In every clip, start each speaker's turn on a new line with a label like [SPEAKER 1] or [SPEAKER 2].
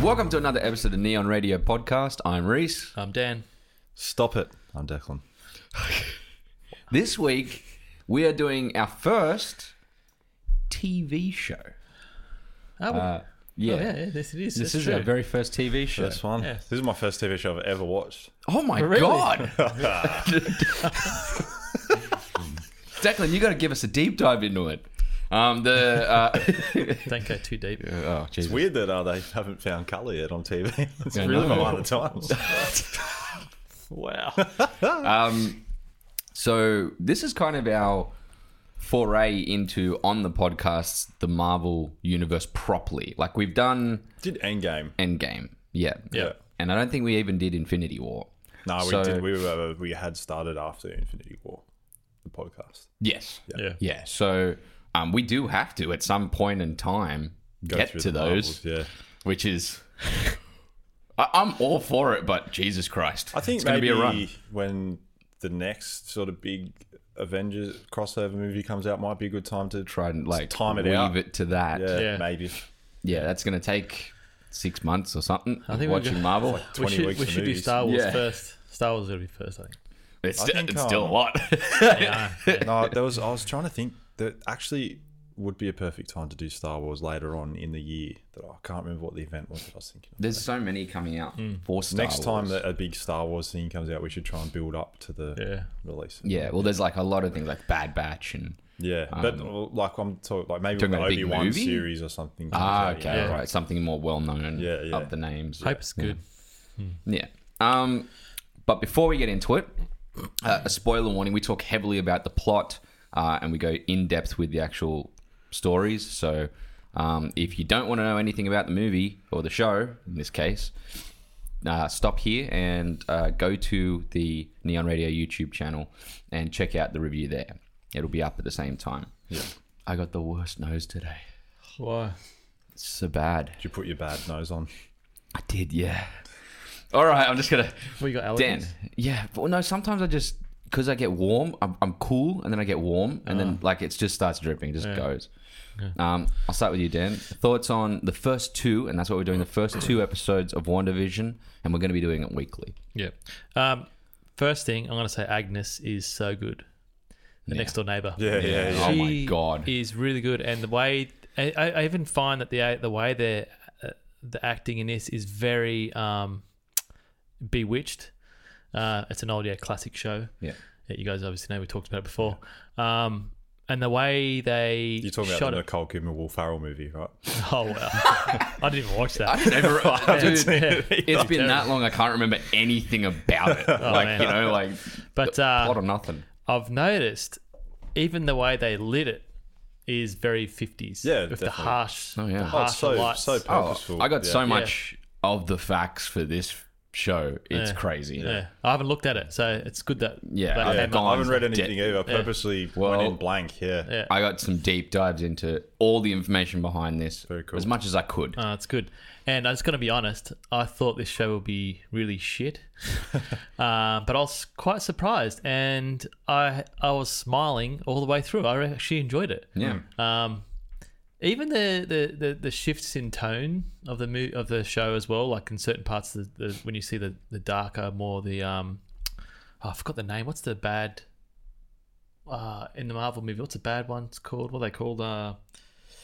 [SPEAKER 1] Welcome to another episode of Neon Radio Podcast. I'm Reese.
[SPEAKER 2] I'm Dan.
[SPEAKER 3] Stop it. I'm Declan.
[SPEAKER 1] This week, we are doing our first TV show.
[SPEAKER 2] Oh,
[SPEAKER 1] Uh, yeah.
[SPEAKER 2] yeah. yeah, This it is.
[SPEAKER 1] This
[SPEAKER 2] That's
[SPEAKER 1] is
[SPEAKER 2] true.
[SPEAKER 1] our very first TV show.
[SPEAKER 3] This one.
[SPEAKER 2] Yeah.
[SPEAKER 3] This is my first TV show I've ever watched.
[SPEAKER 1] Oh my
[SPEAKER 2] Really?
[SPEAKER 1] god! Declan, you got to give us a deep dive into it. Um, the uh,
[SPEAKER 2] Don't go too deep.
[SPEAKER 1] oh
[SPEAKER 3] It's
[SPEAKER 1] Jesus,
[SPEAKER 3] weird that uh, they haven't found colour yet on TV. it's
[SPEAKER 1] I
[SPEAKER 3] really
[SPEAKER 1] know.
[SPEAKER 3] one of the times.
[SPEAKER 2] Wow.
[SPEAKER 1] Um, so this is kind of our foray into on the podcast the Marvel universe properly. Like we've done
[SPEAKER 3] did Endgame.
[SPEAKER 1] Endgame, yeah,
[SPEAKER 2] Yeah.
[SPEAKER 1] and I don't think we even did Infinity War.
[SPEAKER 3] No, we
[SPEAKER 1] So-
[SPEAKER 3] did. We were, uh, we had started after Infinity War, the podcast.
[SPEAKER 1] Yes,
[SPEAKER 2] Yeah.
[SPEAKER 1] yeah. So um, we do have to at some point in time get
[SPEAKER 3] through
[SPEAKER 1] to
[SPEAKER 3] the
[SPEAKER 1] those,
[SPEAKER 3] Marvels, yeah.
[SPEAKER 1] which is. I- I'm all for it, but Jesus Christ,
[SPEAKER 3] I think
[SPEAKER 1] it's going to
[SPEAKER 3] maybe
[SPEAKER 1] be a run.
[SPEAKER 3] when the next sort of big Avengers crossover movie comes out, might be a good time to try.
[SPEAKER 1] Try and like
[SPEAKER 3] time it
[SPEAKER 1] weave
[SPEAKER 3] out.
[SPEAKER 1] it to that.
[SPEAKER 3] Yeah,
[SPEAKER 2] Yeah.
[SPEAKER 3] maybe.
[SPEAKER 1] Yeah, that's going to take six months or something. I think
[SPEAKER 2] think we're
[SPEAKER 1] watching
[SPEAKER 2] go-
[SPEAKER 1] Marvel.
[SPEAKER 2] We
[SPEAKER 3] 20
[SPEAKER 2] should,
[SPEAKER 3] weeks
[SPEAKER 2] we
[SPEAKER 3] of
[SPEAKER 2] should do
[SPEAKER 3] movies.
[SPEAKER 2] Star Wars
[SPEAKER 1] Yeah.
[SPEAKER 2] first. Star Wars is going to be first, I think.
[SPEAKER 1] It's,
[SPEAKER 3] I
[SPEAKER 1] st-
[SPEAKER 3] think,
[SPEAKER 1] it's still a
[SPEAKER 3] um,
[SPEAKER 1] lot.
[SPEAKER 2] Yeah.
[SPEAKER 3] no, there was. I was trying to think that actually would be a perfect time to do Star Wars later on in the year. That I can't remember what the event was. That I was thinking. Of.
[SPEAKER 1] There's so many coming out for Star
[SPEAKER 3] Hmm. Next time
[SPEAKER 1] Wars.
[SPEAKER 3] that a big Star Wars thing comes out, we should try and build up to the
[SPEAKER 2] yeah.
[SPEAKER 3] release.
[SPEAKER 1] yeah, well, there's like a lot of things like Bad Batch and
[SPEAKER 3] yeah. but well, like I'm talking, like maybe
[SPEAKER 1] Um, Talking
[SPEAKER 3] the
[SPEAKER 1] about a big
[SPEAKER 3] Obi Wan
[SPEAKER 1] movie?
[SPEAKER 3] series or something. comes
[SPEAKER 1] ah,
[SPEAKER 3] out,
[SPEAKER 1] okay,
[SPEAKER 3] you know,
[SPEAKER 1] right, something more well known.
[SPEAKER 3] Yeah, yeah.
[SPEAKER 1] Up the names.
[SPEAKER 2] Hype's good.
[SPEAKER 1] Yeah. Um, but before we get into it, uh, a spoiler warning: we talk heavily about the plot, uh, and we go in depth with the actual stories. So, um, if you don't want to know anything about the movie or the show, in this case, uh, stop here and uh, go to the Neon Radio YouTube channel and check out the review there. It'll be up at the same time. Yeah. I got the worst nose today.
[SPEAKER 2] Why?
[SPEAKER 1] It's so bad.
[SPEAKER 3] Did you put your bad nose on?
[SPEAKER 1] I did, yeah. All right, I'm just gonna.
[SPEAKER 2] We got
[SPEAKER 1] Dan.
[SPEAKER 2] allergies.
[SPEAKER 1] Yeah. Well, no, sometimes I just, because I get warm, I'm, I'm cool, and then I get warm, and
[SPEAKER 2] Ah.
[SPEAKER 1] then like it just starts dripping, it just goes. Um, I'll start with you, Dan. Thoughts on the first two, and that's what we're doing the first two episodes of WandaVision, and we're going to be doing it weekly.
[SPEAKER 2] Yeah. Um, first thing, I'm going to say Agnes is so good. The next door neighbor.
[SPEAKER 3] Yeah, yeah, yeah.
[SPEAKER 1] Oh my
[SPEAKER 2] She
[SPEAKER 1] God.
[SPEAKER 2] is really good, and the way I, I I even find that the the way they're uh, the acting in this is very um, bewitched. Uh, it's an old yeah classic show.
[SPEAKER 1] Yeah.
[SPEAKER 2] that you guys obviously know we talked about it before. Um, and the way they
[SPEAKER 3] You're talking about
[SPEAKER 2] shot
[SPEAKER 3] the
[SPEAKER 2] it.
[SPEAKER 3] Nicole Kidman Will Ferrell movie, right?
[SPEAKER 2] Oh wow, I didn't even watch that.
[SPEAKER 1] I didn't ever. dude,
[SPEAKER 2] Yeah.
[SPEAKER 1] it's been that long, I can't remember anything about it. like,
[SPEAKER 2] Oh, man.
[SPEAKER 1] you know, like,
[SPEAKER 2] But
[SPEAKER 1] a lot
[SPEAKER 2] uh,
[SPEAKER 1] of nothing.
[SPEAKER 2] I've noticed even the way they lit it is very fifties.
[SPEAKER 3] Yeah,
[SPEAKER 2] with the
[SPEAKER 3] definitely.
[SPEAKER 2] harsh,
[SPEAKER 1] Oh, yeah.
[SPEAKER 2] the
[SPEAKER 1] Oh, it's
[SPEAKER 2] harsher
[SPEAKER 3] so-
[SPEAKER 2] lights.
[SPEAKER 3] so
[SPEAKER 1] Oh,
[SPEAKER 3] purposeful.
[SPEAKER 1] I got
[SPEAKER 3] Yeah.
[SPEAKER 1] so much of the facts for this show. It's
[SPEAKER 2] Yeah.
[SPEAKER 1] crazy.
[SPEAKER 2] Yeah, I haven't looked at it, so it's good that
[SPEAKER 1] Yeah,
[SPEAKER 2] that
[SPEAKER 1] I-
[SPEAKER 2] came
[SPEAKER 1] Yeah,
[SPEAKER 2] up.
[SPEAKER 1] gone.
[SPEAKER 3] I haven't read
[SPEAKER 1] Dead.
[SPEAKER 3] anything either. I purposely
[SPEAKER 1] Well-
[SPEAKER 3] went in blank. Yeah.
[SPEAKER 2] Yeah.
[SPEAKER 1] I got some deep dives into all the information behind this
[SPEAKER 3] Very cool.
[SPEAKER 1] as much as I could.
[SPEAKER 2] Uh, it's good. And I just going to be honest, I thought this show would be really shit, uh, but I was quite surprised, and I I was smiling all the way through. I actually enjoyed it.
[SPEAKER 1] yeah.
[SPEAKER 2] Um, even the, the, the, the shifts in tone of the mo- of the show as well, like in certain parts, of the, the when you see the, the darker, more the um, oh, I forgot the name. What's the bad? Uh, in the Marvel movie, what's the bad one? It's called what are they called? Uh,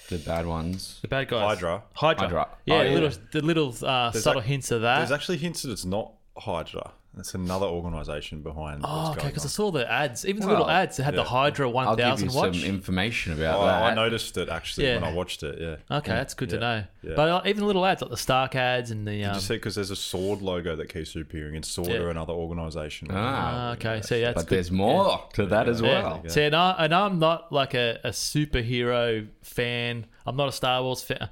[SPEAKER 1] The bad ones.
[SPEAKER 2] the bad guys.
[SPEAKER 3] Hydra.
[SPEAKER 2] Hydra.
[SPEAKER 1] Hydra.
[SPEAKER 2] Yeah,
[SPEAKER 1] Oh,
[SPEAKER 2] the
[SPEAKER 1] yeah.
[SPEAKER 2] little the little uh, subtle hints of that.
[SPEAKER 3] There's actually hints that it's not Hydra. It's another organisation behind.
[SPEAKER 2] oh,
[SPEAKER 3] what's
[SPEAKER 2] okay,
[SPEAKER 3] going
[SPEAKER 2] because I
[SPEAKER 3] on.
[SPEAKER 2] saw the ads. Even the little
[SPEAKER 1] Well,
[SPEAKER 2] ads that had the Hydra
[SPEAKER 1] I'll give you
[SPEAKER 2] 1000 watch.
[SPEAKER 1] some information about
[SPEAKER 3] Oh,
[SPEAKER 1] that.
[SPEAKER 3] I noticed it actually when
[SPEAKER 2] Yeah.
[SPEAKER 3] I watched it. Yeah.
[SPEAKER 2] okay, that's good to know.
[SPEAKER 3] yeah.
[SPEAKER 2] But uh, even the little ads, like the Stark ads and the. Um,
[SPEAKER 3] Just because there's a sword logo that keeps appearing, and sword
[SPEAKER 2] Yeah.
[SPEAKER 3] are another organisation.
[SPEAKER 1] Ah,
[SPEAKER 2] ah, okay, so yeah, that's
[SPEAKER 1] but
[SPEAKER 2] good.
[SPEAKER 1] there's more to that as
[SPEAKER 2] Yeah.
[SPEAKER 1] well.
[SPEAKER 2] See, and, I, and I'm not like a, a superhero fan. I'm not a Star Wars fan.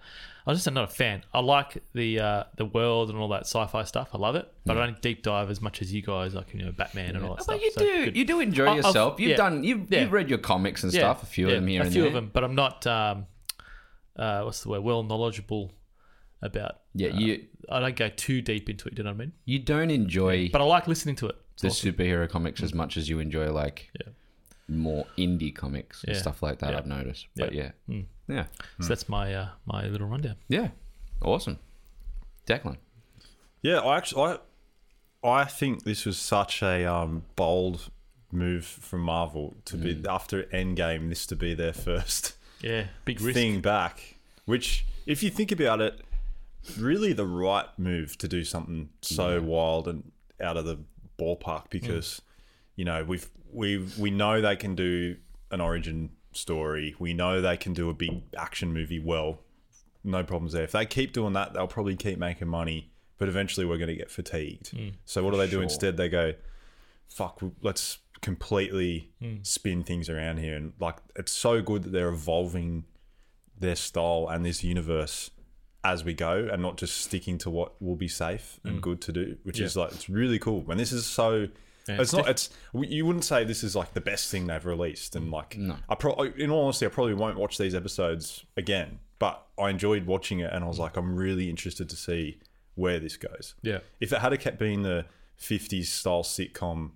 [SPEAKER 2] I'm just not a fan. I like the uh, the world and all that sci-fi stuff. I love it, but I don't deep dive as much as you guys, like you know Batman and all that
[SPEAKER 1] But
[SPEAKER 2] stuff.
[SPEAKER 1] Hmm. you
[SPEAKER 2] so
[SPEAKER 1] do,
[SPEAKER 2] good.
[SPEAKER 1] you do enjoy
[SPEAKER 2] I've-
[SPEAKER 1] yourself. You've
[SPEAKER 2] yeah.
[SPEAKER 1] done, you've,
[SPEAKER 2] Yeah.
[SPEAKER 1] you've read your comics and
[SPEAKER 2] Yeah,
[SPEAKER 1] stuff. A few
[SPEAKER 2] yeah,
[SPEAKER 1] of them here
[SPEAKER 2] a
[SPEAKER 1] and
[SPEAKER 2] few
[SPEAKER 1] there.
[SPEAKER 2] of them, but I'm not. Um, uh, what's the word? Well knowledgeable about.
[SPEAKER 1] Yeah, you
[SPEAKER 2] I don't go too deep into it. Do you know what I mean?
[SPEAKER 1] you don't enjoy
[SPEAKER 2] But I like listening to it.
[SPEAKER 1] the superhero comics as much as you enjoy like
[SPEAKER 2] Yeah.
[SPEAKER 1] more indie comics and
[SPEAKER 2] Yeah.
[SPEAKER 1] stuff like that.
[SPEAKER 2] Yeah. Hmm.
[SPEAKER 1] I've noticed. But yeah, yeah,
[SPEAKER 2] So that's my uh, my little rundown.
[SPEAKER 1] yeah, awesome. Declan.
[SPEAKER 3] Yeah, I actually, I, I think this was such a um, bold move from Marvel to be
[SPEAKER 2] Mm.
[SPEAKER 3] after Endgame, this to be their first
[SPEAKER 2] Yeah, big risk.
[SPEAKER 3] thing back. Which, if you think about it, really the right move to do something so wild and out of the ballpark because you know we've we we know they can do an origin story. We know they can do a big action movie well. No problems there. If they keep doing that, they'll probably keep making money. But eventually, we're going to get fatigued. so what do they do
[SPEAKER 1] Sure.
[SPEAKER 3] instead? They go, fuck, w- let's completely spin things around here. And like, it's so good that they're evolving their style and this universe as we go and not just sticking to what will be safe and good to do, which is like, it's really cool. And this is so.
[SPEAKER 2] Yeah,
[SPEAKER 3] it's
[SPEAKER 2] it's
[SPEAKER 3] not. It's you wouldn't say this is like the best thing they've released, and like I pro- in all honesty, I probably won't watch these episodes again. But I enjoyed watching it, and I was like, I'm really interested to see where this goes
[SPEAKER 2] Yeah,
[SPEAKER 3] if it had a kept being the 50s style sitcom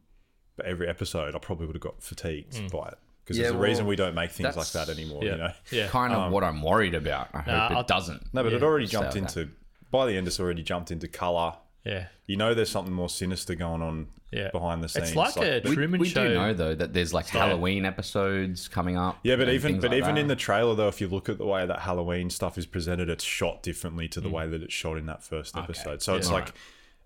[SPEAKER 3] but every episode i probably would have got fatigued by it because
[SPEAKER 1] Yeah,
[SPEAKER 3] there's a
[SPEAKER 1] well,
[SPEAKER 3] reason we don't make things like
[SPEAKER 1] that's-
[SPEAKER 3] that anymore
[SPEAKER 2] Mm. yeah,
[SPEAKER 3] you know
[SPEAKER 2] yeah.
[SPEAKER 1] Kind
[SPEAKER 3] Um,
[SPEAKER 1] of what I'm worried about. I hope
[SPEAKER 2] Nah,
[SPEAKER 1] it
[SPEAKER 2] I'll-
[SPEAKER 1] doesn't.
[SPEAKER 3] no but it
[SPEAKER 2] Yeah,
[SPEAKER 3] already
[SPEAKER 1] so
[SPEAKER 3] jumped
[SPEAKER 1] that-
[SPEAKER 3] into by the end it's already jumped into color
[SPEAKER 2] yeah.
[SPEAKER 3] you know there's something more sinister going on
[SPEAKER 2] Yeah.
[SPEAKER 3] behind the scenes
[SPEAKER 2] It's like a
[SPEAKER 1] We,
[SPEAKER 2] Truman
[SPEAKER 1] we
[SPEAKER 2] Show.
[SPEAKER 1] do know though that there's like Halloween episodes coming up.
[SPEAKER 3] yeah, but
[SPEAKER 1] and
[SPEAKER 3] even
[SPEAKER 1] things
[SPEAKER 3] but
[SPEAKER 1] like
[SPEAKER 3] even
[SPEAKER 1] that.
[SPEAKER 3] in the trailer though, if you look at the way that Halloween stuff is presented, it's shot differently to the
[SPEAKER 1] Mm.
[SPEAKER 3] way that it's shot in that first episode. So it's like,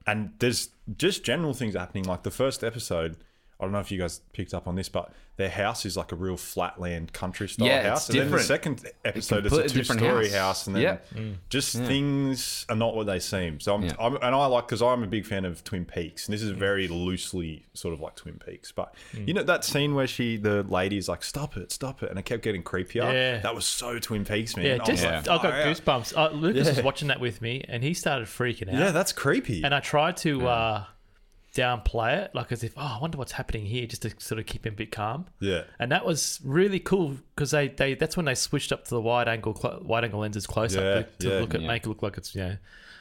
[SPEAKER 3] and there's just general things happening. Like the first episode, I don't know if you guys picked up on this, but their house is like a real flatland country style
[SPEAKER 1] Yeah, it's
[SPEAKER 3] house, and then the
[SPEAKER 1] different.
[SPEAKER 3] second episode is a
[SPEAKER 1] completely
[SPEAKER 3] two
[SPEAKER 1] different
[SPEAKER 3] story house.
[SPEAKER 1] house.
[SPEAKER 3] and then
[SPEAKER 1] Yep.
[SPEAKER 2] Mm.
[SPEAKER 3] just things are not what they seem. So I'm,
[SPEAKER 1] Yeah.
[SPEAKER 3] I'm and I like because I'm a big fan of Twin Peaks, and this is very loosely sort of like Twin Peaks. But
[SPEAKER 2] Mm.
[SPEAKER 3] you know that scene where she, the lady, is like, "Stop it, stop it," and it kept getting creepier.
[SPEAKER 2] Yeah.
[SPEAKER 3] That was so Twin Peaks, man.
[SPEAKER 2] Yeah,
[SPEAKER 3] I was
[SPEAKER 2] just
[SPEAKER 3] like,
[SPEAKER 2] I got
[SPEAKER 3] "Far out."
[SPEAKER 2] goosebumps. Uh, Lucas was watching that with me, and he started freaking out.
[SPEAKER 3] Yeah, that's creepy.
[SPEAKER 2] And I tried to uh, downplay it, like as if, oh, I wonder what's happening here, just to sort of keep him a bit calm.
[SPEAKER 3] yeah,
[SPEAKER 2] And that was really cool because they, they that's when they switched up to the wide angle clo- wide angle lenses close
[SPEAKER 3] Yeah,
[SPEAKER 2] up to, to
[SPEAKER 3] yeah.
[SPEAKER 2] look at
[SPEAKER 1] Yeah.
[SPEAKER 2] make it look like it's you know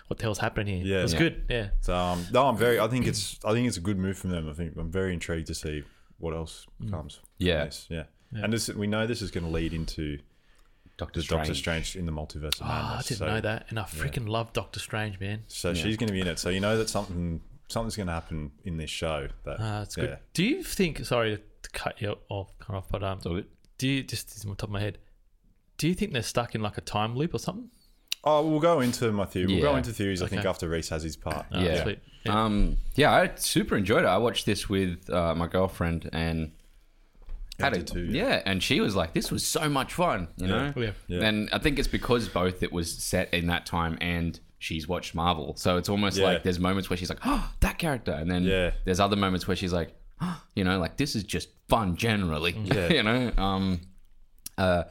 [SPEAKER 2] what the hell's happening here.
[SPEAKER 3] Yeah.
[SPEAKER 2] it was
[SPEAKER 3] Yeah.
[SPEAKER 2] good. Yeah,
[SPEAKER 3] so um, no, I'm very. I think it's. I think it's a good move from them. I think I'm very intrigued to see what else
[SPEAKER 2] Mm.
[SPEAKER 3] comes. from
[SPEAKER 1] Yeah.
[SPEAKER 3] this. yeah, And this, we know this is going to lead into
[SPEAKER 1] Doctor
[SPEAKER 3] the
[SPEAKER 1] Strange.
[SPEAKER 3] Doctor Strange in the multiverse of
[SPEAKER 2] Ah,
[SPEAKER 3] madness.
[SPEAKER 2] I didn't
[SPEAKER 3] So-
[SPEAKER 2] know that, and I freaking love Doctor Strange, man.
[SPEAKER 3] So she's going to be in it. So you know that something something's going to happen in this show. That
[SPEAKER 2] Ah, it's good.
[SPEAKER 3] yeah.
[SPEAKER 2] Do you think? Sorry to cut you off, cut off, but um,
[SPEAKER 1] It's all good.
[SPEAKER 2] do you just this is on top of my head? Do you think they're stuck in like a time loop or something?
[SPEAKER 3] Oh, we'll go into my theory. We'll go
[SPEAKER 1] Yeah.
[SPEAKER 3] into theories. I think
[SPEAKER 2] Okay.
[SPEAKER 3] after Reese has his part.
[SPEAKER 2] Ah,
[SPEAKER 1] Yeah.
[SPEAKER 2] sweet. yeah.
[SPEAKER 1] Um, yeah, I super enjoyed it. I watched this with uh, my girlfriend and had
[SPEAKER 3] I
[SPEAKER 1] a,
[SPEAKER 3] did too, yeah.
[SPEAKER 1] yeah. and she was like, "This was so much fun," you know.
[SPEAKER 2] Yeah.
[SPEAKER 3] Yeah.
[SPEAKER 1] And I think it's because both it was set in that time and she's watched Marvel, so it's almost
[SPEAKER 3] Yeah.
[SPEAKER 1] like there's moments where she's like, "Oh, that character," and then
[SPEAKER 3] Yeah.
[SPEAKER 1] there's other moments where she's like, oh, "You know, like this is just fun generally,"
[SPEAKER 3] Mm-hmm. Yeah.
[SPEAKER 1] you know. Um, uh,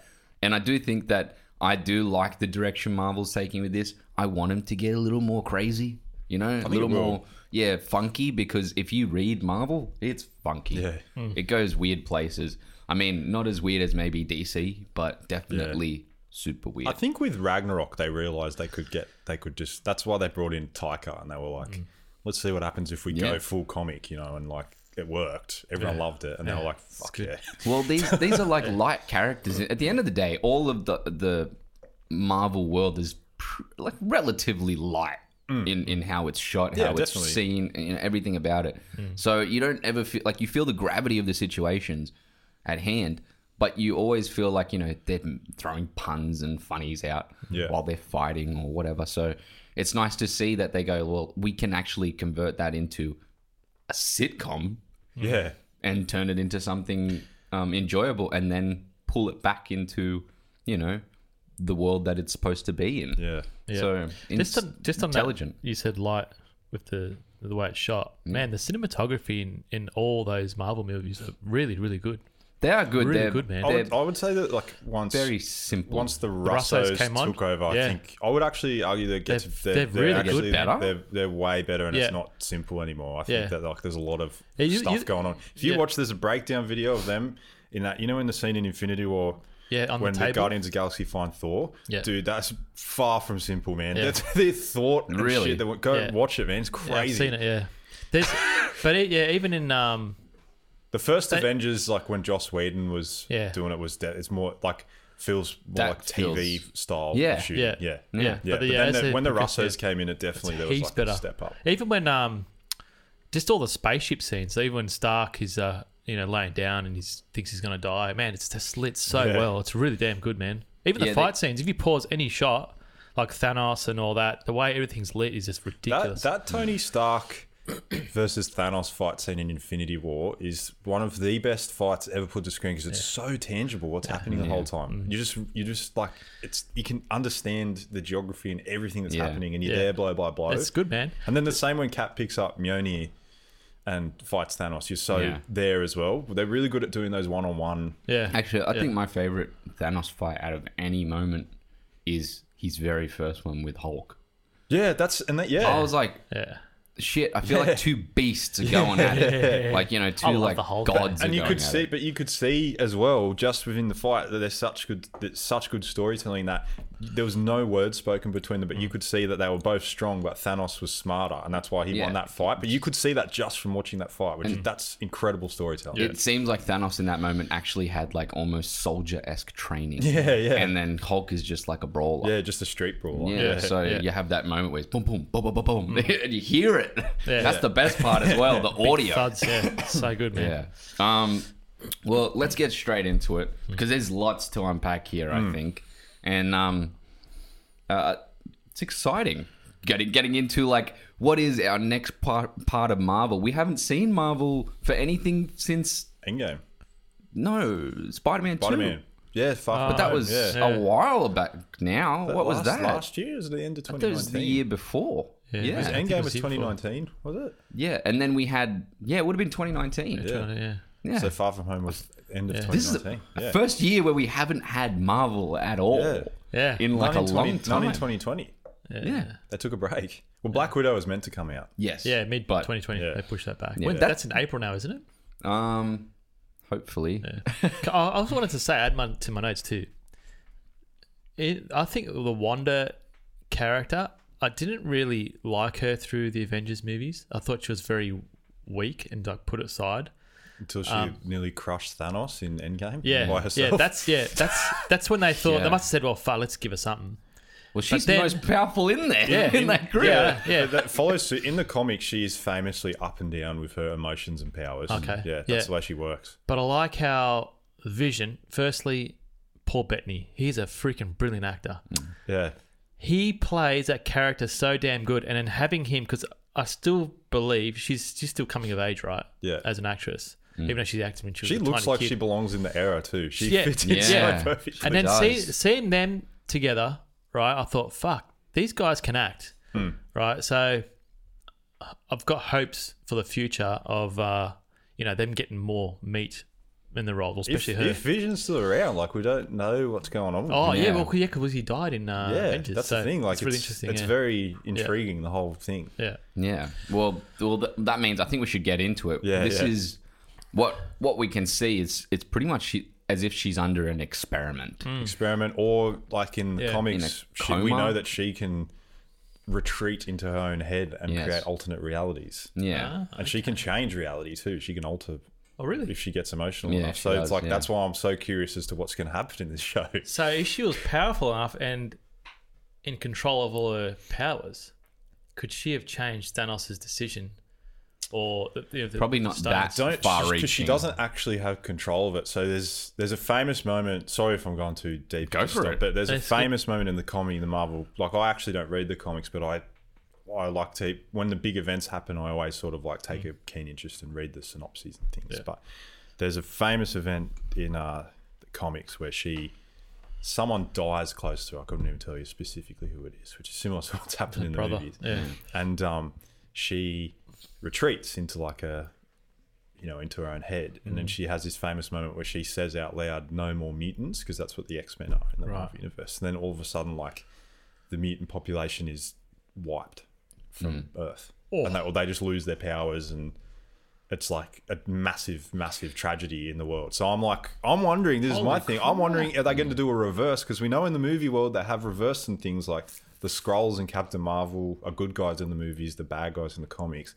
[SPEAKER 1] and I do think that I do like the direction Marvel's taking with this. I want them to get a little more crazy, you know, a little
[SPEAKER 3] it will.
[SPEAKER 1] more, yeah, funky. Because if you read Marvel, it's funky.
[SPEAKER 3] Yeah.
[SPEAKER 1] It goes weird places. I mean, not as weird as maybe DC, but definitely super weird.
[SPEAKER 3] I think with Ragnarok, they realized they could get, they could just. That's why they brought in Taika, and they were like, "Let's see what happens if we
[SPEAKER 1] Yeah.
[SPEAKER 3] go full comic," you know, and like it worked. Everyone loved it, and they were like, "Fuck yeah!"
[SPEAKER 1] Well, these these are like light characters. At the end of the day, all of the the Marvel world is pr- like relatively light in in how it's shot, how it's
[SPEAKER 3] Mm. definitely. Mm.
[SPEAKER 1] seen, and you know, everything about it. So you don't ever feel like you feel the gravity of the situations at hand, but you always feel like you know they're throwing puns and funnies out
[SPEAKER 3] Yeah.
[SPEAKER 1] while they're fighting or whatever. So it's nice to see that they go, well, we can actually convert that into a sitcom
[SPEAKER 3] Yeah,
[SPEAKER 1] and turn it into something um, enjoyable and then pull it back into you know the world that it's supposed to be in
[SPEAKER 3] yeah.
[SPEAKER 1] so
[SPEAKER 2] just
[SPEAKER 1] it's
[SPEAKER 2] on, just on
[SPEAKER 1] intelligent Mm.
[SPEAKER 2] That, you said light with the the way it's shot. Man, the cinematography in, in all those Marvel movies are really really good.
[SPEAKER 1] they are good
[SPEAKER 2] Really
[SPEAKER 1] they're
[SPEAKER 2] good, man.
[SPEAKER 3] I
[SPEAKER 1] they're
[SPEAKER 3] would, I would say that like once
[SPEAKER 1] very simple
[SPEAKER 3] once the
[SPEAKER 2] Russos
[SPEAKER 3] Russos,
[SPEAKER 2] came on?
[SPEAKER 3] took over,
[SPEAKER 2] Yeah.
[SPEAKER 3] I think I would actually argue that gets
[SPEAKER 2] They're- they're really good,
[SPEAKER 3] actually-
[SPEAKER 1] better.
[SPEAKER 3] They're, they're way better, and
[SPEAKER 2] Yeah.
[SPEAKER 3] it's not simple anymore. I think
[SPEAKER 2] Yeah.
[SPEAKER 3] that like there's a lot of
[SPEAKER 2] Yeah, you-
[SPEAKER 3] stuff
[SPEAKER 2] you-
[SPEAKER 3] going on. If you
[SPEAKER 2] yeah.
[SPEAKER 3] watch, there's a breakdown video of them in that. You know, in the scene in Infinity War.
[SPEAKER 2] Yeah, on the
[SPEAKER 3] when the,
[SPEAKER 2] table.
[SPEAKER 3] Guardians of the Galaxy find Thor,
[SPEAKER 2] Yeah.
[SPEAKER 3] dude, that's far from simple, man.
[SPEAKER 2] Yeah.
[SPEAKER 3] That's their thought and
[SPEAKER 1] Really?
[SPEAKER 3] shit. That went- go
[SPEAKER 2] Yeah.
[SPEAKER 3] watch it, man. It's
[SPEAKER 2] Yeah, I've
[SPEAKER 3] crazy.
[SPEAKER 2] seen it. Yeah, there's but it, yeah, even in um
[SPEAKER 3] The first Avengers, like when Joss Whedon was
[SPEAKER 2] Yeah.
[SPEAKER 3] doing it, was de- it's more like feels more
[SPEAKER 1] That
[SPEAKER 3] like TV
[SPEAKER 1] feels-
[SPEAKER 3] style
[SPEAKER 1] Yeah.
[SPEAKER 3] shooting.
[SPEAKER 2] Yeah.
[SPEAKER 3] yeah,
[SPEAKER 2] Yeah.
[SPEAKER 3] yeah.
[SPEAKER 2] But the-
[SPEAKER 3] But,
[SPEAKER 2] yeah,
[SPEAKER 3] then
[SPEAKER 2] it's
[SPEAKER 3] the,
[SPEAKER 2] a-
[SPEAKER 3] when the
[SPEAKER 2] because
[SPEAKER 3] Russos
[SPEAKER 2] the-
[SPEAKER 3] came in, it definitely there was
[SPEAKER 2] heaps
[SPEAKER 3] like
[SPEAKER 2] better.
[SPEAKER 3] a step up.
[SPEAKER 2] Even when um, just all the spaceship scenes. So even when Stark is uh, you know, laying down and he thinks he's gonna die. Man, it's just lit so
[SPEAKER 3] Yeah.
[SPEAKER 2] well. It's really damn good, man. Even
[SPEAKER 1] Yeah,
[SPEAKER 2] the
[SPEAKER 1] they-
[SPEAKER 2] fight scenes. If you pause any shot, like Thanos and all that, the way everything's lit is just
[SPEAKER 3] That,
[SPEAKER 2] ridiculous.
[SPEAKER 3] that Tony Stark versus Thanos fight scene in Infinity War is one of the best fights ever put to screen because it's so tangible what's happening the whole time.
[SPEAKER 2] Mm-hmm.
[SPEAKER 3] You just you just like it's you can understand the geography and everything that's
[SPEAKER 1] Yeah.
[SPEAKER 3] happening and you're
[SPEAKER 2] Yeah.
[SPEAKER 3] there blow by blow.
[SPEAKER 2] it's good, man.
[SPEAKER 3] And then the same when Cap picks up Mjolnir and fights Thanos, you're so
[SPEAKER 1] Yeah.
[SPEAKER 3] there as well. They're really good at doing those one on one.
[SPEAKER 2] Yeah.
[SPEAKER 1] Actually, I
[SPEAKER 2] Yeah.
[SPEAKER 1] think my favorite Thanos fight out of any moment is his very first one with Hulk.
[SPEAKER 3] Yeah, that's and that yeah.
[SPEAKER 1] I was like,
[SPEAKER 2] yeah.
[SPEAKER 1] shit, I feel like two beasts are going at it. Like, you know, two
[SPEAKER 2] love
[SPEAKER 1] like
[SPEAKER 2] the Hulk,
[SPEAKER 1] gods are
[SPEAKER 3] and you
[SPEAKER 1] going
[SPEAKER 3] could
[SPEAKER 1] at
[SPEAKER 3] see,
[SPEAKER 1] it.
[SPEAKER 3] but you could see as well, just within the fight, that there's such good, that such good storytelling that there was no word spoken between them, but
[SPEAKER 1] Mm.
[SPEAKER 3] you could see that they were both strong, but Thanos was smarter, and that's why he
[SPEAKER 1] Yeah.
[SPEAKER 3] won that fight. But you could see that just from watching that fight, which is that's incredible storytelling.
[SPEAKER 1] It seems like Thanos in that moment actually had like almost soldier esque training.
[SPEAKER 3] Yeah, yeah.
[SPEAKER 1] And then Hulk is just like a brawler.
[SPEAKER 3] Yeah, just a street brawl.
[SPEAKER 1] Yeah,
[SPEAKER 3] Yeah. Mm.
[SPEAKER 1] so
[SPEAKER 2] yeah.
[SPEAKER 1] you have that moment where it's boom, boom, boom, boom, boom, boom, and you hear it.
[SPEAKER 2] Yeah.
[SPEAKER 1] That's the best part as well, the audio.
[SPEAKER 2] Thuds, yeah. so good, man.
[SPEAKER 1] Yeah. Um, well, let's get straight into it because there's lots to unpack here,
[SPEAKER 3] Mm.
[SPEAKER 1] I think, and um, uh, it's exciting getting getting into like what is our next part part of Marvel. We haven't seen Marvel for anything since
[SPEAKER 3] Endgame,
[SPEAKER 1] no Spider-Man
[SPEAKER 3] Spider
[SPEAKER 1] Two.
[SPEAKER 3] Man. Yeah, far
[SPEAKER 1] Uh, But that was
[SPEAKER 3] Oh, yeah.
[SPEAKER 1] a while back now. what was
[SPEAKER 3] Last-
[SPEAKER 1] that?
[SPEAKER 3] Last year, it was the end of
[SPEAKER 1] that was
[SPEAKER 3] 2019.
[SPEAKER 1] the year before. Yeah.
[SPEAKER 2] it
[SPEAKER 1] Yeah.
[SPEAKER 2] I think it
[SPEAKER 3] Endgame
[SPEAKER 2] was
[SPEAKER 3] was
[SPEAKER 2] year before.
[SPEAKER 3] 2019, was it?
[SPEAKER 1] And then we had, yeah, it would have been 2019. Yeah.
[SPEAKER 2] Yeah. yeah.
[SPEAKER 3] So Far From Home was end of
[SPEAKER 1] this is
[SPEAKER 3] 2019.
[SPEAKER 1] the
[SPEAKER 3] yeah.
[SPEAKER 1] first year where we haven't had Marvel at all.
[SPEAKER 3] Yeah.
[SPEAKER 2] Yeah.
[SPEAKER 1] In like a long
[SPEAKER 3] 1920
[SPEAKER 1] time.
[SPEAKER 3] 2020.
[SPEAKER 1] Yeah.
[SPEAKER 3] They took a break. Well, Black Widow was meant to come out.
[SPEAKER 1] Yes.
[SPEAKER 2] Yeah, mid
[SPEAKER 1] But-
[SPEAKER 2] 2020,
[SPEAKER 3] Yeah.
[SPEAKER 2] they pushed that back.
[SPEAKER 1] Yeah.
[SPEAKER 2] When-
[SPEAKER 1] Yeah.
[SPEAKER 2] that's in April now, isn't it?
[SPEAKER 1] Um, hopefully.
[SPEAKER 2] I I also wanted to say, add my, to my notes too. It, I think the Wanda character, I didn't really like her through the Avengers movies. I thought she was very weak and like put aside.
[SPEAKER 3] Until she nearly crushed Thanos in Endgame
[SPEAKER 2] Um, Yeah,
[SPEAKER 3] by herself.
[SPEAKER 2] yeah, that's yeah, that's that's when they thought
[SPEAKER 1] Yeah.
[SPEAKER 2] they must have said, "Well, fuck, let's give her something."
[SPEAKER 1] Well, she's
[SPEAKER 2] then-
[SPEAKER 1] the most powerful in there.
[SPEAKER 2] Yeah.
[SPEAKER 1] in that group.
[SPEAKER 2] Yeah, yeah,
[SPEAKER 3] that follows suit. In the comic, she is famously up and down with her emotions and powers.
[SPEAKER 2] Okay.
[SPEAKER 3] Yeah, that's
[SPEAKER 2] Yeah.
[SPEAKER 3] the way she works.
[SPEAKER 2] But I like how Vision. Firstly, Paul Bettany, he's a freaking brilliant actor.
[SPEAKER 3] Yeah.
[SPEAKER 2] he plays that character so damn good, and then having him because I still believe she's she's still coming of age, right?
[SPEAKER 3] Yeah. Mm.
[SPEAKER 2] as an actress, even though she's acting when she was
[SPEAKER 3] She
[SPEAKER 2] a
[SPEAKER 3] looks
[SPEAKER 2] tiny
[SPEAKER 3] like
[SPEAKER 2] kid.
[SPEAKER 3] she belongs in the era, too. She
[SPEAKER 2] Yeah.
[SPEAKER 3] fits in
[SPEAKER 1] Yeah.
[SPEAKER 3] so perfectly.
[SPEAKER 2] And then
[SPEAKER 1] does.
[SPEAKER 2] see, seeing them together, right? I thought, fuck, these guys can act,
[SPEAKER 3] Hmm.
[SPEAKER 2] right? So I've got hopes for the future of uh, you know them getting more meat in the role,
[SPEAKER 3] if,
[SPEAKER 2] especially her.
[SPEAKER 3] if Vision's still around, like, we don't know what's going on with
[SPEAKER 2] oh
[SPEAKER 3] him.
[SPEAKER 2] yeah,
[SPEAKER 1] Yeah.
[SPEAKER 2] well yeah, because he died in uh,
[SPEAKER 3] Yeah,
[SPEAKER 2] Avengers.
[SPEAKER 3] that's
[SPEAKER 2] so
[SPEAKER 3] the thing. Like,
[SPEAKER 2] it's really interesting.
[SPEAKER 3] It's
[SPEAKER 2] yeah.
[SPEAKER 3] very intriguing, the whole thing.
[SPEAKER 2] yeah.
[SPEAKER 1] Yeah. Well, well, th- that means I think we should get into it.
[SPEAKER 3] Yeah,
[SPEAKER 1] This
[SPEAKER 3] yeah.
[SPEAKER 1] is what what we can see is it's pretty much she, as if she's under an experiment.
[SPEAKER 3] Hmm. experiment, or like in the
[SPEAKER 2] Hmm. Yeah.
[SPEAKER 3] comics,
[SPEAKER 1] In a
[SPEAKER 3] she, we
[SPEAKER 1] coma?
[SPEAKER 3] know that she can retreat into her own head and
[SPEAKER 1] Yes.
[SPEAKER 3] create alternate realities.
[SPEAKER 1] Yeah.
[SPEAKER 2] Ah,
[SPEAKER 3] And she can change reality too. She can alter
[SPEAKER 2] oh really?
[SPEAKER 3] if she gets emotional
[SPEAKER 1] Yeah,
[SPEAKER 3] enough.
[SPEAKER 1] she
[SPEAKER 3] So
[SPEAKER 1] does,
[SPEAKER 3] it's like
[SPEAKER 1] yeah.
[SPEAKER 3] that's why I'm so curious as to what's going to happen in this show.
[SPEAKER 2] So if she was powerful enough and in control of all her powers, could she have changed Thanos' decision? Or the, the, the-
[SPEAKER 1] Probably
[SPEAKER 2] the
[SPEAKER 1] not that.
[SPEAKER 2] stones?
[SPEAKER 3] Don't
[SPEAKER 1] far
[SPEAKER 3] because she
[SPEAKER 1] reaching.
[SPEAKER 3] doesn't actually have control of it. So there's there's a famous moment. Sorry if I'm going too deep.
[SPEAKER 1] Go
[SPEAKER 3] into
[SPEAKER 1] for
[SPEAKER 3] stuff,
[SPEAKER 1] it.
[SPEAKER 3] But there's a
[SPEAKER 2] That's good.
[SPEAKER 3] famous moment in the comedy, the Marvel. Like I actually don't read the comics, but I I like to when the big events happen. I always sort of like
[SPEAKER 1] Hmm.
[SPEAKER 3] take a keen interest and read the synopses and things. But there's a famous event in uh, the comics where she. Someone dies close to her. I couldn't even tell you specifically who it is, which is similar to what's happened in the
[SPEAKER 2] brother,
[SPEAKER 3] movies.
[SPEAKER 2] yeah.
[SPEAKER 3] And um, she retreats into like a you know, into her own head. And
[SPEAKER 2] Mm.
[SPEAKER 3] then she has this famous moment where she says out loud, "No more mutants," because that's what the X Men are in the Marvel universe. And then all of a sudden, like the mutant population is wiped from Earth,
[SPEAKER 2] Oh.
[SPEAKER 3] and they, or they just lose their powers, and it's like a massive, massive tragedy in the world. So I'm like, I'm wondering. This is my thing. I'm wondering, are they going to do a reverse? Because we know in the movie world they have reversed some things, like the Skrulls and Captain Marvel are good guys in the movies, the bad guys in the comics.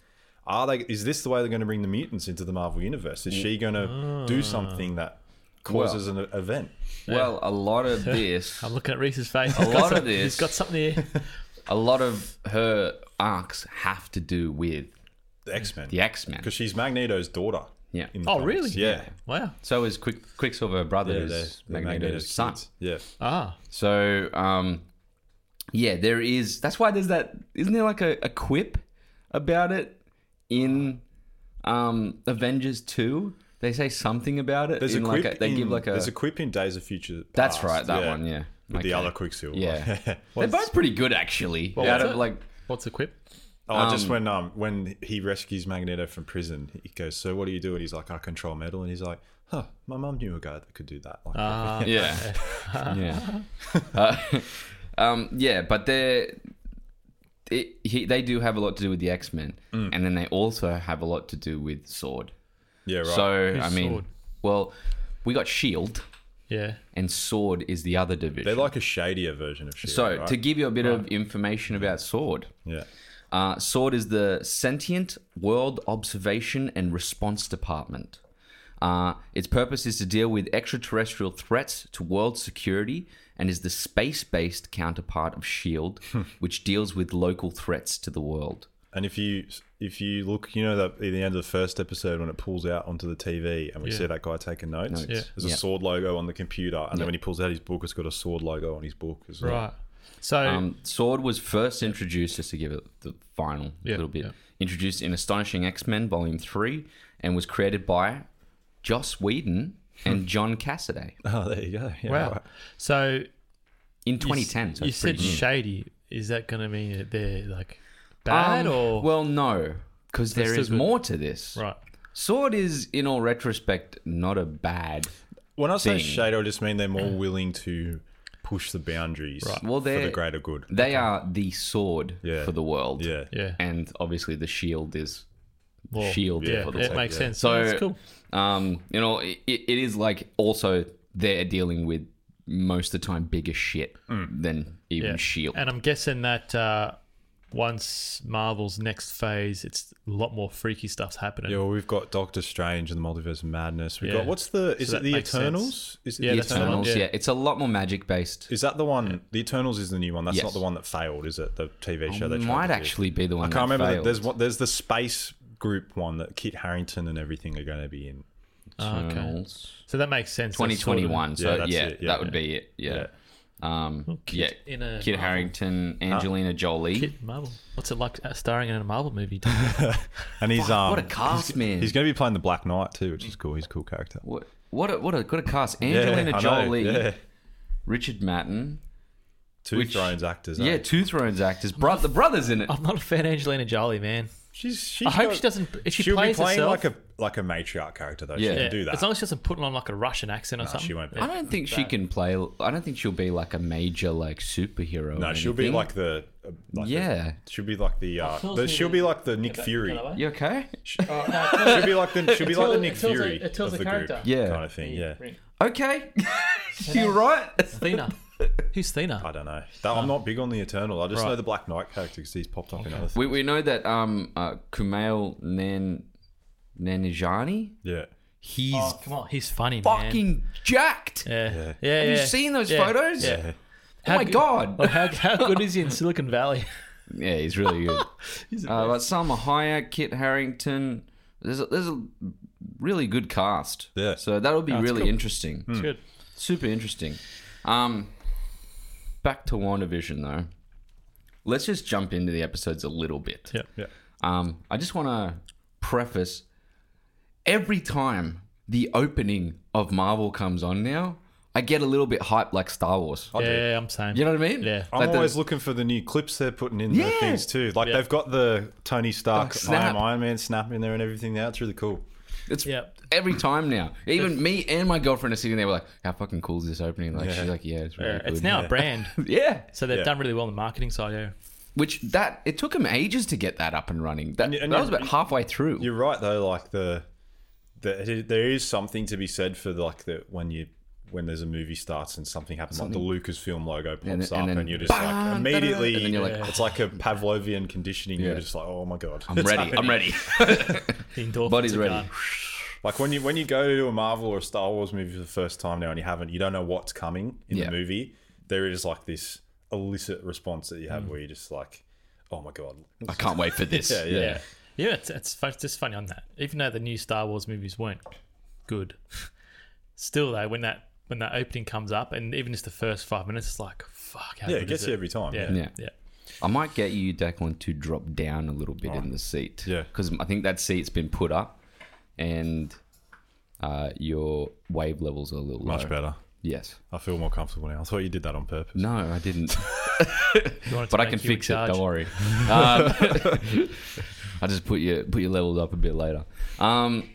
[SPEAKER 1] Ah.
[SPEAKER 3] Are they? Is this the way they're going to bring the mutants into the Marvel universe? Is she going to do something that causes an e-, event.
[SPEAKER 1] Well, a lot of this,
[SPEAKER 2] I'm looking at Reese's face.
[SPEAKER 1] A
[SPEAKER 2] He's got
[SPEAKER 1] lot of
[SPEAKER 2] some-
[SPEAKER 1] this-
[SPEAKER 2] He's got something here.
[SPEAKER 1] a lot of her arcs have to do with
[SPEAKER 3] The X Men.
[SPEAKER 1] the X Men.
[SPEAKER 3] Because she's Magneto's daughter.
[SPEAKER 1] Yeah.
[SPEAKER 3] in the
[SPEAKER 2] Oh,
[SPEAKER 3] comics.
[SPEAKER 2] really?
[SPEAKER 3] Yeah.
[SPEAKER 2] Wow.
[SPEAKER 1] So is Quick Quicksilver brother
[SPEAKER 3] Yeah, they're-
[SPEAKER 1] is
[SPEAKER 3] they're
[SPEAKER 1] Magneto's son.
[SPEAKER 3] kids. Yeah.
[SPEAKER 2] Ah,
[SPEAKER 1] So um, yeah, there is. That's why there's that. Isn't there like a, a quip about it in um, Avengers Two? They say something about it.
[SPEAKER 3] There's
[SPEAKER 1] in
[SPEAKER 3] a
[SPEAKER 1] like
[SPEAKER 3] quip.
[SPEAKER 1] a, they
[SPEAKER 3] in,
[SPEAKER 1] give like a.
[SPEAKER 3] There's a quip in Days of Future.
[SPEAKER 1] that's
[SPEAKER 3] Past,
[SPEAKER 1] right. That one. Yeah.
[SPEAKER 3] With
[SPEAKER 1] Okay.
[SPEAKER 3] the other Quicksilver.
[SPEAKER 1] Yeah.
[SPEAKER 3] Well,
[SPEAKER 1] They're both pretty good actually.
[SPEAKER 2] Well,
[SPEAKER 1] out
[SPEAKER 2] what's
[SPEAKER 1] of
[SPEAKER 2] it?
[SPEAKER 1] like
[SPEAKER 2] what's a quip?
[SPEAKER 3] Oh, just when um when he rescues Magneto from prison, he goes, "So what do you do?" And he's like, "I control metal." And he's like, "Huh, my mum knew a guy that could do that." Like,
[SPEAKER 2] Ah,
[SPEAKER 1] yeah, yeah, Uh, um, yeah. But they it, he, they do have a lot to do with the X Men,
[SPEAKER 3] Mm.
[SPEAKER 1] and then they also have a lot to do with Sword.
[SPEAKER 3] yeah, right.
[SPEAKER 1] So
[SPEAKER 2] Who's
[SPEAKER 1] I mean,
[SPEAKER 2] Sword?
[SPEAKER 1] well, we got Shield,
[SPEAKER 2] yeah.
[SPEAKER 1] E and Sword is the other division.
[SPEAKER 3] They're like a shadier version of shit.
[SPEAKER 1] so
[SPEAKER 3] E right?
[SPEAKER 1] to give you a bit of information about Sword.
[SPEAKER 3] yeah,
[SPEAKER 1] Uh, SWORD is the Sentient World Observation and Response Department. Uh, its purpose is to deal with extraterrestrial threats to world security and is the space based counterpart of SHIELD, E which deals with local threats to the world.
[SPEAKER 3] and if you if you look, you know that at the end of the first episode when it pulls out onto the TV and we
[SPEAKER 2] Yeah.
[SPEAKER 3] see that guy taking notes,
[SPEAKER 1] Notes. Yeah.
[SPEAKER 3] there's a
[SPEAKER 1] Yeah.
[SPEAKER 3] sword logo on the computer, and
[SPEAKER 1] Yeah.
[SPEAKER 3] then when he pulls out his book, it's got a sword logo on his book as well.
[SPEAKER 2] Right. So
[SPEAKER 1] Um, Sword was first introduced, just to give it the final
[SPEAKER 2] Yeah,
[SPEAKER 1] little bit,
[SPEAKER 2] yeah.
[SPEAKER 1] introduced in Astonishing X Men Volume 3 and was created by Joss Whedon
[SPEAKER 2] Hmm.
[SPEAKER 1] and John Cassaday
[SPEAKER 3] Oh, there you go. Yeah,
[SPEAKER 2] wow.
[SPEAKER 3] right.
[SPEAKER 2] So
[SPEAKER 1] in
[SPEAKER 2] you s-
[SPEAKER 1] 2010. so
[SPEAKER 2] You,
[SPEAKER 1] it's
[SPEAKER 2] said
[SPEAKER 1] pretty new.
[SPEAKER 2] shady. Is that going to mean that they're like bad
[SPEAKER 1] Um,
[SPEAKER 2] or
[SPEAKER 1] Well, no, because there
[SPEAKER 2] still
[SPEAKER 1] is
[SPEAKER 2] good.
[SPEAKER 1] more to this.
[SPEAKER 2] right?
[SPEAKER 1] Sword is, in all retrospect, not a bad.
[SPEAKER 3] When I say
[SPEAKER 1] thing.
[SPEAKER 3] shade, I just mean they're more willing to push the boundaries
[SPEAKER 1] Well,
[SPEAKER 3] for
[SPEAKER 1] they're-
[SPEAKER 3] the greater good.
[SPEAKER 1] They are the sword
[SPEAKER 3] Yeah.
[SPEAKER 1] for the world.
[SPEAKER 3] Yeah.
[SPEAKER 2] Yeah.
[SPEAKER 1] And obviously, the shield is
[SPEAKER 2] Well,
[SPEAKER 1] shield
[SPEAKER 2] Yeah,
[SPEAKER 1] for the
[SPEAKER 2] it
[SPEAKER 1] world.
[SPEAKER 2] makes
[SPEAKER 3] yeah.
[SPEAKER 2] sense.
[SPEAKER 1] So-
[SPEAKER 2] So it's cool.
[SPEAKER 1] Um, you know, it, it is like also they're dealing with most of the time bigger shit
[SPEAKER 3] Mm.
[SPEAKER 1] than even
[SPEAKER 2] Yeah.
[SPEAKER 1] shield.
[SPEAKER 2] And I'm guessing that uh, once Marvel's next phase, it's a lot more freaky stuff's happening.
[SPEAKER 3] Yeah, well, we've got Doctor Strange and the Multiverse of Madness. We've
[SPEAKER 2] Yeah.
[SPEAKER 3] got what's the is
[SPEAKER 2] So
[SPEAKER 3] it
[SPEAKER 2] that
[SPEAKER 3] the
[SPEAKER 2] makes
[SPEAKER 3] Eternals? Is it
[SPEAKER 2] Yeah,
[SPEAKER 3] the
[SPEAKER 1] the
[SPEAKER 2] that's the one,
[SPEAKER 1] Eternals,
[SPEAKER 2] yeah.
[SPEAKER 1] yeah. it's a lot more magic based.
[SPEAKER 3] Is that the one? The Eternals is the new one. That's
[SPEAKER 1] Yes.
[SPEAKER 3] not the one that failed, is it? The TV show that
[SPEAKER 1] Might actually be the one.
[SPEAKER 3] I can't
[SPEAKER 1] that
[SPEAKER 3] remember.
[SPEAKER 1] failed.
[SPEAKER 3] There's what there's the space group one that Kit Harrington and everything are going to be in.
[SPEAKER 2] Ah, okay.
[SPEAKER 1] Eternals.
[SPEAKER 2] So that makes sense. That's sort of-
[SPEAKER 1] 2021.
[SPEAKER 3] Yeah,
[SPEAKER 1] So yeah,
[SPEAKER 3] that's it, yeah.
[SPEAKER 1] that would be it. Yeah. Um, yeah.
[SPEAKER 2] Kit in
[SPEAKER 3] uh,
[SPEAKER 2] a
[SPEAKER 1] Kid
[SPEAKER 2] Marvel-
[SPEAKER 1] Harrington, Angelina Jolie.
[SPEAKER 2] Kid Marvel. What's it like uh, starring in a Marvel movie?
[SPEAKER 3] And he's um
[SPEAKER 1] what a cast, man.
[SPEAKER 3] he's going to be playing the Black Knight too, which is cool. He's a cool character.
[SPEAKER 1] what, what a what a good a cast.
[SPEAKER 3] Yeah,
[SPEAKER 1] Angelina
[SPEAKER 3] I know,
[SPEAKER 1] Jolie,
[SPEAKER 3] yeah.
[SPEAKER 1] Richard Madden.
[SPEAKER 3] two
[SPEAKER 1] which-
[SPEAKER 3] Thrones actors. eh?
[SPEAKER 1] Yeah, two Thrones actors. Bro- the brothers in it.
[SPEAKER 2] I'm not a fan of Angelina Jolie, man.
[SPEAKER 3] she's. she's
[SPEAKER 2] I hope
[SPEAKER 3] got-
[SPEAKER 2] she doesn't. If she
[SPEAKER 3] she'll
[SPEAKER 2] plays
[SPEAKER 3] be playing
[SPEAKER 2] herself,
[SPEAKER 3] like a like a matriarch character though.
[SPEAKER 1] Yeah.
[SPEAKER 3] She
[SPEAKER 1] Yeah,
[SPEAKER 3] can do that.
[SPEAKER 2] As long as she doesn't put on like a Russian accent or
[SPEAKER 3] Nah,
[SPEAKER 2] something.
[SPEAKER 3] she won't be.
[SPEAKER 1] I don't think she can play. I don't think she'll be like a major like superhero.
[SPEAKER 3] no,
[SPEAKER 1] or
[SPEAKER 3] she'll be
[SPEAKER 1] anything.
[SPEAKER 3] like the. uh, Like the-
[SPEAKER 1] yeah.
[SPEAKER 3] she'll be like the. Uh,
[SPEAKER 2] tells
[SPEAKER 3] the
[SPEAKER 2] me
[SPEAKER 3] she'll
[SPEAKER 2] that-
[SPEAKER 3] be like the Nick Fury.
[SPEAKER 2] eh?
[SPEAKER 1] You okay?
[SPEAKER 2] Oh,
[SPEAKER 3] She'll be like the she'll be
[SPEAKER 2] tells-
[SPEAKER 3] like the Nick
[SPEAKER 2] it tells
[SPEAKER 3] Fury
[SPEAKER 2] the- it tells
[SPEAKER 3] of
[SPEAKER 2] the
[SPEAKER 3] the, group,
[SPEAKER 2] character.
[SPEAKER 1] Yeah.
[SPEAKER 3] kind of thing. Yeah,
[SPEAKER 1] Okay. you right?
[SPEAKER 2] Thena. Who's Thena?
[SPEAKER 3] I don't know. That,
[SPEAKER 1] Um,
[SPEAKER 3] I'm not big on the Eternal. I just know the Black Knight character because he's popped up in other things.
[SPEAKER 1] We, we know that um uh, Kumail Nan Nanijani.
[SPEAKER 3] Yeah,
[SPEAKER 1] He's
[SPEAKER 2] Oh, come on, he's funny, man.
[SPEAKER 1] fucking jacked.
[SPEAKER 2] Yeah, yeah, yeah.
[SPEAKER 1] Have you seen those
[SPEAKER 2] yeah,
[SPEAKER 1] photos?
[SPEAKER 2] Yeah.
[SPEAKER 3] yeah.
[SPEAKER 1] Oh my
[SPEAKER 2] good-
[SPEAKER 1] god.
[SPEAKER 2] Well, how, how good is he in Silicon Valley?
[SPEAKER 1] Yeah, he's really good.
[SPEAKER 2] He's
[SPEAKER 1] uh, but Salma Hayek, Kit Harrington. There's a, there's a really good cast.
[SPEAKER 3] Yeah.
[SPEAKER 1] So that'll be really
[SPEAKER 2] cool.
[SPEAKER 1] interesting.
[SPEAKER 2] It's good.
[SPEAKER 1] Super interesting. Um, back to WandaVision though. Let's just jump into the episodes a little bit.
[SPEAKER 2] Yeah.
[SPEAKER 3] yeah.
[SPEAKER 1] Um, I just want to preface every time the opening of Marvel comes on now, I get a little bit hyped like Star Wars.
[SPEAKER 3] do.
[SPEAKER 2] Yeah, I'm saying.
[SPEAKER 1] You know what I mean?
[SPEAKER 2] Yeah.
[SPEAKER 3] I'm
[SPEAKER 1] Like the-
[SPEAKER 3] always looking for the new clips they're putting in
[SPEAKER 1] Yeah.
[SPEAKER 3] the things too. Like they've got the Tony Stark
[SPEAKER 1] Oh,
[SPEAKER 3] I
[SPEAKER 1] snap.
[SPEAKER 3] am Iron Man snap in there and everything. Now it's really cool.
[SPEAKER 1] It's
[SPEAKER 2] Yeah.
[SPEAKER 1] every time now. Even me and my girlfriend are sitting there. We're like, "How fucking cool is this opening?" Like
[SPEAKER 3] Yeah.
[SPEAKER 1] she's like, "Yeah, it's really
[SPEAKER 2] Yeah,
[SPEAKER 1] good."
[SPEAKER 2] it's now a brand,
[SPEAKER 1] yeah.
[SPEAKER 2] so they've
[SPEAKER 3] Yeah.
[SPEAKER 2] done really well on the marketing side. Yeah.
[SPEAKER 1] Which that it took him ages to get that up and running. That,
[SPEAKER 3] And- and
[SPEAKER 1] that was about
[SPEAKER 3] you-
[SPEAKER 1] halfway through.
[SPEAKER 3] You're right though. Like the, the there is something to be said for like the when you when there's a movie starts and something happens like the Lucasfilm logo pops
[SPEAKER 1] And then-
[SPEAKER 3] up
[SPEAKER 1] and
[SPEAKER 3] and,
[SPEAKER 1] then
[SPEAKER 3] you're just like
[SPEAKER 1] bang,
[SPEAKER 3] immediately
[SPEAKER 1] da-da-da, and then you're like,
[SPEAKER 3] it's like a Pavlovian conditioning.
[SPEAKER 1] Yeah.
[SPEAKER 3] You're just like oh my god,
[SPEAKER 1] I'm ready. I'm ready.
[SPEAKER 2] The endorphins
[SPEAKER 1] Body's
[SPEAKER 2] are
[SPEAKER 1] ready.
[SPEAKER 2] gone.
[SPEAKER 3] Like when you when you go to a Marvel or a Star Wars movie for the first time now, and you haven't, you don't know what's coming in
[SPEAKER 1] Yeah.
[SPEAKER 3] the movie. There is like this illicit response that you have where you're just like, "Oh my god,
[SPEAKER 1] I can't wait for this.
[SPEAKER 3] yeah, yeah,
[SPEAKER 2] Yeah. Yeah, it's, it's, fun, it's just funny on that. Even though the new Star Wars movies weren't good, still though, when that when that opening comes up, and even just the first five minutes, it's like fuck. How
[SPEAKER 3] yeah."
[SPEAKER 2] good
[SPEAKER 3] It gets
[SPEAKER 2] is
[SPEAKER 3] you every time.
[SPEAKER 2] Yeah,
[SPEAKER 3] Yeah,
[SPEAKER 2] yeah,
[SPEAKER 1] Yeah. I might get you, Declan, to drop down a little bit in the seat.
[SPEAKER 3] Yeah.
[SPEAKER 1] Because I think that seat's been put up and uh, your wave levels are a little
[SPEAKER 3] much
[SPEAKER 1] low.
[SPEAKER 3] better.
[SPEAKER 1] Yes.
[SPEAKER 3] I feel more comfortable now. I thought you did that on purpose.
[SPEAKER 1] No, I didn't.
[SPEAKER 2] You want it to
[SPEAKER 1] but I
[SPEAKER 2] make
[SPEAKER 1] can
[SPEAKER 2] you in
[SPEAKER 1] fix it.
[SPEAKER 2] charge.
[SPEAKER 1] Don't worry. Um, I just put your put your levels up a bit later. Um,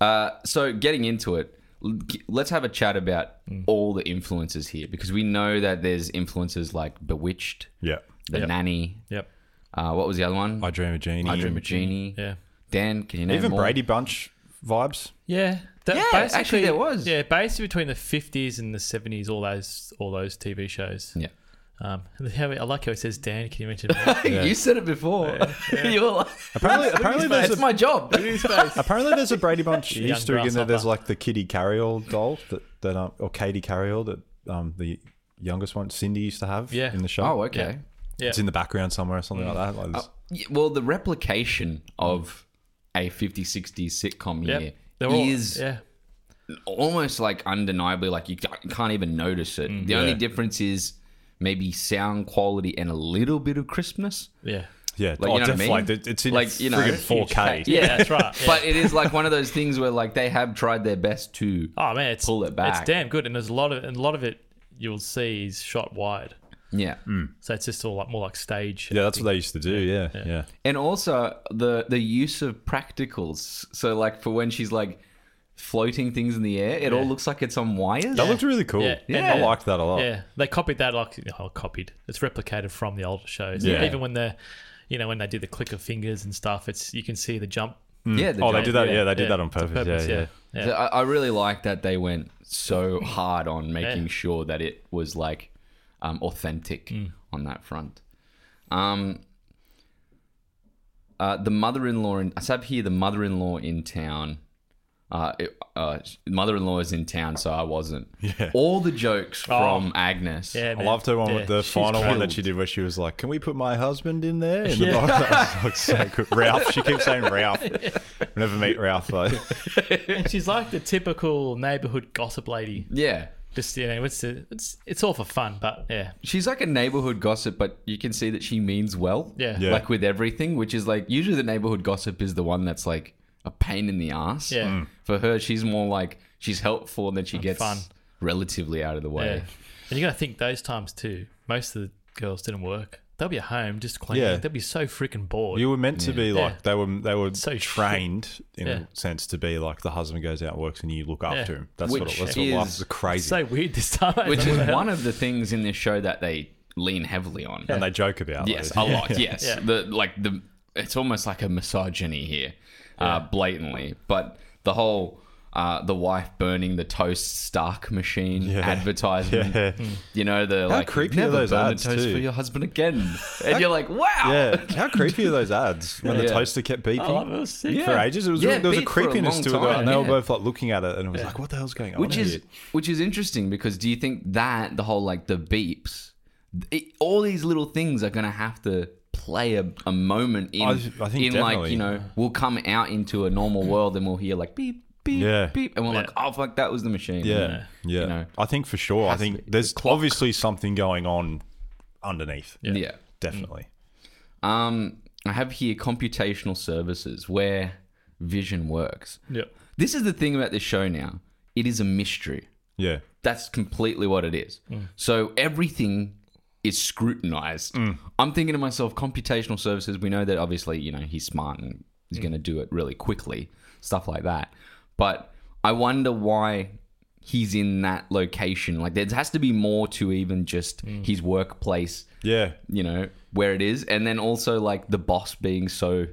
[SPEAKER 1] uh, so getting into it, l- g- let's have a chat about
[SPEAKER 3] Mm.
[SPEAKER 1] all the influences here because we know that there's influences like Bewitched,
[SPEAKER 3] Yeah,
[SPEAKER 1] The
[SPEAKER 2] Yep.
[SPEAKER 1] Nanny.
[SPEAKER 2] Yep.
[SPEAKER 1] Uh, what was the other one?
[SPEAKER 3] I Dream of Genie.
[SPEAKER 1] I Dream a Genie.
[SPEAKER 2] Yeah.
[SPEAKER 1] Dan, can you name
[SPEAKER 3] Even
[SPEAKER 1] more?
[SPEAKER 3] Brady Bunch vibes.
[SPEAKER 2] Yeah. That
[SPEAKER 1] Yeah,
[SPEAKER 2] basically-
[SPEAKER 1] actually there was.
[SPEAKER 2] Yeah, basically between the fifties and the seventies, all those all those TV shows.
[SPEAKER 1] Yeah.
[SPEAKER 2] Um, how- I like how it says Dan. Can you mention? Brady?"
[SPEAKER 1] you said it before. you were like,
[SPEAKER 3] Apparently, apparently there's
[SPEAKER 1] it's
[SPEAKER 3] a
[SPEAKER 1] my job.
[SPEAKER 3] Apparently, there's a Brady Bunch
[SPEAKER 2] Young
[SPEAKER 3] Easter egg in there.
[SPEAKER 2] grasshopper.
[SPEAKER 3] There's like the Kitty Carriol doll that that um, or Katie Carriol that um, the youngest one Cindy used to have
[SPEAKER 2] Yeah. Mm.
[SPEAKER 3] in the show.
[SPEAKER 1] oh, okay. Oh.
[SPEAKER 2] yeah.
[SPEAKER 3] It's in the background somewhere or something like that. Like this.
[SPEAKER 1] Yeah, well, the replication of a 50 60 sitcom
[SPEAKER 2] Yep.
[SPEAKER 1] here
[SPEAKER 2] They're all-
[SPEAKER 1] is
[SPEAKER 2] yeah.
[SPEAKER 1] almost like undeniably like you ca- can't even notice it.
[SPEAKER 2] Mm.
[SPEAKER 1] The only
[SPEAKER 3] Yeah.
[SPEAKER 1] difference is maybe sound quality and a little bit of crispness.
[SPEAKER 2] Yeah.
[SPEAKER 3] yeah,
[SPEAKER 1] Like,
[SPEAKER 3] oh,
[SPEAKER 1] you know what I
[SPEAKER 3] definitely.
[SPEAKER 1] mean?
[SPEAKER 3] Like, it's in
[SPEAKER 1] Like, you know,
[SPEAKER 3] friggin'
[SPEAKER 1] huge
[SPEAKER 3] 4K.
[SPEAKER 1] Yeah.
[SPEAKER 2] Yeah, that's right. Yeah.
[SPEAKER 1] But it is like one of those things where like they have tried their best to
[SPEAKER 2] oh man, it's
[SPEAKER 1] Pull it back.
[SPEAKER 2] It's damn good, and there's a lot of and a lot of it you'll see is shot wide,
[SPEAKER 1] yeah.
[SPEAKER 2] so it's just all like more like stage.
[SPEAKER 3] Yeah, that's what they used to do. Yeah, yeah.
[SPEAKER 1] And also the the use of practicals. So like for when she's like floating things in the air, it all
[SPEAKER 2] Yeah.
[SPEAKER 1] looks like it's on wires.
[SPEAKER 3] That looked really cool.
[SPEAKER 2] Yeah.
[SPEAKER 1] Yeah.
[SPEAKER 3] I liked that a lot.
[SPEAKER 2] Yeah, they copied that like oh, copied. It's replicated from the older shows.
[SPEAKER 3] Yeah.
[SPEAKER 2] Even when they're, you know, when they do the click of fingers and stuff, it's you can see the jump.
[SPEAKER 1] Yeah, the
[SPEAKER 3] Oh, they
[SPEAKER 1] giant-
[SPEAKER 3] did that. Yeah,
[SPEAKER 2] Yeah,
[SPEAKER 3] they did
[SPEAKER 2] yeah.
[SPEAKER 3] that on
[SPEAKER 2] It's a
[SPEAKER 3] purpose.
[SPEAKER 2] purpose,
[SPEAKER 3] yeah, yeah.
[SPEAKER 2] yeah.
[SPEAKER 1] So I, I really like that they went so hard on making
[SPEAKER 2] Yeah.
[SPEAKER 1] sure that it was like um, authentic
[SPEAKER 3] Mm.
[SPEAKER 1] on that front. Um, uh, the mother-in-law in I sub here the mother-in-law in town. Uh, it, uh, mother-in-law is in town, so I wasn't.
[SPEAKER 3] Yeah. Oh.
[SPEAKER 1] All the jokes from Agnes.
[SPEAKER 2] Yeah,
[SPEAKER 3] I
[SPEAKER 2] man.
[SPEAKER 3] loved her one
[SPEAKER 2] Yeah.
[SPEAKER 3] with the final one that
[SPEAKER 1] killed.
[SPEAKER 3] she did where she was like, Can we put my husband in there? In
[SPEAKER 2] Yeah.
[SPEAKER 3] the box. That was so good. Ralph. She keeps saying Ralph. Never meet Ralph though.
[SPEAKER 2] And she's like the typical neighborhood gossip lady.
[SPEAKER 1] yeah.
[SPEAKER 2] Just you know, it's it's it's all for fun, but yeah,
[SPEAKER 1] She's like a neighborhood gossip, but you can see that she means well.
[SPEAKER 2] Yeah.
[SPEAKER 3] Yeah.
[SPEAKER 1] Like with everything, which is like usually the neighborhood gossip is the one that's like a pain in the ass.
[SPEAKER 2] Yeah. Mm.
[SPEAKER 1] For her, she's more like she's helpful and then she gets
[SPEAKER 2] fun.
[SPEAKER 1] relatively out of the way.
[SPEAKER 2] yeah. And you got to think those times too. Most of the girls didn't work. They'll be at home just cleaning.
[SPEAKER 3] Yeah.
[SPEAKER 2] They'll be so freaking bored.
[SPEAKER 3] You were meant to be like
[SPEAKER 2] Yeah.
[SPEAKER 3] they were they were
[SPEAKER 2] So shit.
[SPEAKER 3] trained in
[SPEAKER 2] Yeah.
[SPEAKER 3] a sense to be like the husband goes out and works and you look after him. That's what
[SPEAKER 1] Which
[SPEAKER 3] it, that's what life
[SPEAKER 1] is-
[SPEAKER 3] is crazy.
[SPEAKER 2] so weird this time.
[SPEAKER 1] Which is one of the things in this show that they lean heavily on.
[SPEAKER 3] and they joke about
[SPEAKER 1] Yes,
[SPEAKER 3] it.
[SPEAKER 1] a lot. Yes,
[SPEAKER 2] Yeah.
[SPEAKER 1] the like the it's almost like a misogyny here, uh, blatantly. But the whole uh, the wife burning the toast Stark machine advertisement.
[SPEAKER 3] Yeah.
[SPEAKER 2] Mm.
[SPEAKER 1] You know the like
[SPEAKER 3] creepy
[SPEAKER 1] never
[SPEAKER 3] are those
[SPEAKER 1] burn
[SPEAKER 3] ads,
[SPEAKER 1] the toast
[SPEAKER 3] too?
[SPEAKER 1] for your husband again, and you're like, wow.
[SPEAKER 3] Yeah. How creepy are those ads when the
[SPEAKER 1] Yeah.
[SPEAKER 3] toaster kept beeping?
[SPEAKER 2] Oh, that was sick.
[SPEAKER 1] Yeah.
[SPEAKER 3] For ages, it was
[SPEAKER 1] Yeah,
[SPEAKER 3] there was a
[SPEAKER 1] beeped for a
[SPEAKER 3] creepiness
[SPEAKER 1] long
[SPEAKER 3] to it, though,
[SPEAKER 1] time,
[SPEAKER 3] and they were
[SPEAKER 1] yeah.
[SPEAKER 3] both like looking at it, and it was like, "What the hell's going on?"
[SPEAKER 1] which is
[SPEAKER 3] here?
[SPEAKER 1] which is interesting because do you think that the whole like the beeps, it, all these little things are gonna have to play a, a moment in
[SPEAKER 3] I- I think
[SPEAKER 1] in like
[SPEAKER 3] definitely.
[SPEAKER 1] you know we'll come out into a normal world and we'll hear like beep beep
[SPEAKER 3] Yeah.
[SPEAKER 1] beep and we're like oh fuck that was the machine
[SPEAKER 3] Yeah, yeah.
[SPEAKER 1] You know.
[SPEAKER 3] I think for sure. I think there's obviously something going on underneath.
[SPEAKER 1] yeah.
[SPEAKER 3] Definitely.
[SPEAKER 1] um I have here computational services where vision works
[SPEAKER 2] Yeah.
[SPEAKER 1] this is the thing about this show now it is a mystery
[SPEAKER 3] Yeah.
[SPEAKER 1] That's completely what it is. So everything is scrutinized. I'm thinking to myself, computational services, we know that obviously, you know, he's smart and he's going to do it really quickly, stuff like that. But I wonder why he's in that location. Like, there has to be more to even just his workplace,
[SPEAKER 3] Yeah.
[SPEAKER 1] you know, where it is. And then also, like, the boss being so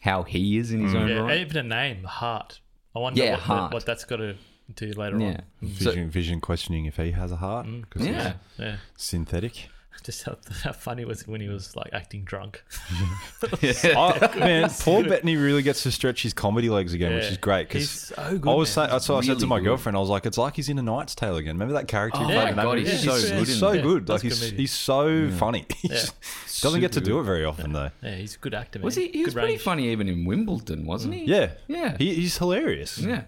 [SPEAKER 1] how he is in his own
[SPEAKER 2] Yeah,
[SPEAKER 1] right.
[SPEAKER 2] even a name, Heart. I wonder
[SPEAKER 1] Yeah,
[SPEAKER 2] what, the-
[SPEAKER 1] Heart.
[SPEAKER 2] what that's got to do later
[SPEAKER 1] Yeah.
[SPEAKER 2] on.
[SPEAKER 1] So,
[SPEAKER 3] Vision, vision questioning if he has a heart because
[SPEAKER 1] yeah.
[SPEAKER 2] Yeah.
[SPEAKER 3] it's synthetic.
[SPEAKER 2] Just how, how funny it was when he was like acting drunk.
[SPEAKER 3] Oh, man, Paul Bettany really gets to stretch his comedy legs again, which
[SPEAKER 2] Yeah.
[SPEAKER 3] is great
[SPEAKER 2] He's
[SPEAKER 3] because
[SPEAKER 2] so good,
[SPEAKER 3] I was
[SPEAKER 2] man.
[SPEAKER 3] saying, that's what I said
[SPEAKER 1] Really
[SPEAKER 3] to my
[SPEAKER 1] good.
[SPEAKER 3] girlfriend. I was like, it's like he's in A Knight's Tale again. Remember that character?
[SPEAKER 2] Oh
[SPEAKER 3] he
[SPEAKER 2] my
[SPEAKER 3] played in that
[SPEAKER 1] God,
[SPEAKER 3] movie?
[SPEAKER 1] he's so
[SPEAKER 3] so good.
[SPEAKER 1] good in
[SPEAKER 3] so
[SPEAKER 2] that.
[SPEAKER 3] good.
[SPEAKER 2] Yeah,
[SPEAKER 3] Like
[SPEAKER 2] that's
[SPEAKER 3] he's,
[SPEAKER 2] comedian.
[SPEAKER 3] he's so funny. He
[SPEAKER 2] Yeah.
[SPEAKER 3] doesn't get to
[SPEAKER 1] Super
[SPEAKER 3] do it very often though.
[SPEAKER 2] Yeah, he's a good actor. Man.
[SPEAKER 1] Was he? He was
[SPEAKER 2] good
[SPEAKER 1] pretty
[SPEAKER 2] range.
[SPEAKER 1] funny even in Wimbledon, wasn't he?
[SPEAKER 3] Yeah,
[SPEAKER 1] Yeah.
[SPEAKER 3] He, he's hilarious.
[SPEAKER 1] Yeah.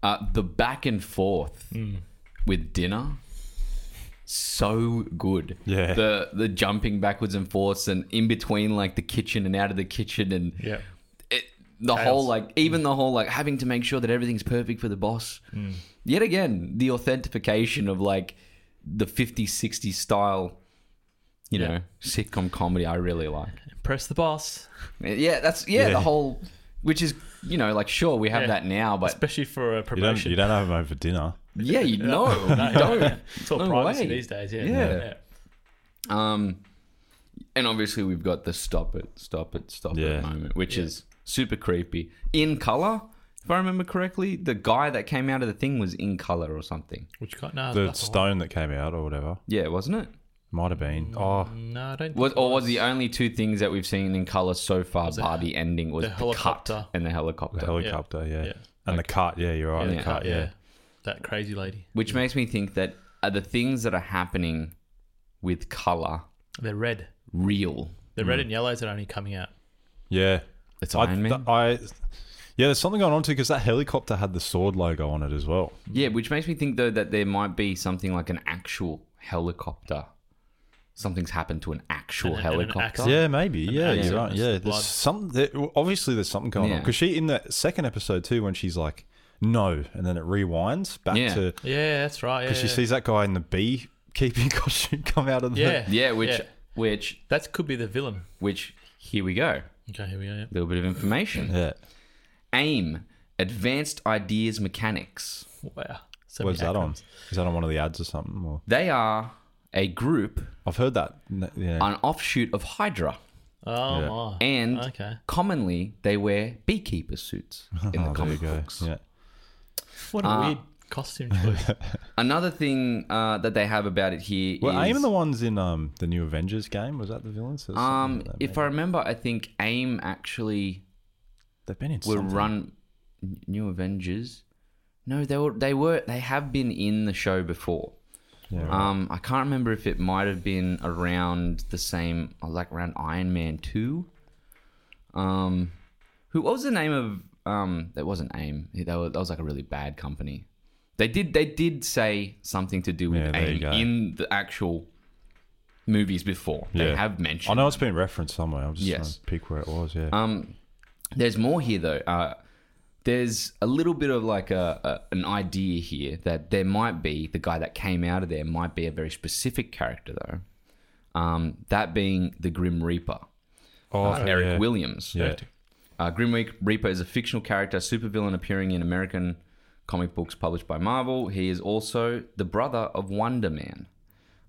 [SPEAKER 1] Uh, the back and forth
[SPEAKER 2] Mm.
[SPEAKER 1] with dinner. So good.
[SPEAKER 3] Yeah.
[SPEAKER 1] The the jumping backwards and forths and in between like the kitchen and out of the kitchen and
[SPEAKER 2] Yeah.
[SPEAKER 1] it, the
[SPEAKER 2] Chaos. Mm.
[SPEAKER 1] whole like even the whole like having to make sure that everything's perfect for the boss.
[SPEAKER 2] Mm.
[SPEAKER 1] Yet again, the authentication of like the 50 60 style you
[SPEAKER 2] Yeah.
[SPEAKER 1] know sitcom comedy I really like.
[SPEAKER 2] Impress the boss,
[SPEAKER 1] Yeah, that's yeah,
[SPEAKER 3] Yeah.
[SPEAKER 1] the whole which is you know like sure we have
[SPEAKER 2] Yeah.
[SPEAKER 1] that now but
[SPEAKER 2] especially for a
[SPEAKER 3] You don't
[SPEAKER 2] promotion.
[SPEAKER 3] you don't have him over dinner.
[SPEAKER 1] yeah, you know.
[SPEAKER 2] no, don't. It's all
[SPEAKER 1] No
[SPEAKER 2] privacy
[SPEAKER 1] way.
[SPEAKER 2] these days. Yeah.
[SPEAKER 1] Yeah. Um, and obviously we've got the stop it, stop it, stop
[SPEAKER 3] Yeah.
[SPEAKER 1] it moment, which is super creepy. In color, if I remember correctly, the guy that came out of the thing was in color or something.
[SPEAKER 2] Which got no.
[SPEAKER 3] The
[SPEAKER 2] that's the one.
[SPEAKER 3] stone that came out or whatever
[SPEAKER 1] Yeah, wasn't it?
[SPEAKER 3] might have been. Oh,
[SPEAKER 2] No, I don't.
[SPEAKER 1] Was,
[SPEAKER 2] think it
[SPEAKER 1] or was the only two things that we've seen in color so far bar the ending was
[SPEAKER 2] the
[SPEAKER 1] the,
[SPEAKER 2] helicopter.
[SPEAKER 1] cut and the helicopter,
[SPEAKER 3] the helicopter. Yeah,
[SPEAKER 2] Yeah.
[SPEAKER 3] and the cart. Yeah, you're right.
[SPEAKER 1] And
[SPEAKER 3] the
[SPEAKER 1] the
[SPEAKER 3] cart.
[SPEAKER 1] cart,
[SPEAKER 3] Yeah.
[SPEAKER 2] That crazy lady.
[SPEAKER 1] which makes me think that are the things that are happening with color
[SPEAKER 2] They're red.
[SPEAKER 1] real?
[SPEAKER 2] The red and yellows are only coming out.
[SPEAKER 3] Yeah.
[SPEAKER 1] It's
[SPEAKER 3] I,
[SPEAKER 1] Iron Man.
[SPEAKER 3] th- I, yeah, there's something going on too because that helicopter had the sword logo on it as well.
[SPEAKER 1] Yeah, which makes me think though that there might be something like an actual helicopter. Something's happened to an actual
[SPEAKER 2] And- and an
[SPEAKER 1] helicopter.
[SPEAKER 2] accident.
[SPEAKER 3] Yeah, maybe. Yeah,
[SPEAKER 1] accident.
[SPEAKER 3] you're right.
[SPEAKER 2] It's
[SPEAKER 3] Yeah,
[SPEAKER 2] blood.
[SPEAKER 3] there's some. There, well, obviously, there's something going on
[SPEAKER 1] Yeah.
[SPEAKER 3] because she in the second episode too when she's like, "No," and then it rewinds back
[SPEAKER 1] Yeah.
[SPEAKER 3] to
[SPEAKER 2] Yeah, that's right. Yeah,
[SPEAKER 3] because she
[SPEAKER 2] yeah.
[SPEAKER 3] sees that guy in the bee keeping costume come out of the
[SPEAKER 2] Yeah.
[SPEAKER 1] yeah, which
[SPEAKER 2] Yeah.
[SPEAKER 1] which
[SPEAKER 2] that could be the villain.
[SPEAKER 1] which here we go. A
[SPEAKER 2] Okay, here we go. yeah.
[SPEAKER 1] little bit of information.
[SPEAKER 3] yeah.
[SPEAKER 1] AIM, Advanced Ideas Mechanics.
[SPEAKER 2] Wow. So
[SPEAKER 3] What's
[SPEAKER 2] many
[SPEAKER 3] that on?
[SPEAKER 2] acronyms.
[SPEAKER 3] Is that on one of the ads or something? Or
[SPEAKER 1] They are a group,
[SPEAKER 3] I've heard that. N- Yeah.
[SPEAKER 1] an offshoot of Hydra,
[SPEAKER 2] Oh
[SPEAKER 3] Yeah.
[SPEAKER 2] my.
[SPEAKER 1] and
[SPEAKER 2] okay.
[SPEAKER 1] commonly they wear beekeeper suits in the
[SPEAKER 3] Oh, there you
[SPEAKER 1] comic
[SPEAKER 3] go.
[SPEAKER 1] books.
[SPEAKER 3] Yeah.
[SPEAKER 2] What
[SPEAKER 1] Ah.
[SPEAKER 2] a weird costume choice.
[SPEAKER 1] Another thing uh, that they have about it here is
[SPEAKER 3] Well, aim the ones in um the new Avengers game was that the villains? There's something
[SPEAKER 1] um,
[SPEAKER 3] like that,
[SPEAKER 1] if
[SPEAKER 3] maybe.
[SPEAKER 1] I remember, I think AIM actually
[SPEAKER 3] they've been in
[SPEAKER 1] were
[SPEAKER 3] something.
[SPEAKER 1] run N- New Avengers. No, they were they were they have been in the show before.
[SPEAKER 3] Yeah, right.
[SPEAKER 1] Um, I can't remember if it might have been around the same, like around Iron Man two. Um, who what was the name of? Um, that wasn't AIM. That was, that was like a really bad company. They did they did say something to do with
[SPEAKER 3] Yeah, there you
[SPEAKER 1] AIM
[SPEAKER 3] go.
[SPEAKER 1] in the actual movies before. They
[SPEAKER 3] Yeah.
[SPEAKER 1] have
[SPEAKER 3] I
[SPEAKER 1] mentioned.
[SPEAKER 3] know it's been referenced somewhere. I'm just trying
[SPEAKER 1] Yes.
[SPEAKER 3] to pick where it was. Yeah.
[SPEAKER 1] Um, there's more here though. Uh, there's a little bit of like a, a an idea here that there might be the guy that came out of there might be a very specific character though. Um, that being the Grim Reaper,
[SPEAKER 3] oh,
[SPEAKER 1] uh,
[SPEAKER 3] I've heard-
[SPEAKER 1] Eric
[SPEAKER 3] yeah.
[SPEAKER 1] Williams.
[SPEAKER 3] Yeah.
[SPEAKER 1] Uh, Grim Re- Reaper is a fictional character, supervillain appearing in American comic books published by Marvel. He is also the brother of Wonder Man.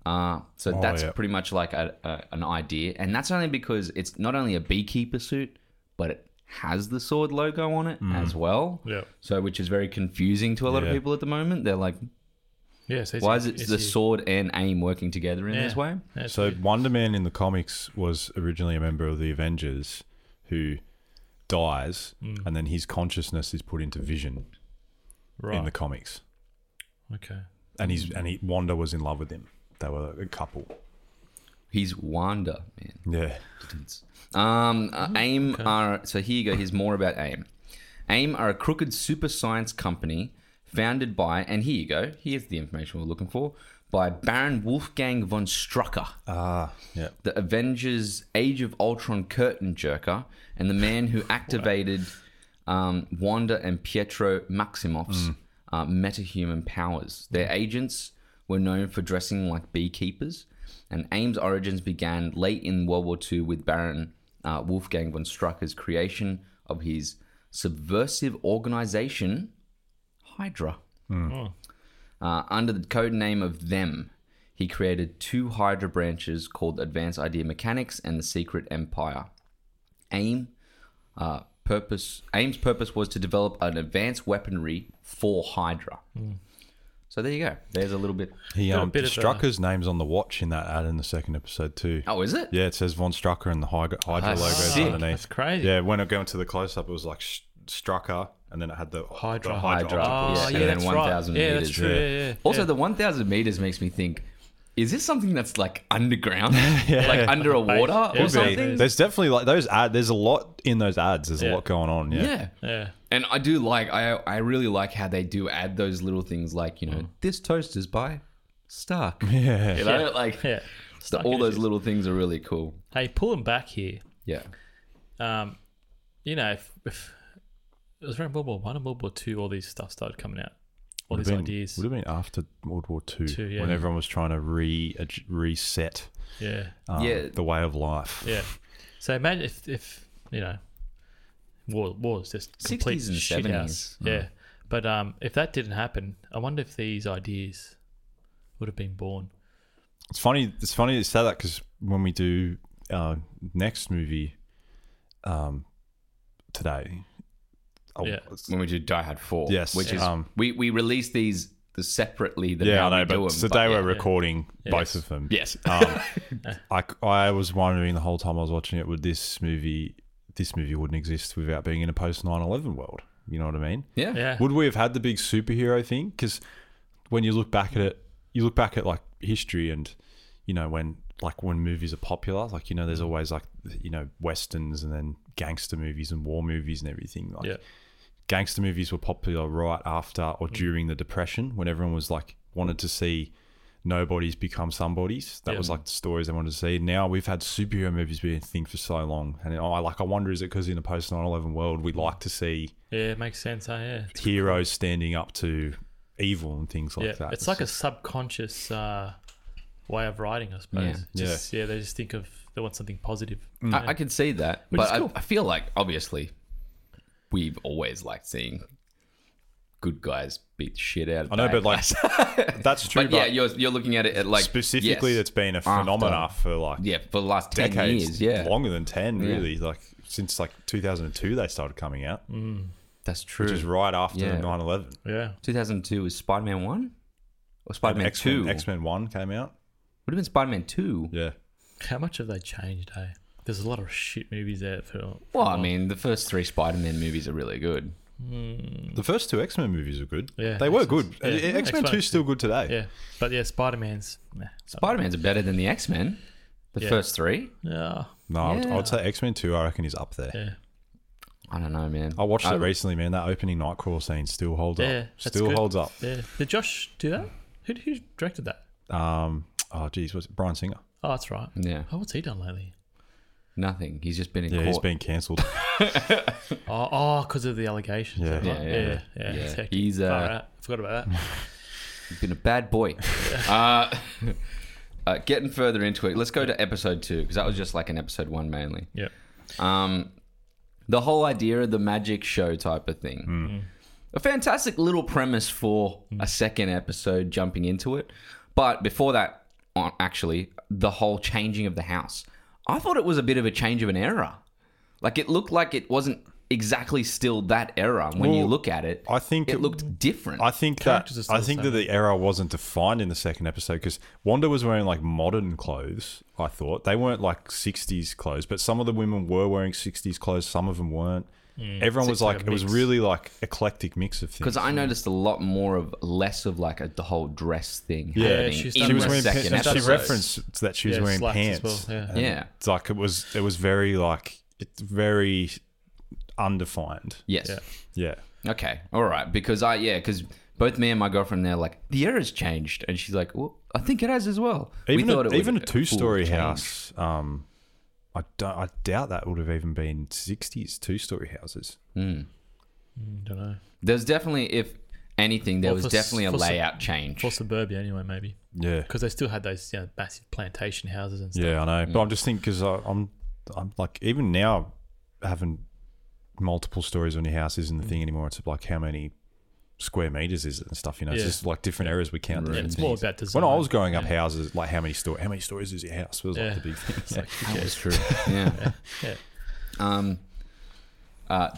[SPEAKER 1] Uh, so
[SPEAKER 3] Oh,
[SPEAKER 1] that's
[SPEAKER 3] yeah.
[SPEAKER 1] pretty much like a, a, an idea. And that's only because it's not only a beekeeper suit, but it has the sword logo on it as well.
[SPEAKER 2] yeah.
[SPEAKER 1] So, which is very confusing to a lot
[SPEAKER 3] Hmm. Yeah.
[SPEAKER 1] of people at the moment. They're like,
[SPEAKER 2] Yeah. So it's-
[SPEAKER 1] why is it
[SPEAKER 2] it's
[SPEAKER 1] the
[SPEAKER 2] you.
[SPEAKER 1] sword and aim working together in
[SPEAKER 2] Yeah.
[SPEAKER 1] this way?
[SPEAKER 2] Yeah, it's
[SPEAKER 3] So
[SPEAKER 2] you.
[SPEAKER 3] Wonder Man in the comics was originally a member of the Avengers who dies,
[SPEAKER 2] Mm.
[SPEAKER 3] and then his consciousness is put into Vision in
[SPEAKER 2] right.
[SPEAKER 3] the comics,
[SPEAKER 2] okay.
[SPEAKER 3] and he's and he Wanda was in love with him. They were a couple.
[SPEAKER 1] He's Wanda, man.
[SPEAKER 3] Yeah.
[SPEAKER 1] Um, uh, AIM are so here you go. Here's more about AIM. AIM are a crooked super science company founded by, and here you go. Here's the information we're looking for by Baron Wolfgang von Strucker,
[SPEAKER 3] Ah. Yeah.
[SPEAKER 1] the Avengers Age of Ultron curtain jerker, and the man who activated um, Wanda and Pietro Maximoff's uh, metahuman powers. Their agents were known for dressing like beekeepers, and AIM's origins began late in World War II with Baron uh, Wolfgang von Strucker's creation of his subversive organization, Hydra. Hmm.
[SPEAKER 2] Oh,
[SPEAKER 1] Uh, under the code name of Them, he created two Hydra branches called Advanced Idea Mechanics and the Secret Empire. AIM uh,
[SPEAKER 2] Hmm.
[SPEAKER 1] purpose AIM's purpose was to develop an advanced weaponry for Hydra. So there you go. There's a little bit.
[SPEAKER 3] He
[SPEAKER 2] Got a
[SPEAKER 3] um,
[SPEAKER 2] bit of a-
[SPEAKER 3] Strucker's name's on the watch in that ad in the second episode too.
[SPEAKER 1] Oh, is it?
[SPEAKER 3] Yeah, it says Von Strucker and the Hydra, Hydra
[SPEAKER 1] That's
[SPEAKER 3] logo is
[SPEAKER 1] sick.
[SPEAKER 3] underneath.
[SPEAKER 2] That's crazy.
[SPEAKER 3] Yeah, when I go into the close up, it was like Sh- Strucker, and then it had the
[SPEAKER 2] Hydra.
[SPEAKER 3] the
[SPEAKER 1] Hydra.
[SPEAKER 2] Oh,
[SPEAKER 1] Yeah,
[SPEAKER 2] yeah,
[SPEAKER 1] and then
[SPEAKER 2] that's
[SPEAKER 1] 1,000
[SPEAKER 2] right. Yeah,
[SPEAKER 1] meters,
[SPEAKER 2] that's true.
[SPEAKER 3] yeah.
[SPEAKER 2] Yeah, yeah.
[SPEAKER 1] Also,
[SPEAKER 2] yeah.
[SPEAKER 1] the 1,000 meters makes me think: Is this something that's like underground, like under a
[SPEAKER 2] base.
[SPEAKER 1] water
[SPEAKER 2] Yeah,
[SPEAKER 1] or
[SPEAKER 2] could be.
[SPEAKER 1] something?
[SPEAKER 3] There's definitely like those ad. There's a lot in those ads. There's
[SPEAKER 2] Yeah.
[SPEAKER 3] a lot going on. Yeah.
[SPEAKER 1] yeah.
[SPEAKER 2] yeah.
[SPEAKER 1] And I do like I I really like how they do add those little things like you
[SPEAKER 3] Mm.
[SPEAKER 1] know this toast is by Stark.
[SPEAKER 3] Yeah.
[SPEAKER 1] You know,
[SPEAKER 2] Yeah.
[SPEAKER 1] like
[SPEAKER 2] Yeah.
[SPEAKER 1] the- all those little things are really cool.
[SPEAKER 2] Hey, pulling back here.
[SPEAKER 1] Yeah.
[SPEAKER 2] Um, you know, if, if it was around World War One and World War Two, all these stuff started coming out. All
[SPEAKER 3] Would
[SPEAKER 2] these
[SPEAKER 3] have been,
[SPEAKER 2] ideas.
[SPEAKER 3] would have been after World War Two,
[SPEAKER 2] Two, yeah.
[SPEAKER 3] when everyone was trying to re adj- reset
[SPEAKER 2] Yeah.
[SPEAKER 3] um,
[SPEAKER 1] Yeah.
[SPEAKER 3] the way of life.
[SPEAKER 2] Yeah. So imagine if, if you know, war war is just complete
[SPEAKER 1] 60s and
[SPEAKER 2] shit
[SPEAKER 1] 70s.
[SPEAKER 2] house.
[SPEAKER 3] Hmm.
[SPEAKER 2] Yeah. But um, if that didn't happen, I wonder if these ideas would have been born.
[SPEAKER 3] It's funny. It's funny to say that because when we do our next movie, um, today, I'll-
[SPEAKER 2] Yeah.
[SPEAKER 1] When we do Die Hard Four,
[SPEAKER 3] Yes.
[SPEAKER 1] which is
[SPEAKER 3] Um,
[SPEAKER 1] we we release these the separately. Than
[SPEAKER 3] yeah,
[SPEAKER 1] how we
[SPEAKER 3] I know. But
[SPEAKER 1] do 'em,
[SPEAKER 3] today
[SPEAKER 1] but yeah.
[SPEAKER 3] we're recording
[SPEAKER 2] Yeah.
[SPEAKER 3] both
[SPEAKER 2] Yes.
[SPEAKER 3] of them.
[SPEAKER 1] yes.
[SPEAKER 3] Um, I, I was wondering the whole time I was watching it, would this movie this movie wouldn't exist without being in a post 9-11 world? You know what I mean?
[SPEAKER 1] yeah,
[SPEAKER 2] Yeah.
[SPEAKER 3] Would we have had the big superhero thing? Because when you look back at it, you look back at like history and you know when like when movies are popular, like you know
[SPEAKER 2] Mm.
[SPEAKER 3] there's always like you know westerns and then gangster movies and war movies and everything. Like
[SPEAKER 2] Yeah. Mm.
[SPEAKER 3] gangster movies were popular right after or during the depression when everyone was like wanted to see nobodies become somebodies that
[SPEAKER 2] Yeah.
[SPEAKER 3] was like the stories they wanted to see now we've had superhero movies be a thing for so long and i like i wonder is it because in a post 9-11 world
[SPEAKER 2] Mm.
[SPEAKER 3] we like to see
[SPEAKER 2] Yeah, it makes sense. Huh? Yeah.
[SPEAKER 3] heroes standing up to evil and things like
[SPEAKER 2] yeah.
[SPEAKER 3] that
[SPEAKER 2] It's like a subconscious uh, way of writing, I suppose.
[SPEAKER 3] Yeah. Mm.
[SPEAKER 2] Just, yeah. They just think of they want something positive.
[SPEAKER 1] I, I can see that,
[SPEAKER 2] Which
[SPEAKER 1] but
[SPEAKER 2] is cool.
[SPEAKER 1] I, I feel like obviously we've always liked seeing good guys beat the shit out of.
[SPEAKER 3] i know
[SPEAKER 1] bad
[SPEAKER 3] but like
[SPEAKER 1] guys.
[SPEAKER 3] that's true
[SPEAKER 1] but
[SPEAKER 3] but,
[SPEAKER 1] yeah, you're you're looking at it at like
[SPEAKER 3] specifically
[SPEAKER 1] yes,
[SPEAKER 3] it's been a phenomena for like
[SPEAKER 1] yeah for the last ten years.
[SPEAKER 3] decades
[SPEAKER 1] Yeah,
[SPEAKER 3] longer than 10 really like since like 2002 they started coming out
[SPEAKER 1] that's true.
[SPEAKER 3] which is right after
[SPEAKER 1] Yeah.
[SPEAKER 3] 9-11
[SPEAKER 2] Yeah.
[SPEAKER 1] 2002 is Spider Man one or Spider Man
[SPEAKER 3] X Men
[SPEAKER 1] two.
[SPEAKER 3] X Men One came out.
[SPEAKER 1] Would have been Spider Man two.
[SPEAKER 3] Yeah,
[SPEAKER 2] How much have they changed, eh? There's a lot of shit movies out for.
[SPEAKER 1] Well, I mean, the first three Spider Man movies are really good.
[SPEAKER 3] Mm. the first two X Men movies were good.
[SPEAKER 2] Yeah,
[SPEAKER 3] they were
[SPEAKER 2] X-Men's-
[SPEAKER 3] good.
[SPEAKER 2] yeah.
[SPEAKER 3] X Men
[SPEAKER 2] X-Men-
[SPEAKER 3] Two is still good today.
[SPEAKER 2] Yeah. But yeah, Spider Man's. Nah,
[SPEAKER 1] Spider Man's are better than the X Men. The
[SPEAKER 2] Yeah.
[SPEAKER 1] first three.
[SPEAKER 2] yeah.
[SPEAKER 3] No, I, would, I
[SPEAKER 1] Yeah.
[SPEAKER 3] would say X Men Two. I reckon is up there.
[SPEAKER 2] Yeah.
[SPEAKER 1] I don't know, man.
[SPEAKER 3] I watched
[SPEAKER 1] I-
[SPEAKER 3] it recently, man. That opening night crawl scene still holds
[SPEAKER 2] Yeah,
[SPEAKER 3] up.
[SPEAKER 2] that's
[SPEAKER 3] Still
[SPEAKER 2] good.
[SPEAKER 3] holds up.
[SPEAKER 2] Yeah. Did Josh do that? Who, who directed that?
[SPEAKER 3] Um, oh geez, was it Brian Singer?
[SPEAKER 2] Oh, that's right.
[SPEAKER 1] Yeah,
[SPEAKER 2] Oh, what's he done lately?
[SPEAKER 1] nothing. He's just been in
[SPEAKER 3] Yeah,
[SPEAKER 1] court.
[SPEAKER 3] he's been cancelled.
[SPEAKER 2] Oh, because of the allegations.
[SPEAKER 3] Yeah.
[SPEAKER 2] right?
[SPEAKER 1] Yeah, yeah,
[SPEAKER 2] yeah,
[SPEAKER 1] yeah.
[SPEAKER 2] yeah,
[SPEAKER 1] Yeah.
[SPEAKER 2] it's hectic.
[SPEAKER 1] He's, uh,
[SPEAKER 2] Far out. forgot about that.
[SPEAKER 1] He's been a bad boy. uh, uh, getting further into it, let's go to episode two because that was just like an episode one mainly.
[SPEAKER 2] yeah,
[SPEAKER 1] Um, the whole idea of the magic show type of thing.
[SPEAKER 3] Hmm.
[SPEAKER 1] A fantastic little premise for
[SPEAKER 2] Hmm.
[SPEAKER 1] a second episode jumping into it. But before that, on- actually, the whole changing of the house. I thought it was a bit of a change of an era. Like it looked like it wasn't exactly still that era when you
[SPEAKER 3] Well,
[SPEAKER 1] look at it.
[SPEAKER 3] I think
[SPEAKER 1] it
[SPEAKER 3] it-
[SPEAKER 1] looked different.
[SPEAKER 3] I think
[SPEAKER 2] Characters are
[SPEAKER 3] that
[SPEAKER 2] still
[SPEAKER 3] I
[SPEAKER 2] the
[SPEAKER 3] think that
[SPEAKER 2] same.
[SPEAKER 3] the era wasn't defined in the second episode because Wanda was wearing like modern clothes. I thought they weren't like '60s clothes, but some of the women were wearing '60s clothes. Some of them weren't.
[SPEAKER 1] Mm.
[SPEAKER 3] Everyone was
[SPEAKER 2] like
[SPEAKER 3] like,
[SPEAKER 2] a
[SPEAKER 3] it was
[SPEAKER 2] mix.
[SPEAKER 3] really like eclectic mix of things.
[SPEAKER 1] because I noticed a lot more of less of like a, the whole dress thing.
[SPEAKER 3] Yeah,
[SPEAKER 1] happening
[SPEAKER 2] she's
[SPEAKER 1] in
[SPEAKER 2] done
[SPEAKER 3] she was
[SPEAKER 1] the
[SPEAKER 2] less
[SPEAKER 3] wearing
[SPEAKER 1] second
[SPEAKER 3] pants. and She
[SPEAKER 1] episode.
[SPEAKER 3] referenced that she was
[SPEAKER 2] Yeah,
[SPEAKER 3] wearing
[SPEAKER 2] slacks as
[SPEAKER 3] pants.
[SPEAKER 2] well, yeah.
[SPEAKER 3] And
[SPEAKER 1] Yeah.
[SPEAKER 3] it's like it was. It was very like it's very undefined.
[SPEAKER 1] Yes.
[SPEAKER 2] Yeah.
[SPEAKER 3] Yeah.
[SPEAKER 1] Okay. All right. Because I yeah, because both me and my girlfriend they're like the era's changed, and she's like, well, I think it has as well.
[SPEAKER 3] Even a,
[SPEAKER 1] would
[SPEAKER 3] even a
[SPEAKER 1] full
[SPEAKER 3] two-story
[SPEAKER 1] change.
[SPEAKER 3] house. Um, I don't. I doubt that would have even been '60s two-story houses.
[SPEAKER 2] Mm, don't know.
[SPEAKER 1] There's definitely if anything, there
[SPEAKER 2] Well,
[SPEAKER 1] was
[SPEAKER 2] for s-
[SPEAKER 1] definitely a
[SPEAKER 2] for s-
[SPEAKER 1] layout change.
[SPEAKER 2] For suburbia, anyway, maybe
[SPEAKER 3] Yeah.
[SPEAKER 2] because they still had those you know, massive plantation houses and stuff.
[SPEAKER 3] Yeah, I know. But I'm just thinking because I'm, I'm like even now having multiple stories on your house isn't the thing anymore. It's like how many square meters is it and stuff. You know, it's
[SPEAKER 2] Yeah.
[SPEAKER 3] just like different areas we count.
[SPEAKER 2] Yeah,
[SPEAKER 3] different
[SPEAKER 2] it's
[SPEAKER 3] things.
[SPEAKER 2] more about design.
[SPEAKER 3] When I was growing up, houses like how many store how many stories is your house was
[SPEAKER 2] Yeah.
[SPEAKER 3] like the big thing.
[SPEAKER 2] It's like, who
[SPEAKER 1] That
[SPEAKER 2] cares?
[SPEAKER 1] was true. Yeah.
[SPEAKER 2] Yeah.
[SPEAKER 1] Um. Uh.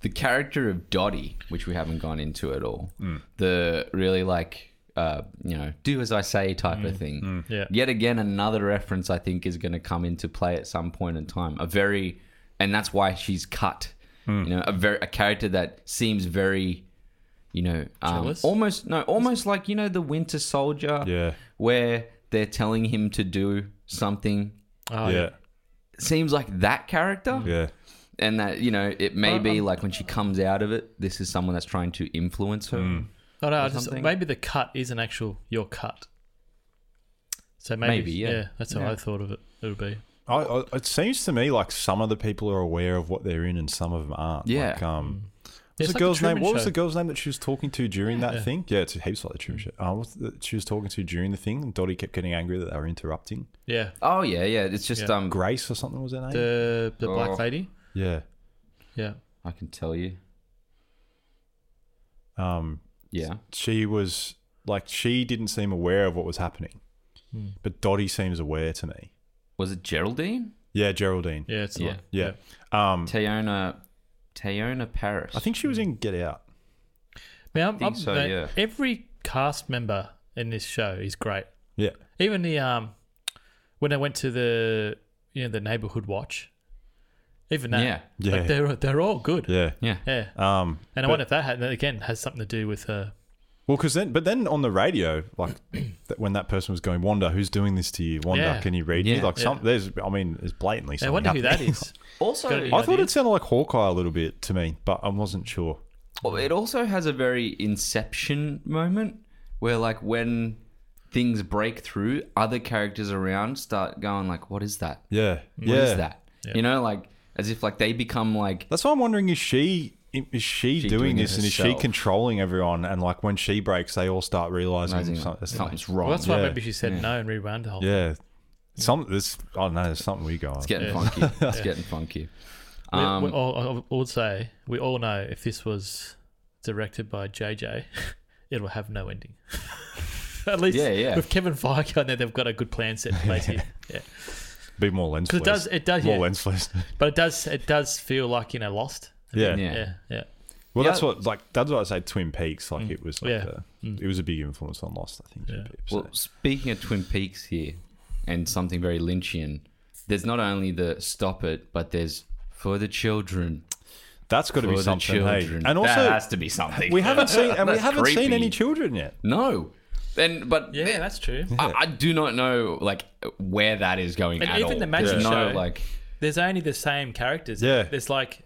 [SPEAKER 1] The character of Dottie, which we haven't gone into at all, the really like uh, you know, do as I say type of thing.
[SPEAKER 2] Yeah.
[SPEAKER 1] Yet again, another reference I think is going to come into play at some point in time. A very, and that's why she's cut. You know, a very a character that seems very, you know, um,
[SPEAKER 2] Jealous?
[SPEAKER 1] almost no, almost like you know the Winter Soldier,
[SPEAKER 3] Yeah.
[SPEAKER 1] where they're telling him to do something.
[SPEAKER 2] Oh,
[SPEAKER 3] yeah.
[SPEAKER 1] Seems like that character
[SPEAKER 3] Yeah.
[SPEAKER 1] and that you know it
[SPEAKER 2] Uh,
[SPEAKER 1] may be
[SPEAKER 2] um,
[SPEAKER 1] like when she comes out of it this is someone that's trying to influence her
[SPEAKER 3] Mm.
[SPEAKER 2] Oh, no, I just,
[SPEAKER 1] something.
[SPEAKER 2] maybe the cut is an actual your cut. So maybe,
[SPEAKER 1] Maybe, yeah.
[SPEAKER 2] yeah. that's how
[SPEAKER 1] Yeah.
[SPEAKER 2] I thought of it. It'll be.
[SPEAKER 3] I, I, it seems to me like some of the people are aware of what they're in and some of them aren't.
[SPEAKER 1] Yeah.
[SPEAKER 3] Like, um,
[SPEAKER 2] Yeah,
[SPEAKER 3] what's
[SPEAKER 2] it's
[SPEAKER 3] the
[SPEAKER 2] like a
[SPEAKER 3] girl's name?
[SPEAKER 2] Truman
[SPEAKER 3] What was
[SPEAKER 2] Show.
[SPEAKER 3] the girl's name that she was talking to during that thing? Yeah, it's heaps like the Truman Show. Uh, what's the, she was talking to during the thing, and Dottie kept getting angry that they were interrupting.
[SPEAKER 2] Yeah.
[SPEAKER 1] oh yeah yeah it's just
[SPEAKER 2] Yeah.
[SPEAKER 1] um
[SPEAKER 3] Grace or something was her name.
[SPEAKER 2] The the
[SPEAKER 1] Oh.
[SPEAKER 2] black lady.
[SPEAKER 3] yeah.
[SPEAKER 2] Yeah.
[SPEAKER 1] i can tell you
[SPEAKER 3] Um,
[SPEAKER 1] yeah
[SPEAKER 3] she was like she didn't seem aware of what was happening, but Dottie seems aware to me.
[SPEAKER 1] was it geraldine
[SPEAKER 3] Yeah, Geraldine.
[SPEAKER 2] Yeah, it's the
[SPEAKER 1] Yeah.
[SPEAKER 2] one.
[SPEAKER 3] Yeah. Um,
[SPEAKER 1] tayona tayona paris
[SPEAKER 3] I think she was in Get Out.
[SPEAKER 2] Man, I'm,
[SPEAKER 1] think
[SPEAKER 2] I'm-
[SPEAKER 1] so,
[SPEAKER 2] man,
[SPEAKER 1] yeah.
[SPEAKER 2] Every cast member in this show is great.
[SPEAKER 3] Yeah.
[SPEAKER 2] Even the um, when I went to the you know the neighborhood watch, even that.
[SPEAKER 1] Yeah.
[SPEAKER 3] Yeah.
[SPEAKER 2] Like they're they're all good.
[SPEAKER 3] Yeah.
[SPEAKER 1] yeah
[SPEAKER 2] Yeah.
[SPEAKER 3] Um,
[SPEAKER 2] And I wonder if that had, that again has something to do with uh, her.
[SPEAKER 3] Well, because then, but then on the radio, like that when that person was going, Wanda, who's doing this to you? Wanda,
[SPEAKER 2] Yeah.
[SPEAKER 3] can you read
[SPEAKER 1] Yeah.
[SPEAKER 3] you? Like some,
[SPEAKER 2] Yeah.
[SPEAKER 3] there's, I mean, it's blatantly.
[SPEAKER 2] I
[SPEAKER 3] something
[SPEAKER 2] wonder who that
[SPEAKER 3] happening.
[SPEAKER 2] is.
[SPEAKER 1] also
[SPEAKER 2] Gotta be-
[SPEAKER 3] I thought it sounded like Hawkeye a little bit to me, but I wasn't sure.
[SPEAKER 1] Well, oh, it also has a very inception moment where like when things break through other characters around start going like what is that
[SPEAKER 3] Yeah,
[SPEAKER 1] what is that you know like as if like they become like
[SPEAKER 3] That's why I'm wondering: is she is she, doing,
[SPEAKER 1] doing it
[SPEAKER 3] this, and is she
[SPEAKER 1] herself?
[SPEAKER 3] controlling everyone? And like when she breaks, they all start realizing something.
[SPEAKER 1] something's wrong
[SPEAKER 2] Well, that's why
[SPEAKER 3] Yeah.
[SPEAKER 2] maybe she said no and rewound the whole.
[SPEAKER 3] yeah, some this I don't know. There's something we go on.
[SPEAKER 1] it's getting funky it's getting funky
[SPEAKER 2] We-
[SPEAKER 1] um,
[SPEAKER 2] we all, I would say we all know if this was directed by JJ, it will have no ending. At least
[SPEAKER 1] Yeah, yeah.
[SPEAKER 2] with Kevin Feige on there, they've got a good plan set in place here. Yeah,
[SPEAKER 3] Be more lens.
[SPEAKER 2] 'Cause it does, it does,
[SPEAKER 3] more
[SPEAKER 2] yeah.
[SPEAKER 3] lens flares.
[SPEAKER 2] But it does, it does feel like you know, lost.
[SPEAKER 1] Yeah.
[SPEAKER 3] Yeah.
[SPEAKER 2] Yeah, yeah, Mm.
[SPEAKER 3] Well,
[SPEAKER 1] Yeah.
[SPEAKER 3] that's what like that's what I say. Twin Peaks, like it was like
[SPEAKER 2] Yeah. Mm.
[SPEAKER 3] a, it was a big influence on Lost. I think. Twin
[SPEAKER 2] Yeah.
[SPEAKER 3] Peaks,
[SPEAKER 1] Well,
[SPEAKER 3] so.
[SPEAKER 1] speaking of Twin Peaks here, and something very Lynchian, there's not only the stop it, but there's for the children.
[SPEAKER 3] that's got to
[SPEAKER 1] For
[SPEAKER 3] be
[SPEAKER 1] the
[SPEAKER 3] something. Hey.
[SPEAKER 1] children. that
[SPEAKER 3] And also,
[SPEAKER 1] has to be something.
[SPEAKER 3] we haven't seen and we
[SPEAKER 1] That's
[SPEAKER 3] haven't seen
[SPEAKER 1] creepy.
[SPEAKER 3] any children yet.
[SPEAKER 1] No. And but
[SPEAKER 2] yeah. That's true.
[SPEAKER 1] I, I do not know like where that is going
[SPEAKER 2] And
[SPEAKER 1] at
[SPEAKER 2] even
[SPEAKER 1] all.
[SPEAKER 2] the magic
[SPEAKER 1] There's no,
[SPEAKER 2] show-
[SPEAKER 1] like
[SPEAKER 2] There's only the same characters.
[SPEAKER 3] Yeah.
[SPEAKER 2] there's like,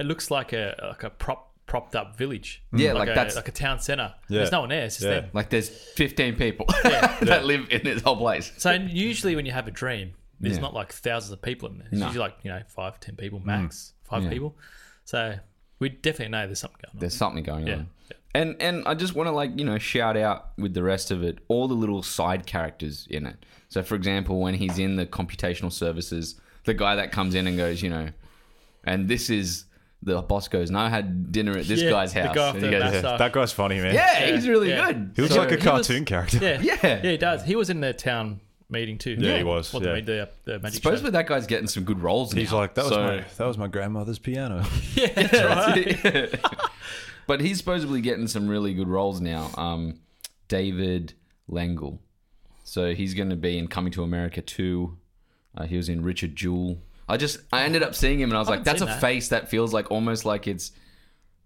[SPEAKER 2] it looks like a like a prop propped up village.
[SPEAKER 1] Yeah, like
[SPEAKER 2] a,
[SPEAKER 1] that's-
[SPEAKER 2] like a town center.
[SPEAKER 3] Yeah.
[SPEAKER 2] There's no one there. It's just
[SPEAKER 3] Yeah.
[SPEAKER 2] them.
[SPEAKER 1] like there's 15 people that
[SPEAKER 3] Yeah.
[SPEAKER 1] live in this whole place.
[SPEAKER 2] So usually when you have a dream, there's
[SPEAKER 1] Yeah.
[SPEAKER 2] not like thousands of people in there. It's
[SPEAKER 1] No. Mm.
[SPEAKER 2] usually like you know five, ten people max, five
[SPEAKER 1] Yeah.
[SPEAKER 2] people. So we definitely know there's something going on.
[SPEAKER 1] There's something going
[SPEAKER 2] Yeah.
[SPEAKER 1] on. And and I just want to like you know shout out with the rest of it all the little side characters in it. So for example, when he's in the computational services, the guy that comes in and goes, you know, and this is the boss goes, and I had dinner at this
[SPEAKER 2] Yeah,
[SPEAKER 1] guy's
[SPEAKER 2] the
[SPEAKER 1] house.
[SPEAKER 2] guy off
[SPEAKER 1] And he
[SPEAKER 2] the
[SPEAKER 1] goes,
[SPEAKER 2] mass-
[SPEAKER 1] yeah.
[SPEAKER 2] Yeah.
[SPEAKER 3] That guy's funny, man.
[SPEAKER 1] he's really
[SPEAKER 2] Yeah.
[SPEAKER 1] good.
[SPEAKER 3] He looks
[SPEAKER 1] So-
[SPEAKER 3] like a
[SPEAKER 2] he was-
[SPEAKER 3] cartoon character.
[SPEAKER 2] yeah.
[SPEAKER 1] Yeah.
[SPEAKER 2] yeah, he does. He was in the town meeting too.
[SPEAKER 3] Yeah, he was,
[SPEAKER 2] What the-
[SPEAKER 3] yeah.
[SPEAKER 2] the, the magic show.
[SPEAKER 1] Supposedly that guy's getting some good roles.
[SPEAKER 3] He's
[SPEAKER 1] now.
[SPEAKER 3] like that was
[SPEAKER 1] So-
[SPEAKER 3] my that was my grandmother's piano.
[SPEAKER 1] but he's supposedly getting some really good roles now. Um, David Langle. So he's going to be in Coming to America 2. Uh, he was in Richard Jewell. I just, I ended up seeing him and I was like,
[SPEAKER 2] haven't
[SPEAKER 1] that's a
[SPEAKER 2] seen that."
[SPEAKER 1] face that feels like almost like it's,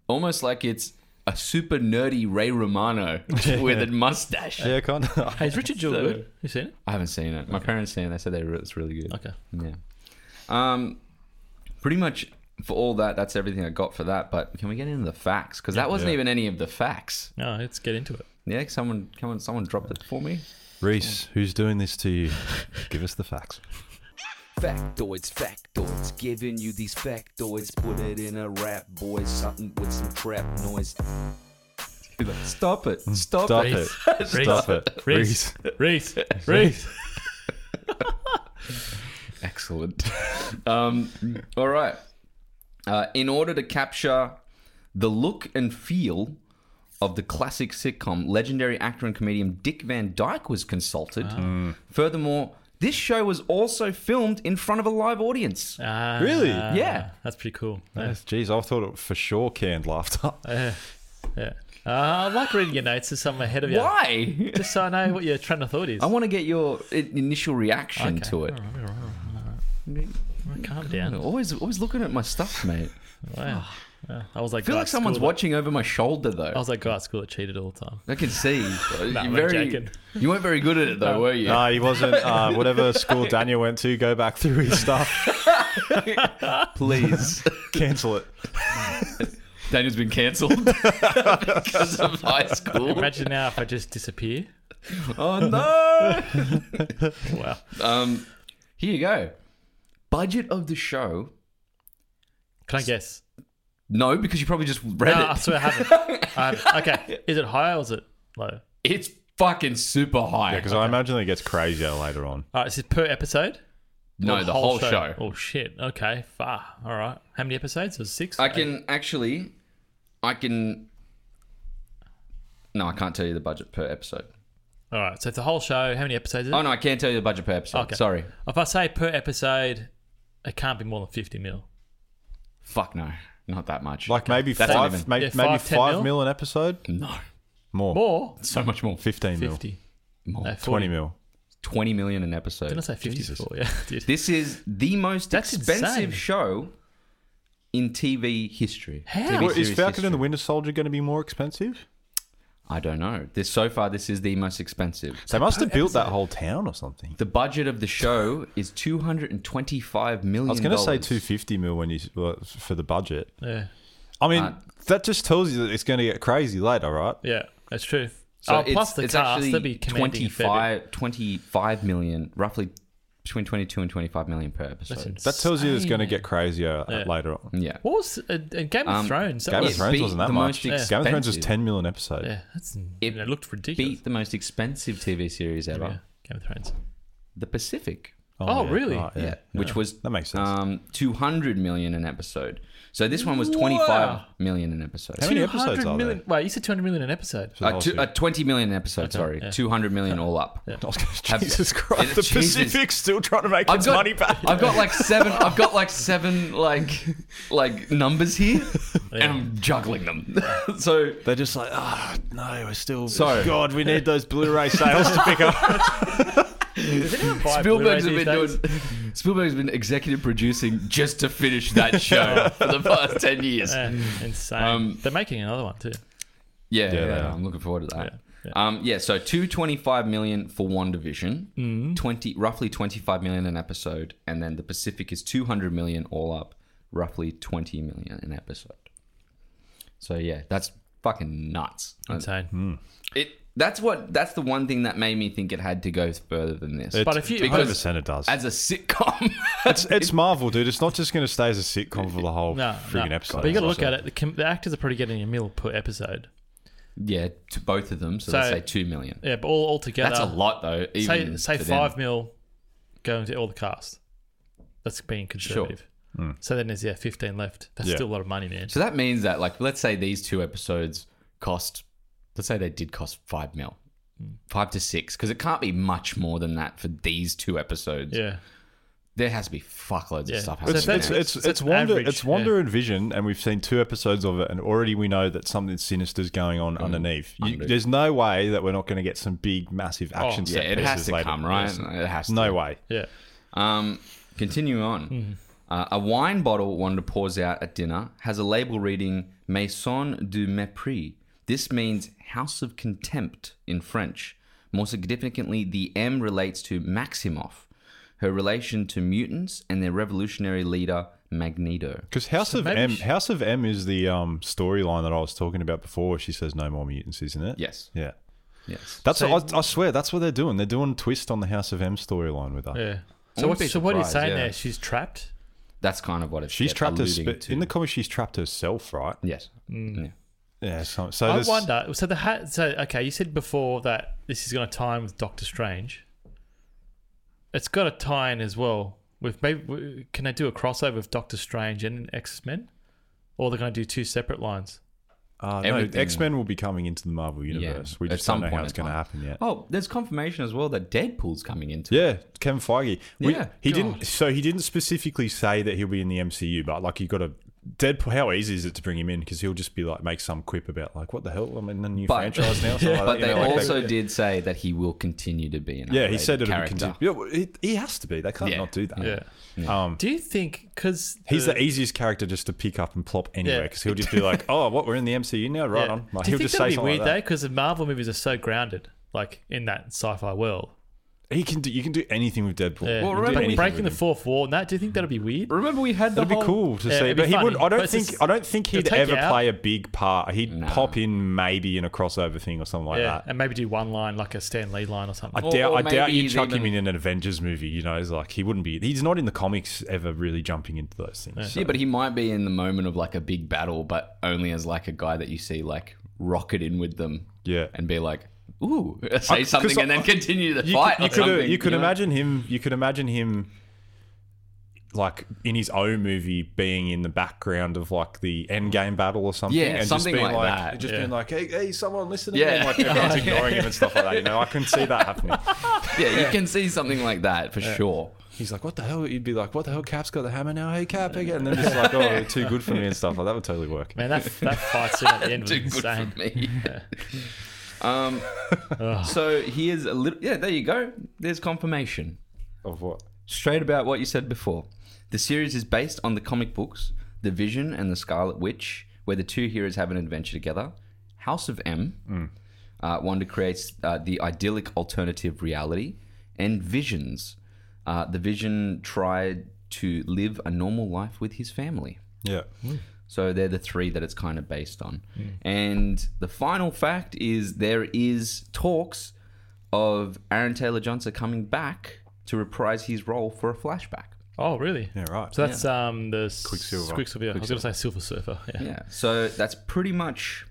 [SPEAKER 1] almost like it's a super nerdy Ray Romano with a mustache.
[SPEAKER 3] yeah, kind of.
[SPEAKER 2] Hey, is Richard Jewell good? You seen it?
[SPEAKER 1] I haven't seen it. My parents seen it. They said they re- it's really good.
[SPEAKER 2] Okay.
[SPEAKER 1] Yeah. Um, pretty much for all that, that's everything I got for that. But can we get into the facts? Because that wasn't
[SPEAKER 3] Yeah.
[SPEAKER 1] even any of the facts.
[SPEAKER 2] No, let's get into it.
[SPEAKER 1] Yeah, someone, come on, someone dropped it for me.
[SPEAKER 3] Reese, who's doing this to you? Give us the facts.
[SPEAKER 4] Factoids, factoids, giving you these factoids. Put it in a rap, boys, something with some trap noise.
[SPEAKER 1] Stop it! Stop,
[SPEAKER 3] Stop
[SPEAKER 1] it!
[SPEAKER 3] it. Stop it.
[SPEAKER 2] Reese.
[SPEAKER 3] Reese.
[SPEAKER 2] Reese. Reese.
[SPEAKER 1] Excellent. um, all right. Uh, in order to capture the look and feel of the classic sitcom, legendary actor and comedian Dick Van Dyke was consulted.
[SPEAKER 2] Ah.
[SPEAKER 1] Furthermore, this show was also filmed in front of a live audience.
[SPEAKER 2] Ah,
[SPEAKER 3] Really?
[SPEAKER 1] Yeah.
[SPEAKER 2] That's pretty cool. Yeah.
[SPEAKER 3] Yes, Jeez, I thought it for sure canned laughter.
[SPEAKER 2] Yeah. Yeah. Uh, I like reading your notes as someone ahead of you.
[SPEAKER 1] Why?
[SPEAKER 2] Just so I know what your train of thought is.
[SPEAKER 1] I want to get your i- initial reaction to it.
[SPEAKER 2] All right, all right, all right. Calm down.
[SPEAKER 1] Always, always looking at my stuff, mate.
[SPEAKER 2] Wow. Yeah. I was
[SPEAKER 1] Ah.
[SPEAKER 2] like,
[SPEAKER 1] I feel
[SPEAKER 2] "God,
[SPEAKER 1] like someone's
[SPEAKER 2] school that-
[SPEAKER 1] watching over my shoulder, though.
[SPEAKER 2] I was like, God, at school that cheated all the time.
[SPEAKER 1] I can see. You're
[SPEAKER 2] I'm
[SPEAKER 1] very,
[SPEAKER 2] joking.
[SPEAKER 1] you weren't very good at it, though, were you?
[SPEAKER 3] No, he wasn't. Uh, whatever school Daniel went to, go back through his stuff,
[SPEAKER 1] Please.
[SPEAKER 3] cancel it.
[SPEAKER 1] Daniel's been cancelled because of high school.
[SPEAKER 2] Imagine now if I just disappear.
[SPEAKER 1] Oh no!
[SPEAKER 2] Wow.
[SPEAKER 1] Um, here you go. Budget of the show.
[SPEAKER 2] Can I guess?
[SPEAKER 1] No, because you probably just read
[SPEAKER 2] No, I
[SPEAKER 1] it.
[SPEAKER 2] swear I haven't. I haven't. Okay. Is it high or is it low?
[SPEAKER 1] It's fucking super high.
[SPEAKER 3] Because I imagine it gets crazier later on.
[SPEAKER 2] All right. Is it per episode?
[SPEAKER 1] no,
[SPEAKER 2] Or
[SPEAKER 1] the whole, show.
[SPEAKER 2] Oh, shit. Okay. Far. All right. How many episodes? It was six?
[SPEAKER 1] I can actually, I can. No, I can't tell you the budget per episode.
[SPEAKER 2] All right. So it's the whole show. How many episodes is it?
[SPEAKER 1] Oh no, I can't tell you the budget per episode.
[SPEAKER 2] Okay.
[SPEAKER 1] Sorry.
[SPEAKER 2] If I say per episode, it can't be more than 50 mil.
[SPEAKER 1] Fuck no, not that much.
[SPEAKER 3] Like maybe
[SPEAKER 1] That's not
[SPEAKER 3] five,
[SPEAKER 1] even-
[SPEAKER 3] may-
[SPEAKER 2] Yeah,
[SPEAKER 3] maybe
[SPEAKER 2] five,
[SPEAKER 3] five,
[SPEAKER 2] 10 mil?
[SPEAKER 3] mil? an episode.
[SPEAKER 1] no,
[SPEAKER 3] More,
[SPEAKER 2] More?
[SPEAKER 1] so much more.
[SPEAKER 3] fifteen mil,
[SPEAKER 2] 50.
[SPEAKER 1] More.
[SPEAKER 2] No, 40.
[SPEAKER 3] twenty mil.
[SPEAKER 1] Twenty million an episode.
[SPEAKER 2] Didn't I say 50
[SPEAKER 3] Jesus.
[SPEAKER 2] before? Yeah. Dude.
[SPEAKER 1] This is the most
[SPEAKER 2] That's
[SPEAKER 1] expensive
[SPEAKER 2] insane.
[SPEAKER 1] show in TV history.
[SPEAKER 2] How?
[SPEAKER 1] TV
[SPEAKER 2] Well,
[SPEAKER 3] Is
[SPEAKER 1] series
[SPEAKER 3] Falcon
[SPEAKER 1] history.
[SPEAKER 3] and the Winter Soldier going to be more expensive?
[SPEAKER 1] I don't know. This so far, this is the most expensive.
[SPEAKER 3] They must have built that whole town or something.
[SPEAKER 1] The budget of the show is two hundred and twenty-five million.
[SPEAKER 3] I was going to say two fifty mil when you well, for the budget.
[SPEAKER 2] Yeah.
[SPEAKER 3] I mean,
[SPEAKER 1] Uh,
[SPEAKER 3] that just tells you that it's going to get crazy later, right?
[SPEAKER 2] Yeah. That's true.
[SPEAKER 1] So
[SPEAKER 2] oh, plus the cast.
[SPEAKER 1] actually
[SPEAKER 2] That'd be commanding a fair bit.
[SPEAKER 1] 25, 25 million, roughly between twenty-two and twenty-five million per
[SPEAKER 2] That's
[SPEAKER 1] episode.
[SPEAKER 3] That tells you it's going to
[SPEAKER 2] insane.
[SPEAKER 3] get crazier uh,
[SPEAKER 2] Yeah.
[SPEAKER 3] later on.
[SPEAKER 1] yeah,
[SPEAKER 2] What was uh, and Game of
[SPEAKER 1] Um,
[SPEAKER 2] Thrones? That
[SPEAKER 3] Game of
[SPEAKER 2] was-
[SPEAKER 1] it
[SPEAKER 3] Thrones
[SPEAKER 1] beat
[SPEAKER 3] wasn't that
[SPEAKER 1] the
[SPEAKER 3] much.
[SPEAKER 1] most
[SPEAKER 3] Game of Thrones was
[SPEAKER 1] expensive.
[SPEAKER 3] ten mil an episode.
[SPEAKER 2] Yeah, that's
[SPEAKER 1] It
[SPEAKER 2] it, it looked ridiculous.
[SPEAKER 1] beat the most expensive TV series ever,
[SPEAKER 2] yeah, Game of Thrones.
[SPEAKER 1] The Pacific.
[SPEAKER 2] Oh,
[SPEAKER 3] yeah,
[SPEAKER 2] really?
[SPEAKER 3] right,
[SPEAKER 1] yeah, which was
[SPEAKER 3] That makes sense.
[SPEAKER 1] Um, two hundred million an episode. So this one was
[SPEAKER 2] Wow.
[SPEAKER 1] twenty-five million an episode.
[SPEAKER 3] How many episodes
[SPEAKER 2] 200
[SPEAKER 3] are
[SPEAKER 2] million- Wait, you said 200 million an episode.
[SPEAKER 3] the whole
[SPEAKER 1] Uh, two,
[SPEAKER 3] series.
[SPEAKER 1] uh, twenty million an episode. sorry,
[SPEAKER 2] yeah.
[SPEAKER 1] two hundred million all up. Have-
[SPEAKER 3] Jesus
[SPEAKER 1] Yeah,
[SPEAKER 3] Christ! The
[SPEAKER 1] Jesus.
[SPEAKER 3] Pacific's still trying to make its money back.
[SPEAKER 1] I've got like seven. I've got like seven like like numbers here, and I'm juggling them. so
[SPEAKER 3] They're just like, oh no, we're still.
[SPEAKER 1] So-
[SPEAKER 3] God, we need those Blu-ray sales to pick up.
[SPEAKER 1] Spielberg's been doing. Spielberg's been executive producing just to finish that show for the past ten years. Yeah,
[SPEAKER 3] Mm.
[SPEAKER 2] Yeah, insane.
[SPEAKER 1] Um,
[SPEAKER 2] They're making another one too.
[SPEAKER 1] yeah,
[SPEAKER 3] they
[SPEAKER 1] yeah,
[SPEAKER 3] are.
[SPEAKER 1] I'm looking forward to that.
[SPEAKER 2] Yeah,
[SPEAKER 1] Um, yeah, so two twenty-five million for one division,
[SPEAKER 2] Mm.
[SPEAKER 1] twenty roughly twenty-five million an episode, and then the Pacific is two hundred million all up, roughly twenty million an episode. So yeah, that's fucking nuts.
[SPEAKER 2] Insane.
[SPEAKER 3] mm,
[SPEAKER 1] It that's what that's the one thing that made me think it had to go further than this.
[SPEAKER 2] But if you-
[SPEAKER 3] hundred percent, it does.
[SPEAKER 1] as a sitcom,
[SPEAKER 3] It's, it's Marvel, dude. It's not just going to stay as a sitcom for the whole
[SPEAKER 2] No,
[SPEAKER 3] freaking
[SPEAKER 2] no.
[SPEAKER 3] episode.
[SPEAKER 2] But you got to look
[SPEAKER 3] So-
[SPEAKER 2] at it. The, com- the actors are probably getting a mil per episode.
[SPEAKER 1] yeah, to both of them. So,
[SPEAKER 2] So-
[SPEAKER 1] let's say two million.
[SPEAKER 2] Yeah, but all all together.
[SPEAKER 1] That's a lot though.
[SPEAKER 2] Say
[SPEAKER 1] Even
[SPEAKER 2] say
[SPEAKER 1] for them.
[SPEAKER 2] five mil going to all the cast. That's being conservative. So then there's yeah fifteen left. That's
[SPEAKER 3] Mm. Yeah.
[SPEAKER 2] still a lot of money, man.
[SPEAKER 1] So that means that, like, let's say these two episodes cost, let's say they did cost five mil, five to six, because it can't be much more than that for these two episodes.
[SPEAKER 2] Yeah,
[SPEAKER 1] There has to be fuckloads
[SPEAKER 2] Yeah.
[SPEAKER 1] of stuff
[SPEAKER 2] So
[SPEAKER 1] happening.
[SPEAKER 3] It's, it's,
[SPEAKER 1] there.
[SPEAKER 3] it's,
[SPEAKER 2] It's
[SPEAKER 3] it's,
[SPEAKER 2] an
[SPEAKER 3] Wonder,
[SPEAKER 2] average,
[SPEAKER 3] it's Wonder and Vision, and we've seen two episodes of it, and already we know that something sinister's going on
[SPEAKER 1] Mm.
[SPEAKER 3] underneath. You,
[SPEAKER 1] Under.
[SPEAKER 3] there's no way that we're not going to get some big, massive
[SPEAKER 2] Oh,
[SPEAKER 3] action
[SPEAKER 1] yeah,
[SPEAKER 3] set
[SPEAKER 1] it has
[SPEAKER 3] pieces
[SPEAKER 1] to
[SPEAKER 3] later.
[SPEAKER 1] come, right?
[SPEAKER 3] Yes.
[SPEAKER 1] It has to.
[SPEAKER 3] No way.
[SPEAKER 2] yeah.
[SPEAKER 1] Um, continuing on. Uh, a wine bottle Wanda pours out at dinner has a label reading Maison du Mépris. This means House of Contempt in French. More significantly, the M relates to Maximoff, her relation to mutants and their revolutionary leader, Magneto.
[SPEAKER 3] Because House of
[SPEAKER 2] maybe
[SPEAKER 3] M,
[SPEAKER 2] she-
[SPEAKER 3] House of M is the um, storyline that I was talking about before. Where she says no more mutants, isn't it?
[SPEAKER 1] Yes,
[SPEAKER 3] Yeah.
[SPEAKER 1] yes.
[SPEAKER 3] That's what I, I swear. That's what they're doing. They're doing a twist on the House of M storyline with her.
[SPEAKER 2] Yeah. So
[SPEAKER 1] wouldn't be
[SPEAKER 2] what's so what are you
[SPEAKER 1] surprised,
[SPEAKER 2] saying
[SPEAKER 1] yeah.
[SPEAKER 2] there? She's trapped.
[SPEAKER 1] That's kind of what it's
[SPEAKER 3] She's
[SPEAKER 1] yeah,
[SPEAKER 3] trapped her,
[SPEAKER 1] alluding
[SPEAKER 3] in the comic. She's trapped herself, right?
[SPEAKER 1] Yes. Yeah.
[SPEAKER 3] Yeah. So, so
[SPEAKER 2] I
[SPEAKER 3] there's-
[SPEAKER 2] wonder. So the hat. So okay, you said before that this is going to tie in with Doctor Strange. It's got to tie in as well with maybe. Can they do a crossover with Doctor Strange and X Men, or they're going to do two separate lines?
[SPEAKER 3] Uh, no,
[SPEAKER 1] Everything-
[SPEAKER 3] X Men will be coming into the Marvel universe. We
[SPEAKER 1] at
[SPEAKER 3] just
[SPEAKER 1] some
[SPEAKER 3] don't know
[SPEAKER 1] point
[SPEAKER 3] how it's
[SPEAKER 1] in
[SPEAKER 3] going to
[SPEAKER 1] time.
[SPEAKER 3] happen yet.
[SPEAKER 1] Oh, there's confirmation as well that Deadpool's coming into
[SPEAKER 3] Yeah, Kevin Feige. We-
[SPEAKER 1] Yeah,
[SPEAKER 3] he
[SPEAKER 1] God.
[SPEAKER 3] didn't. So he didn't specifically say that he'll be in the MCU, but like you got to Deadpool, how easy is it to bring him in? Because he'll just be like, make some quip about like, what the hell? I'm in a new
[SPEAKER 1] But-
[SPEAKER 3] franchise now. So I-
[SPEAKER 1] But
[SPEAKER 3] you
[SPEAKER 1] they
[SPEAKER 3] know, like,
[SPEAKER 1] also did say that he will continue to be an
[SPEAKER 3] yeah, he
[SPEAKER 1] R-rated
[SPEAKER 3] said it'll
[SPEAKER 1] character.
[SPEAKER 3] continue. Yeah, well, he, he has to be. They can't
[SPEAKER 1] Yeah.
[SPEAKER 3] not do that.
[SPEAKER 2] Yeah.
[SPEAKER 3] Um,
[SPEAKER 2] Do you think because
[SPEAKER 3] he's the easiest character just to pick up and plop anywhere
[SPEAKER 2] Yeah.
[SPEAKER 3] because he'll just be like, oh, what? We're in the MCU now, right on. Like,
[SPEAKER 2] Do you
[SPEAKER 3] he'll
[SPEAKER 2] think that'd
[SPEAKER 3] just say
[SPEAKER 2] be
[SPEAKER 3] something
[SPEAKER 2] weird
[SPEAKER 3] like
[SPEAKER 2] though?
[SPEAKER 3] that.
[SPEAKER 2] Because the Marvel movies are so grounded, like in that sci-fi world.
[SPEAKER 3] He can do. You can do anything with Deadpool.
[SPEAKER 2] Yeah.
[SPEAKER 3] You can do
[SPEAKER 1] remember-
[SPEAKER 2] like
[SPEAKER 3] anything
[SPEAKER 2] breaking the
[SPEAKER 3] with him.
[SPEAKER 2] fourth wall and that. Do you think that'd be weird?
[SPEAKER 1] Remember, we had the
[SPEAKER 3] It'd be
[SPEAKER 1] whole-
[SPEAKER 3] cool to
[SPEAKER 2] Yeah,
[SPEAKER 3] see,
[SPEAKER 2] it'd be
[SPEAKER 3] but he
[SPEAKER 2] funny,
[SPEAKER 3] would. I don't
[SPEAKER 2] but it's
[SPEAKER 3] think.
[SPEAKER 2] just-
[SPEAKER 3] I don't think he'd
[SPEAKER 2] it'll take you
[SPEAKER 3] ever
[SPEAKER 2] out.
[SPEAKER 3] play a big part. He'd
[SPEAKER 1] Nah.
[SPEAKER 3] pop in maybe in a crossover thing or something like
[SPEAKER 2] yeah,
[SPEAKER 3] that.
[SPEAKER 2] and maybe do one line like a Stan Lee line or
[SPEAKER 3] I
[SPEAKER 2] something.
[SPEAKER 1] Or-
[SPEAKER 3] doubt.
[SPEAKER 1] or
[SPEAKER 3] I doubt
[SPEAKER 1] maybe
[SPEAKER 3] you
[SPEAKER 1] he's
[SPEAKER 3] chuck him
[SPEAKER 1] even-
[SPEAKER 3] in an Avengers movie. You know, it's like he wouldn't be. He's not in the comics ever really jumping into those things. so-
[SPEAKER 1] Yeah, but he might be in the moment of like a big battle, but only as like a guy that you see like rocket in with them.
[SPEAKER 3] Yeah.
[SPEAKER 1] And be like, ooh, say something and then
[SPEAKER 3] I-
[SPEAKER 1] continue the
[SPEAKER 3] you
[SPEAKER 1] fight.
[SPEAKER 3] could, you
[SPEAKER 1] or
[SPEAKER 3] could,
[SPEAKER 1] something,
[SPEAKER 3] you could
[SPEAKER 1] know?
[SPEAKER 3] imagine him you could imagine him like in his own movie being in the background of like the end game battle or something
[SPEAKER 1] Yeah,
[SPEAKER 3] and
[SPEAKER 1] something
[SPEAKER 3] just being
[SPEAKER 1] like
[SPEAKER 3] like,
[SPEAKER 1] that,
[SPEAKER 3] just
[SPEAKER 2] yeah.
[SPEAKER 3] being like hey, hey someone listening
[SPEAKER 1] Yeah.
[SPEAKER 3] and like everyone's ignoring him and stuff like that you know I can see that happening
[SPEAKER 1] Yeah, you can see something like that for sure.
[SPEAKER 3] he's like what the hell you'd be like what the hell Cap's got the hammer now hey Cap again and then just like oh you're too good for me and stuff like that would totally work
[SPEAKER 2] Man, that that fight scene at the end was
[SPEAKER 1] Too good
[SPEAKER 2] insane.
[SPEAKER 1] for me. um, so here's a little. Yeah, there you go. There's confirmation.
[SPEAKER 3] of what
[SPEAKER 1] straight about what you said before. The series is based on the comic books The Vision and the Scarlet Witch, where the two heroes have an adventure together. House of M. Uh, Wanda creates uh, the idyllic alternative reality and visions. Uh, the Vision tried to live a normal life with his family.
[SPEAKER 3] yeah
[SPEAKER 1] So they're the three that it's kind of based on. And the final fact is there is talks of Aaron Taylor Johnson coming back to reprise his role for a flashback.
[SPEAKER 2] Oh, really?
[SPEAKER 3] yeah right
[SPEAKER 2] So that's um the s-
[SPEAKER 3] Quicksilver.
[SPEAKER 2] Quicksilver. I was going to say Silver Surfer. Yeah.
[SPEAKER 1] Yeah. So that's pretty much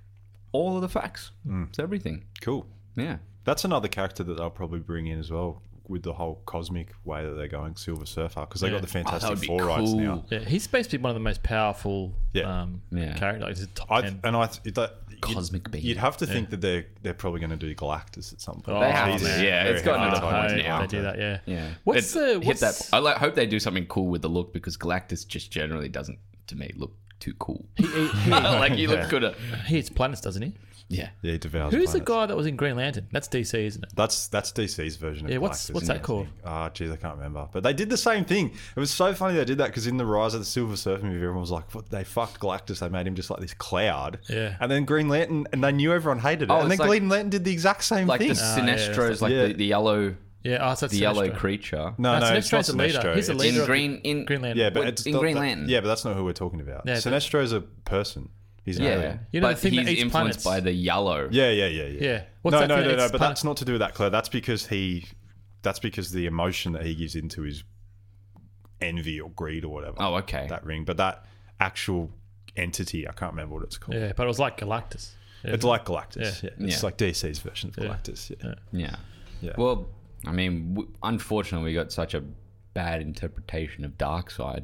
[SPEAKER 1] all of the facts. It's everything.
[SPEAKER 3] cool
[SPEAKER 1] Yeah.
[SPEAKER 3] That's another character that they'll probably bring in as well with the whole cosmic way that they're going, Silver Surfer, because they
[SPEAKER 2] Yeah.
[SPEAKER 3] got the Fantastic
[SPEAKER 1] Oh, would
[SPEAKER 3] Four
[SPEAKER 1] be
[SPEAKER 3] rights now.
[SPEAKER 1] cool.
[SPEAKER 2] Yeah, he's supposed to be one of the most powerful
[SPEAKER 3] Yeah.
[SPEAKER 2] um,
[SPEAKER 1] Yeah.
[SPEAKER 2] character. Like, he's a top
[SPEAKER 3] I,
[SPEAKER 2] ten.
[SPEAKER 3] and I th- that, you'd-
[SPEAKER 1] Cosmic
[SPEAKER 3] You'd,
[SPEAKER 1] being.
[SPEAKER 3] have to think that they're they're probably going to do Galactus at some point.
[SPEAKER 2] Oh,
[SPEAKER 1] They have
[SPEAKER 2] Jesus.
[SPEAKER 1] to.
[SPEAKER 3] Very
[SPEAKER 1] Yeah, it's gotten to
[SPEAKER 3] heavy
[SPEAKER 1] the
[SPEAKER 2] I
[SPEAKER 1] point
[SPEAKER 2] hope
[SPEAKER 1] now.
[SPEAKER 2] They do that. Yeah.
[SPEAKER 1] Yeah.
[SPEAKER 2] What's
[SPEAKER 1] It-
[SPEAKER 2] the
[SPEAKER 1] hit
[SPEAKER 2] what's,
[SPEAKER 1] that? I like, hope they do something cool with the look because Galactus just generally doesn't, to me, look too cool. like he looks good at.
[SPEAKER 2] He eats planets, doesn't he?
[SPEAKER 1] Yeah.
[SPEAKER 3] Yeah, he devours.
[SPEAKER 2] Who's the
[SPEAKER 3] planets.
[SPEAKER 2] guy that was in Green Lantern? That's DC, isn't it?
[SPEAKER 3] That's that's DC's version of
[SPEAKER 2] Yeah, what's-
[SPEAKER 3] Galactus,
[SPEAKER 2] what's
[SPEAKER 3] isn't
[SPEAKER 2] that
[SPEAKER 3] it?
[SPEAKER 2] called?
[SPEAKER 3] Ah, geez, I can't remember. But they did the same thing. It was so funny they did that because in the Rise of the Silver Surfer movie, everyone was like, "What? They fucked Galactus. They made him just like this cloud."
[SPEAKER 2] Yeah.
[SPEAKER 3] And then Green Lantern, and they knew everyone hated it.
[SPEAKER 1] Oh,
[SPEAKER 3] and then
[SPEAKER 1] it's like-
[SPEAKER 3] Green Lantern did the exact same
[SPEAKER 1] Like
[SPEAKER 3] thing.
[SPEAKER 1] the
[SPEAKER 2] yeah,
[SPEAKER 1] Sinestro's,
[SPEAKER 2] that's-
[SPEAKER 1] like
[SPEAKER 3] Yeah.
[SPEAKER 1] the, the yellow,
[SPEAKER 2] Yeah. Oh, so that's
[SPEAKER 1] the yellow
[SPEAKER 2] Sinestro.
[SPEAKER 1] creature.
[SPEAKER 2] No,
[SPEAKER 3] No, no, it's not
[SPEAKER 2] Sinestro's a leader.
[SPEAKER 3] Sinestro.
[SPEAKER 2] He's a
[SPEAKER 3] It's-
[SPEAKER 2] leader.
[SPEAKER 1] In
[SPEAKER 2] of
[SPEAKER 1] green, in
[SPEAKER 2] Green Lantern.
[SPEAKER 3] Yeah,
[SPEAKER 1] With-
[SPEAKER 3] but it's
[SPEAKER 1] in
[SPEAKER 3] not
[SPEAKER 1] Green
[SPEAKER 3] that-
[SPEAKER 1] Lantern.
[SPEAKER 3] Yeah, but that's not who we're talking about.
[SPEAKER 2] Yeah, but-
[SPEAKER 3] Sinestro's a person. He's an
[SPEAKER 1] Yeah,
[SPEAKER 3] alien.
[SPEAKER 2] You know the
[SPEAKER 1] but
[SPEAKER 2] thing that
[SPEAKER 1] he's
[SPEAKER 2] eats
[SPEAKER 1] influenced by
[SPEAKER 2] planets?
[SPEAKER 1] the yellow.
[SPEAKER 3] Yeah, yeah, yeah, yeah.
[SPEAKER 2] Yeah. What's
[SPEAKER 3] no,
[SPEAKER 2] that
[SPEAKER 3] no,
[SPEAKER 2] thing
[SPEAKER 3] no,
[SPEAKER 2] that
[SPEAKER 3] no.
[SPEAKER 2] eats
[SPEAKER 3] But
[SPEAKER 2] planet-
[SPEAKER 3] that's not to do with that, Claire. That's because he. That's because the emotion that he gives into his envy or greed or whatever.
[SPEAKER 1] Oh, okay.
[SPEAKER 3] That ring, but that actual entity, I can't remember what it's called.
[SPEAKER 2] Yeah, but it was like Galactus. Yeah.
[SPEAKER 3] It's like Galactus.
[SPEAKER 2] Yeah.
[SPEAKER 3] Yeah. It's
[SPEAKER 1] Yeah.
[SPEAKER 3] like DC's version of Galactus. Yeah.
[SPEAKER 1] yeah.
[SPEAKER 3] Yeah.
[SPEAKER 1] Well, I mean, w- unfortunately, we got such a bad interpretation of Darkseid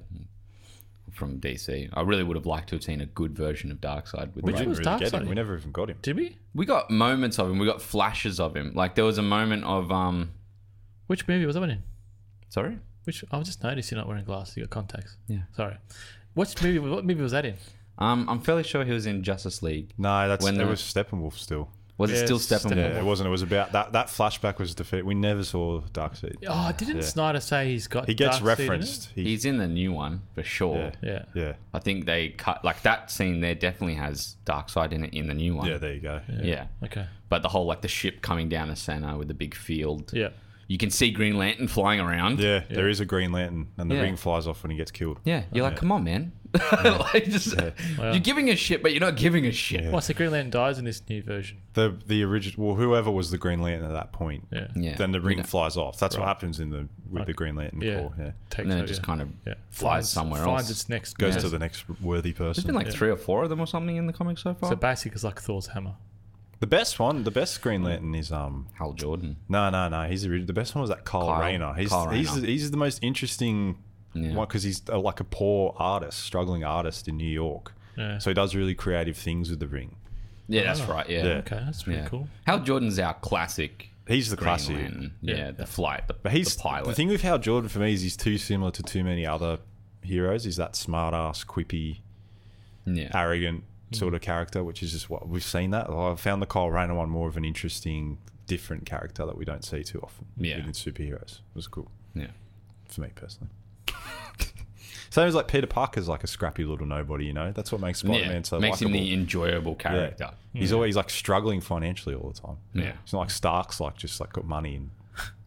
[SPEAKER 1] from DC. I really would have liked to have seen a good version of Darkseid. With
[SPEAKER 3] We
[SPEAKER 1] the
[SPEAKER 2] Which
[SPEAKER 1] right-
[SPEAKER 3] didn't
[SPEAKER 2] was
[SPEAKER 3] really get
[SPEAKER 2] Darkseid?
[SPEAKER 3] him. We never even got him.
[SPEAKER 2] Did we?
[SPEAKER 1] we got moments of him. We got flashes of him. Like there was a moment of um.
[SPEAKER 2] Which movie was that one in?
[SPEAKER 1] Sorry.
[SPEAKER 2] Which I was just noticed you're not wearing glasses. You got contacts.
[SPEAKER 1] Yeah.
[SPEAKER 2] Sorry. Which movie? What movie was that in?
[SPEAKER 1] Um, I'm fairly sure he was in Justice League.
[SPEAKER 3] No, that's
[SPEAKER 1] When
[SPEAKER 3] it
[SPEAKER 1] the- Oh.
[SPEAKER 3] was Steppenwolf still.
[SPEAKER 1] Was
[SPEAKER 2] Yeah,
[SPEAKER 1] it still
[SPEAKER 2] Steppenwolf.
[SPEAKER 1] Steppenwolf?
[SPEAKER 3] Yeah, it wasn't. It was about that. That flashback was defeat. We never saw Darkseid.
[SPEAKER 2] Oh, didn't
[SPEAKER 3] Yeah.
[SPEAKER 2] Snyder say he's got?
[SPEAKER 3] He gets
[SPEAKER 2] Darkseid in it?
[SPEAKER 3] referenced. He,
[SPEAKER 1] He's in the new one for sure.
[SPEAKER 3] yeah,
[SPEAKER 2] Yeah.
[SPEAKER 3] yeah,
[SPEAKER 1] I think they cut like that scene there definitely has Darkseid in it in the new one.
[SPEAKER 3] yeah. There you go.
[SPEAKER 1] yeah.
[SPEAKER 2] Okay.
[SPEAKER 1] But the whole like the ship coming down the center with the big field.
[SPEAKER 2] Yeah.
[SPEAKER 1] You can see Green Lantern flying around.
[SPEAKER 3] Yeah, there is a Green Lantern, and the
[SPEAKER 1] Yeah.
[SPEAKER 3] ring flies off when he gets killed.
[SPEAKER 1] Yeah, You're like, come on, man. like, just, You're giving a shit, but you're not giving a shit.
[SPEAKER 2] Well, so Green Lantern dies in this new version.
[SPEAKER 3] The the original, well, whoever was the Green Lantern at that point,
[SPEAKER 2] Yeah.
[SPEAKER 1] Yeah.
[SPEAKER 3] then the
[SPEAKER 1] We
[SPEAKER 3] ring
[SPEAKER 1] don't-
[SPEAKER 3] flies off. That's what happens in the with the Green Lantern
[SPEAKER 2] Yeah.
[SPEAKER 3] core. Yeah,
[SPEAKER 2] Takes
[SPEAKER 1] And then it
[SPEAKER 2] over,
[SPEAKER 1] just
[SPEAKER 2] yeah.
[SPEAKER 1] kind of
[SPEAKER 2] yeah.
[SPEAKER 1] flies somewhere
[SPEAKER 2] finds
[SPEAKER 1] else.
[SPEAKER 2] its next.
[SPEAKER 3] goes
[SPEAKER 2] yeah.
[SPEAKER 3] to the next worthy
[SPEAKER 1] There's been
[SPEAKER 3] person.
[SPEAKER 1] like three or four of them or something in the comics so far.
[SPEAKER 2] So basic is like Thor's hammer.
[SPEAKER 3] the best one, the best Green Lantern is um
[SPEAKER 1] Hal Jordan.
[SPEAKER 3] no no no he's the, ori- the best one was that Kyle,
[SPEAKER 1] Kyle-
[SPEAKER 3] Rayner. He's
[SPEAKER 1] Kyle
[SPEAKER 3] he's
[SPEAKER 1] Rayner.
[SPEAKER 3] he's the most interesting
[SPEAKER 1] Yeah.
[SPEAKER 3] one because he's uh, like a poor artist, struggling artist in New York.
[SPEAKER 2] Yeah.
[SPEAKER 3] So he does really creative things with the ring.
[SPEAKER 1] Yeah, that's right. Yeah.
[SPEAKER 3] Oh. Yeah.
[SPEAKER 2] Okay, that's pretty
[SPEAKER 1] Yeah.
[SPEAKER 2] cool.
[SPEAKER 1] Hal Jordan's our classic
[SPEAKER 3] He's the
[SPEAKER 1] Green
[SPEAKER 3] classic.
[SPEAKER 1] Lantern. Yeah,
[SPEAKER 2] Yeah.
[SPEAKER 1] the flight, the,
[SPEAKER 3] But he's
[SPEAKER 1] the pilot.
[SPEAKER 3] the thing with Hal Jordan for me is he's too similar to too many other heroes. He's that smart ass, quippy,
[SPEAKER 1] Yeah.
[SPEAKER 3] arrogant
[SPEAKER 1] Mm.
[SPEAKER 3] sort of character, which is just what we've seen that. I found the Kyle Rayner one more of an interesting, different character that we don't see too often
[SPEAKER 1] Yeah.
[SPEAKER 3] within superheroes. It was cool
[SPEAKER 1] Yeah.
[SPEAKER 3] for me personally. Same as like Peter Parker's like a scrappy little nobody, you know. That's what makes Spider Man
[SPEAKER 1] yeah.
[SPEAKER 3] so
[SPEAKER 1] Makes him
[SPEAKER 3] likable.
[SPEAKER 1] the enjoyable
[SPEAKER 3] Yeah.
[SPEAKER 1] character.
[SPEAKER 3] He's always like struggling financially all the time.
[SPEAKER 1] Yeah.
[SPEAKER 3] It's not like Stark's like just like got money and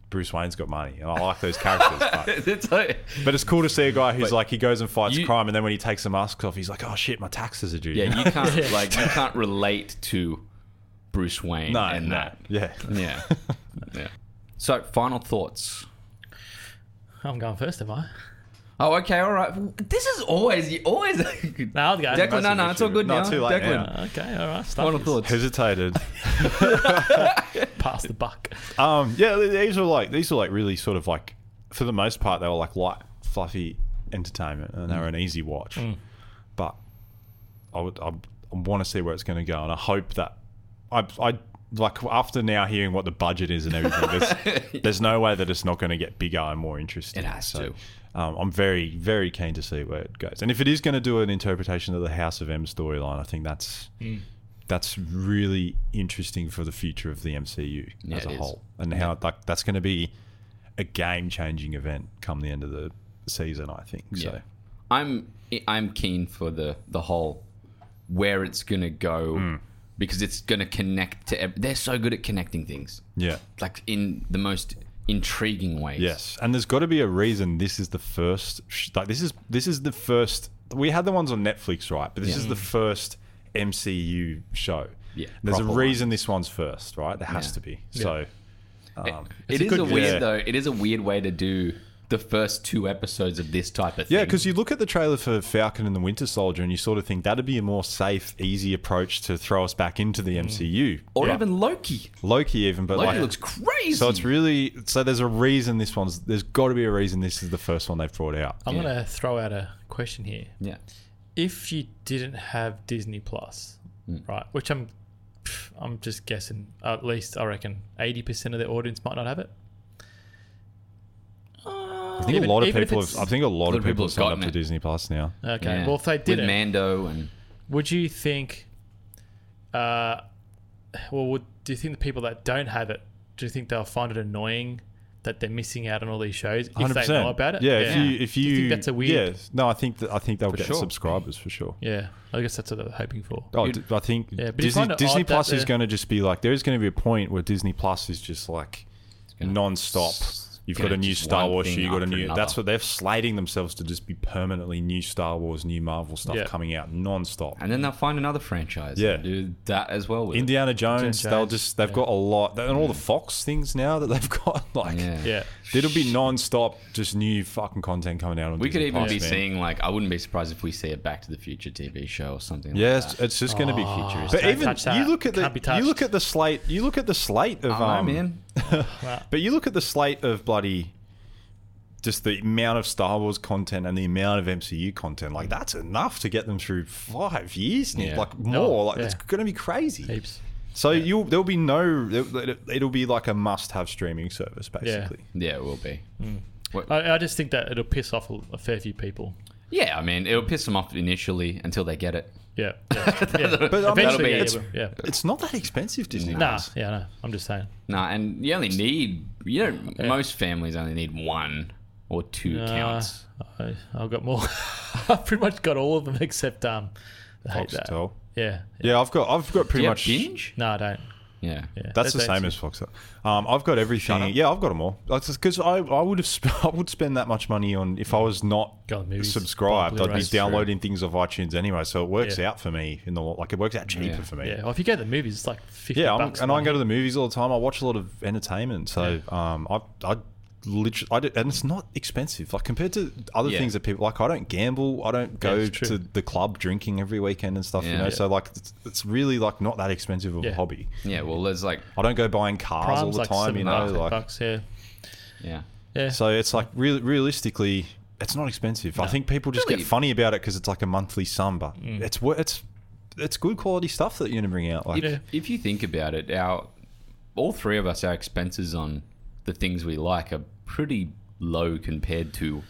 [SPEAKER 3] Bruce Wayne's got money. And I like those characters. but,
[SPEAKER 1] it's like,
[SPEAKER 3] but it's cool to see a guy who's
[SPEAKER 1] But
[SPEAKER 3] like he goes and fights
[SPEAKER 1] you-
[SPEAKER 3] crime and then when he takes the mask off, he's like, Oh shit, my taxes are due.
[SPEAKER 1] yeah, you can't like you can't relate to Bruce Wayne
[SPEAKER 3] no,
[SPEAKER 1] and
[SPEAKER 3] no.
[SPEAKER 1] that.
[SPEAKER 3] Yeah.
[SPEAKER 1] Yeah. yeah. So, final thoughts.
[SPEAKER 2] I'm going first, am I?
[SPEAKER 1] Oh, okay, all right. This is always you always.
[SPEAKER 2] No, I'll go.
[SPEAKER 1] Declan, no, no, it's all good
[SPEAKER 3] No,
[SPEAKER 1] now.
[SPEAKER 3] too late
[SPEAKER 1] Declan,
[SPEAKER 3] now.
[SPEAKER 2] Okay, all right. Start
[SPEAKER 1] final
[SPEAKER 2] this.
[SPEAKER 1] thoughts.
[SPEAKER 3] Hesitated.
[SPEAKER 2] Pass the buck.
[SPEAKER 3] Um, yeah, th- these were like these were like really sort of like for the most part they were like light, fluffy entertainment, and they
[SPEAKER 1] Mm.
[SPEAKER 3] were an easy watch. But I would I, I want to see where it's going to go, and I hope that I I like after now hearing what the budget is and everything. There's, there's no way that it's not going to get bigger and more interesting.
[SPEAKER 1] It has
[SPEAKER 3] So,
[SPEAKER 1] to.
[SPEAKER 3] Um, I'm very very keen to see where it goes, and if it is going to do an interpretation of the House of M storyline, I think that's. That's really interesting for the future of the MCU
[SPEAKER 1] Yeah,
[SPEAKER 3] as a
[SPEAKER 1] it is.
[SPEAKER 3] whole and how like that's going to be a game changing event come the end of the season. I think so.
[SPEAKER 1] I'm I'm keen for the the whole where it's gonna go
[SPEAKER 3] Hmm.
[SPEAKER 1] because it's gonna connect to. Ev- they're so good at connecting things,
[SPEAKER 3] Yeah.
[SPEAKER 1] like in the most intriguing ways.
[SPEAKER 3] Yes, and there's got to be a reason. This is the first. sh- Like this is this is the first. We had the ones on Netflix, right? But this is the first MCU show.
[SPEAKER 1] Yeah,
[SPEAKER 3] There's a
[SPEAKER 1] proper
[SPEAKER 3] reason this one's first, right? There has
[SPEAKER 1] Yeah.
[SPEAKER 3] to be. So. Um,
[SPEAKER 1] it
[SPEAKER 2] a
[SPEAKER 1] is
[SPEAKER 2] good
[SPEAKER 1] a weird
[SPEAKER 3] Yeah.
[SPEAKER 1] though. It is a weird way to do the first two episodes of this type of thing.
[SPEAKER 3] Yeah, because you look at the trailer for Falcon and the Winter Soldier, and you sort of think that'd be a more safe, easy approach to throw us back into the MCU
[SPEAKER 1] or
[SPEAKER 3] But-
[SPEAKER 1] even Loki.
[SPEAKER 3] Loki, even. But
[SPEAKER 1] Loki
[SPEAKER 3] like,
[SPEAKER 1] looks crazy.
[SPEAKER 3] So it's really so. There's a reason this one's. There's got to be a reason this is the first one they've brought out.
[SPEAKER 2] I'm
[SPEAKER 1] Yeah.
[SPEAKER 2] gonna throw out a question here.
[SPEAKER 1] yeah.
[SPEAKER 2] If you didn't have Disney Plus,
[SPEAKER 1] Hmm.
[SPEAKER 2] right, which I'm, pff, I'm just guessing. At least I reckon 80% of the audience might not have it.
[SPEAKER 3] I think
[SPEAKER 2] Even-
[SPEAKER 3] a lot of
[SPEAKER 2] even if
[SPEAKER 3] people. Have,
[SPEAKER 2] it's-
[SPEAKER 3] I think a lot
[SPEAKER 1] lot
[SPEAKER 3] of people have signed up
[SPEAKER 1] gotten
[SPEAKER 3] to
[SPEAKER 1] it.
[SPEAKER 3] Disney Plus now.
[SPEAKER 2] Okay.
[SPEAKER 1] yeah.
[SPEAKER 2] Well, if they
[SPEAKER 1] with
[SPEAKER 2] didn't,
[SPEAKER 1] Mando and
[SPEAKER 2] would you think? Uh, well, would, do you think the people that don't have it, do you think they'll find it annoying that they're missing out on all these shows if they
[SPEAKER 3] 100%.
[SPEAKER 2] know about it?
[SPEAKER 3] Yeah, If you if
[SPEAKER 2] Do
[SPEAKER 3] you,
[SPEAKER 2] think that's a weird?
[SPEAKER 3] Yeah. No, I think that I think they'll get
[SPEAKER 1] sure.
[SPEAKER 3] subscribers for sure.
[SPEAKER 2] Yeah. I guess that's what they're hoping for.
[SPEAKER 3] Oh, d- I think
[SPEAKER 2] Yeah, but you
[SPEAKER 3] Disney,
[SPEAKER 2] find it
[SPEAKER 3] Disney
[SPEAKER 2] odd that
[SPEAKER 3] Plus is
[SPEAKER 2] they're-
[SPEAKER 3] going to just be like there is going to be a point where Disney Plus is just like non-stop. You've got
[SPEAKER 1] gonna
[SPEAKER 3] a new
[SPEAKER 1] just
[SPEAKER 3] Star
[SPEAKER 1] one
[SPEAKER 3] Wars show.
[SPEAKER 1] thing
[SPEAKER 3] You've got a
[SPEAKER 1] after
[SPEAKER 3] new.
[SPEAKER 1] another.
[SPEAKER 3] That's what they're slating themselves to just be permanently new Star Wars, new Marvel stuff
[SPEAKER 2] Yeah.
[SPEAKER 3] coming out non-stop.
[SPEAKER 1] and then they'll find another franchise.
[SPEAKER 3] Yeah.
[SPEAKER 1] and do that as well. With it.
[SPEAKER 3] Indiana Jones,
[SPEAKER 2] Jones,
[SPEAKER 3] they'll just they've
[SPEAKER 2] yeah.
[SPEAKER 3] got a lot and all the Fox things now that they've got like
[SPEAKER 1] Mm. Yeah.
[SPEAKER 2] Yeah.
[SPEAKER 3] it'll be non-stop just new fucking content coming out on
[SPEAKER 1] We could
[SPEAKER 3] Disney
[SPEAKER 1] even
[SPEAKER 3] Plus,
[SPEAKER 1] be
[SPEAKER 3] man.
[SPEAKER 1] seeing like I wouldn't be surprised if we see a Back to the Future TV show or something.
[SPEAKER 3] yeah,
[SPEAKER 1] like
[SPEAKER 3] it's, it's just going to be futuristic. But
[SPEAKER 2] Oh, Don't
[SPEAKER 3] even
[SPEAKER 2] touch that.
[SPEAKER 3] you look at
[SPEAKER 2] Can't be
[SPEAKER 3] the
[SPEAKER 2] touched.
[SPEAKER 3] you look at the slate you look at the slate of
[SPEAKER 1] that. I
[SPEAKER 3] um,
[SPEAKER 1] know, man.
[SPEAKER 3] but you look at the slate of bloody just the amount of Star Wars content and the amount of MCU content like that's enough to get them through five years now.
[SPEAKER 1] Yeah.
[SPEAKER 3] like more like
[SPEAKER 2] yeah.
[SPEAKER 3] it's going to be crazy.
[SPEAKER 2] Heaps.
[SPEAKER 3] So you'll there'll be no it'll, it'll be like a must-have streaming service basically.
[SPEAKER 1] Yeah, it will be.
[SPEAKER 2] I, I just think that it'll piss off a, a fair few people.
[SPEAKER 1] Yeah, I mean, it'll piss them off initially until they get it.
[SPEAKER 2] Yeah. yeah, yeah.
[SPEAKER 3] But I mean,
[SPEAKER 1] That'll be-
[SPEAKER 2] Eventually, yeah,
[SPEAKER 1] it's-
[SPEAKER 2] yeah, yeah.
[SPEAKER 3] It's not that expensive, Disney.
[SPEAKER 2] Nah, yeah, no. I'm just saying.
[SPEAKER 1] Nah, and you only need you know most families only need one or two counts.
[SPEAKER 2] Uh, I, I've got more. I've pretty much got all of them except um. I hate that.
[SPEAKER 3] Foxtel.
[SPEAKER 2] Yeah.
[SPEAKER 3] Yeah, I've got I've got
[SPEAKER 1] Do
[SPEAKER 3] pretty
[SPEAKER 1] you have
[SPEAKER 3] much.
[SPEAKER 1] binge?
[SPEAKER 2] No, I don't.
[SPEAKER 1] Yeah.
[SPEAKER 2] Yeah,
[SPEAKER 3] That's the
[SPEAKER 2] don't-
[SPEAKER 3] same as Foxtel. Um, I've got everything. Yeah, I've got them all. Because I, I would have sp- I would spend that much money on if I was not
[SPEAKER 2] Mm. Go on, movies,
[SPEAKER 3] subscribed. I'd be
[SPEAKER 2] Blu-rays.
[SPEAKER 3] downloading things off iTunes anyway, so it works
[SPEAKER 2] Yeah.
[SPEAKER 3] out for me in the lo- like it works out cheaper
[SPEAKER 1] Yeah.
[SPEAKER 3] for me.
[SPEAKER 2] Yeah. Well, if you go to the movies, it's like fifty
[SPEAKER 3] Yeah, I'm,
[SPEAKER 2] bucks.
[SPEAKER 3] and I
[SPEAKER 2] man.
[SPEAKER 3] go to the movies all the time. I watch a lot of entertainment, so um, I I literally I do, and it's not expensive. Like compared to other
[SPEAKER 1] Yeah.
[SPEAKER 3] things that people like, I don't gamble. I don't go
[SPEAKER 2] that's
[SPEAKER 3] to
[SPEAKER 2] true.
[SPEAKER 3] the club drinking every weekend and stuff. You
[SPEAKER 1] Yeah.
[SPEAKER 3] know,
[SPEAKER 1] Yeah.
[SPEAKER 3] so like it's, it's really like not that expensive of a
[SPEAKER 2] Yeah.
[SPEAKER 3] hobby.
[SPEAKER 1] Yeah. Well, there's like
[SPEAKER 3] I don't go buying cars all
[SPEAKER 2] Prime's
[SPEAKER 3] the
[SPEAKER 2] like
[SPEAKER 3] time.
[SPEAKER 2] seven
[SPEAKER 3] You know,
[SPEAKER 2] bucks, eight
[SPEAKER 3] like
[SPEAKER 2] bucks. Yeah.
[SPEAKER 1] yeah.
[SPEAKER 2] Yeah.
[SPEAKER 3] so it's like real realistically. It's not expensive. I think people just
[SPEAKER 1] Really?
[SPEAKER 3] get funny about it because it's like a monthly sum, but
[SPEAKER 2] Mm.
[SPEAKER 3] it's wor- it's it's good quality stuff that you're gonna bring out. Like,
[SPEAKER 1] If, if you think about it, our all three of us, our expenses on the things we like are pretty low compared to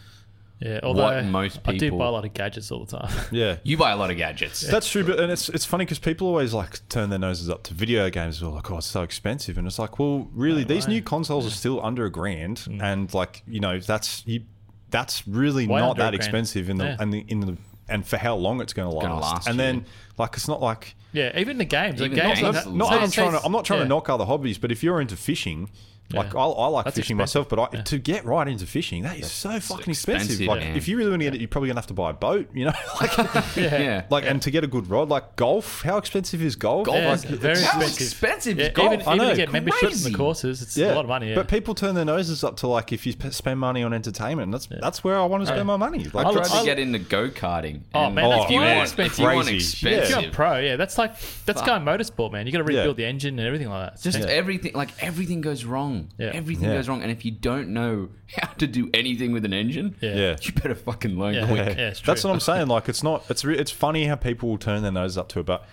[SPEAKER 2] Yeah, although
[SPEAKER 1] most
[SPEAKER 2] I do
[SPEAKER 1] people-
[SPEAKER 2] buy a lot of gadgets all the time.
[SPEAKER 3] Yeah.
[SPEAKER 1] You buy a lot of gadgets.
[SPEAKER 3] That's true, but and it's it's funny because people always like turn their noses up to video games. They're like, oh, it's so expensive, and it's like, well, really, these new consoles are still under a grand, and like you know, that's you, that's really
[SPEAKER 2] Mm. Way
[SPEAKER 3] not
[SPEAKER 2] under a
[SPEAKER 3] that
[SPEAKER 2] grand.
[SPEAKER 3] expensive in the
[SPEAKER 2] Yeah.
[SPEAKER 3] and the, in the and for how long it's going to
[SPEAKER 1] gonna
[SPEAKER 3] last.
[SPEAKER 1] last,
[SPEAKER 3] and then
[SPEAKER 1] yeah.
[SPEAKER 3] like it's not like
[SPEAKER 2] Yeah, even the games. the
[SPEAKER 1] Even
[SPEAKER 2] games
[SPEAKER 1] the
[SPEAKER 2] are-
[SPEAKER 1] games.
[SPEAKER 3] not
[SPEAKER 1] So
[SPEAKER 3] that I'm
[SPEAKER 1] it
[SPEAKER 3] trying to I'm not trying
[SPEAKER 2] yeah.
[SPEAKER 3] to knock other hobbies, but if you're into fishing. Like
[SPEAKER 2] Yeah.
[SPEAKER 3] I, I like
[SPEAKER 2] That's
[SPEAKER 3] fishing
[SPEAKER 2] expensive.
[SPEAKER 3] myself, but I, to get right into fishing, that is so fucking expensive.
[SPEAKER 1] expensive,
[SPEAKER 3] Like
[SPEAKER 1] yeah.
[SPEAKER 3] if you really want to get it, you're probably gonna have to buy a boat. You know, like
[SPEAKER 1] yeah.
[SPEAKER 3] like and to get a good rod, like golf. How expensive is golf?
[SPEAKER 1] Golf
[SPEAKER 2] Yeah, it's
[SPEAKER 3] Like,
[SPEAKER 2] very
[SPEAKER 1] How
[SPEAKER 2] expensive.
[SPEAKER 1] expensive
[SPEAKER 2] Yeah,
[SPEAKER 1] is golf?
[SPEAKER 2] even,
[SPEAKER 3] I
[SPEAKER 2] even
[SPEAKER 3] know,
[SPEAKER 2] to get membership in
[SPEAKER 1] crazy.
[SPEAKER 2] the courses, it's
[SPEAKER 3] yeah,
[SPEAKER 2] a lot of money. Yeah.
[SPEAKER 3] But people turn their noses up to like if you sp- spend money on entertainment. That's that's where I want to spend my money. Like,
[SPEAKER 1] I
[SPEAKER 2] I'll-
[SPEAKER 1] tried
[SPEAKER 3] it's-
[SPEAKER 1] to get into go karting.
[SPEAKER 2] Oh, man, that's
[SPEAKER 1] if you,
[SPEAKER 2] way
[SPEAKER 1] want, if you want
[SPEAKER 3] expensive.
[SPEAKER 2] if
[SPEAKER 1] expensive,
[SPEAKER 2] you're a pro, yeah, that's like that's going motorsport, man. You got to
[SPEAKER 3] Yeah.
[SPEAKER 2] rebuild the engine and everything like that. It's
[SPEAKER 1] just
[SPEAKER 2] expensive.
[SPEAKER 1] everything, like everything goes wrong.
[SPEAKER 2] Yeah.
[SPEAKER 1] Everything
[SPEAKER 3] Yeah.
[SPEAKER 1] goes wrong, and if you don't know how to do anything with an engine,
[SPEAKER 2] Yeah.
[SPEAKER 3] yeah.
[SPEAKER 1] you better fucking learn
[SPEAKER 2] Yeah.
[SPEAKER 1] quick.
[SPEAKER 2] Yeah, it's
[SPEAKER 3] that's
[SPEAKER 2] true.
[SPEAKER 3] what I'm saying. Like it's not. It's re- it's funny how people will turn their noses up to it, but.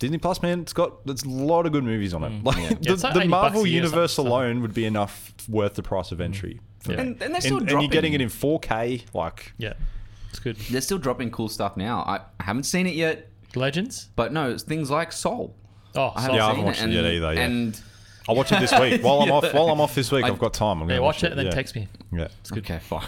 [SPEAKER 3] Disney Plus, man, it's got it's a lot of good movies on it. Like the,
[SPEAKER 2] Mm. it's like
[SPEAKER 3] the
[SPEAKER 2] 80 bucks
[SPEAKER 3] Marvel
[SPEAKER 2] a year or
[SPEAKER 3] universe
[SPEAKER 2] something, Mm. so-
[SPEAKER 3] alone would be enough worth the price of entry. for me.
[SPEAKER 1] And, and they're still
[SPEAKER 3] and,
[SPEAKER 1] dropping.
[SPEAKER 3] you're getting it in 4K, like
[SPEAKER 2] yeah, it's good.
[SPEAKER 1] They're still dropping cool stuff now. I, I haven't seen it yet,
[SPEAKER 2] Legends.
[SPEAKER 1] but no, it's things like Soul.
[SPEAKER 2] Oh,
[SPEAKER 1] I
[SPEAKER 2] so,
[SPEAKER 1] haven't
[SPEAKER 3] Yeah,
[SPEAKER 1] seen
[SPEAKER 3] I haven't watched it
[SPEAKER 1] and,
[SPEAKER 3] yet either, yeah.
[SPEAKER 1] And
[SPEAKER 3] I'll watch it this week. While I'm off, while I'm off this week,
[SPEAKER 1] I-
[SPEAKER 3] I've got time. I'm
[SPEAKER 2] yeah,
[SPEAKER 3] gonna
[SPEAKER 2] watch it and then
[SPEAKER 3] yeah.
[SPEAKER 2] text me,
[SPEAKER 3] Yeah,
[SPEAKER 1] okay, fine.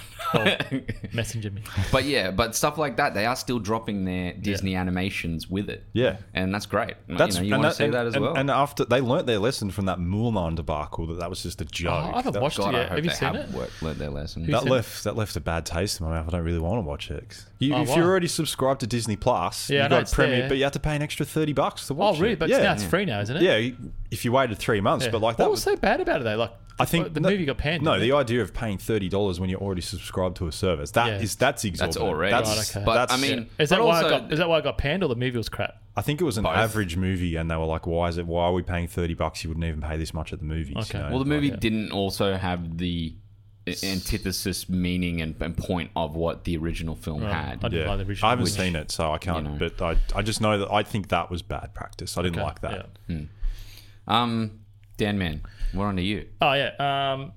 [SPEAKER 2] messenger me.
[SPEAKER 1] but yeah, but stuff like that, they are still dropping their Disney animations with it.
[SPEAKER 3] Yeah.
[SPEAKER 1] and that's great.
[SPEAKER 3] That's
[SPEAKER 1] you, know, you
[SPEAKER 3] and
[SPEAKER 1] want to see
[SPEAKER 3] and-
[SPEAKER 1] that as
[SPEAKER 3] and-
[SPEAKER 1] well.
[SPEAKER 3] And after they learnt their lesson from that Mulan debacle, that that was just a joke.
[SPEAKER 2] Oh, I haven't
[SPEAKER 3] that,
[SPEAKER 2] watched
[SPEAKER 1] God,
[SPEAKER 2] it
[SPEAKER 1] I
[SPEAKER 2] yet.
[SPEAKER 1] hope
[SPEAKER 2] Have
[SPEAKER 1] they
[SPEAKER 2] you seen
[SPEAKER 1] have
[SPEAKER 2] it?
[SPEAKER 1] worked- learned their lesson.
[SPEAKER 2] Who's
[SPEAKER 3] that
[SPEAKER 2] seen
[SPEAKER 3] left that left a bad taste in my mouth. I don't really want to watch it. 'Cause You,
[SPEAKER 2] Oh,
[SPEAKER 3] if
[SPEAKER 2] wow.
[SPEAKER 3] you're already subscribed to Disney Plus,
[SPEAKER 2] Yeah, I
[SPEAKER 3] you
[SPEAKER 2] know,
[SPEAKER 3] got
[SPEAKER 2] it's there,
[SPEAKER 3] premium,
[SPEAKER 2] yeah.
[SPEAKER 3] but you have to pay an extra thirty bucks to watch
[SPEAKER 2] Oh, really?
[SPEAKER 3] it.
[SPEAKER 2] But
[SPEAKER 3] yeah.
[SPEAKER 2] now it's free now, isn't it?
[SPEAKER 3] yeah, if you waited three months, but like that
[SPEAKER 2] What
[SPEAKER 3] was
[SPEAKER 2] was so bad about it though? Like,
[SPEAKER 3] I think
[SPEAKER 2] the
[SPEAKER 3] no-
[SPEAKER 2] movie got panned.
[SPEAKER 3] No,
[SPEAKER 2] didn't
[SPEAKER 3] the
[SPEAKER 2] it?
[SPEAKER 3] idea of paying thirty dollars when you're already subscribed to a service that is
[SPEAKER 2] Yeah.
[SPEAKER 3] that's exorbitant.
[SPEAKER 1] already.
[SPEAKER 3] That's,
[SPEAKER 2] Right, okay.
[SPEAKER 1] But,
[SPEAKER 3] that's-
[SPEAKER 1] I mean-
[SPEAKER 2] is that
[SPEAKER 1] but
[SPEAKER 2] why?
[SPEAKER 1] also-
[SPEAKER 2] it got, is that why it got panned or the movie was crap?
[SPEAKER 3] I think it was an
[SPEAKER 1] Both.
[SPEAKER 3] average movie, and they were like, "Why is it? Why are we paying thirty bucks? You wouldn't even pay this much at the movies."
[SPEAKER 2] Okay.
[SPEAKER 3] You know?
[SPEAKER 1] Well, the movie didn't also have the i- antithesis, meaning, and, and point of what the original film
[SPEAKER 2] I
[SPEAKER 1] had.
[SPEAKER 2] didn't
[SPEAKER 3] Yeah,
[SPEAKER 2] like the original.
[SPEAKER 3] I haven't
[SPEAKER 2] movie.
[SPEAKER 3] seen it, so I can't.
[SPEAKER 1] know.
[SPEAKER 3] But I, I just know that I think that was bad practice. I didn't
[SPEAKER 2] Okay,
[SPEAKER 3] like that.
[SPEAKER 2] yeah.
[SPEAKER 1] Um, Dan, man, we're on to you.
[SPEAKER 2] Oh yeah. Um,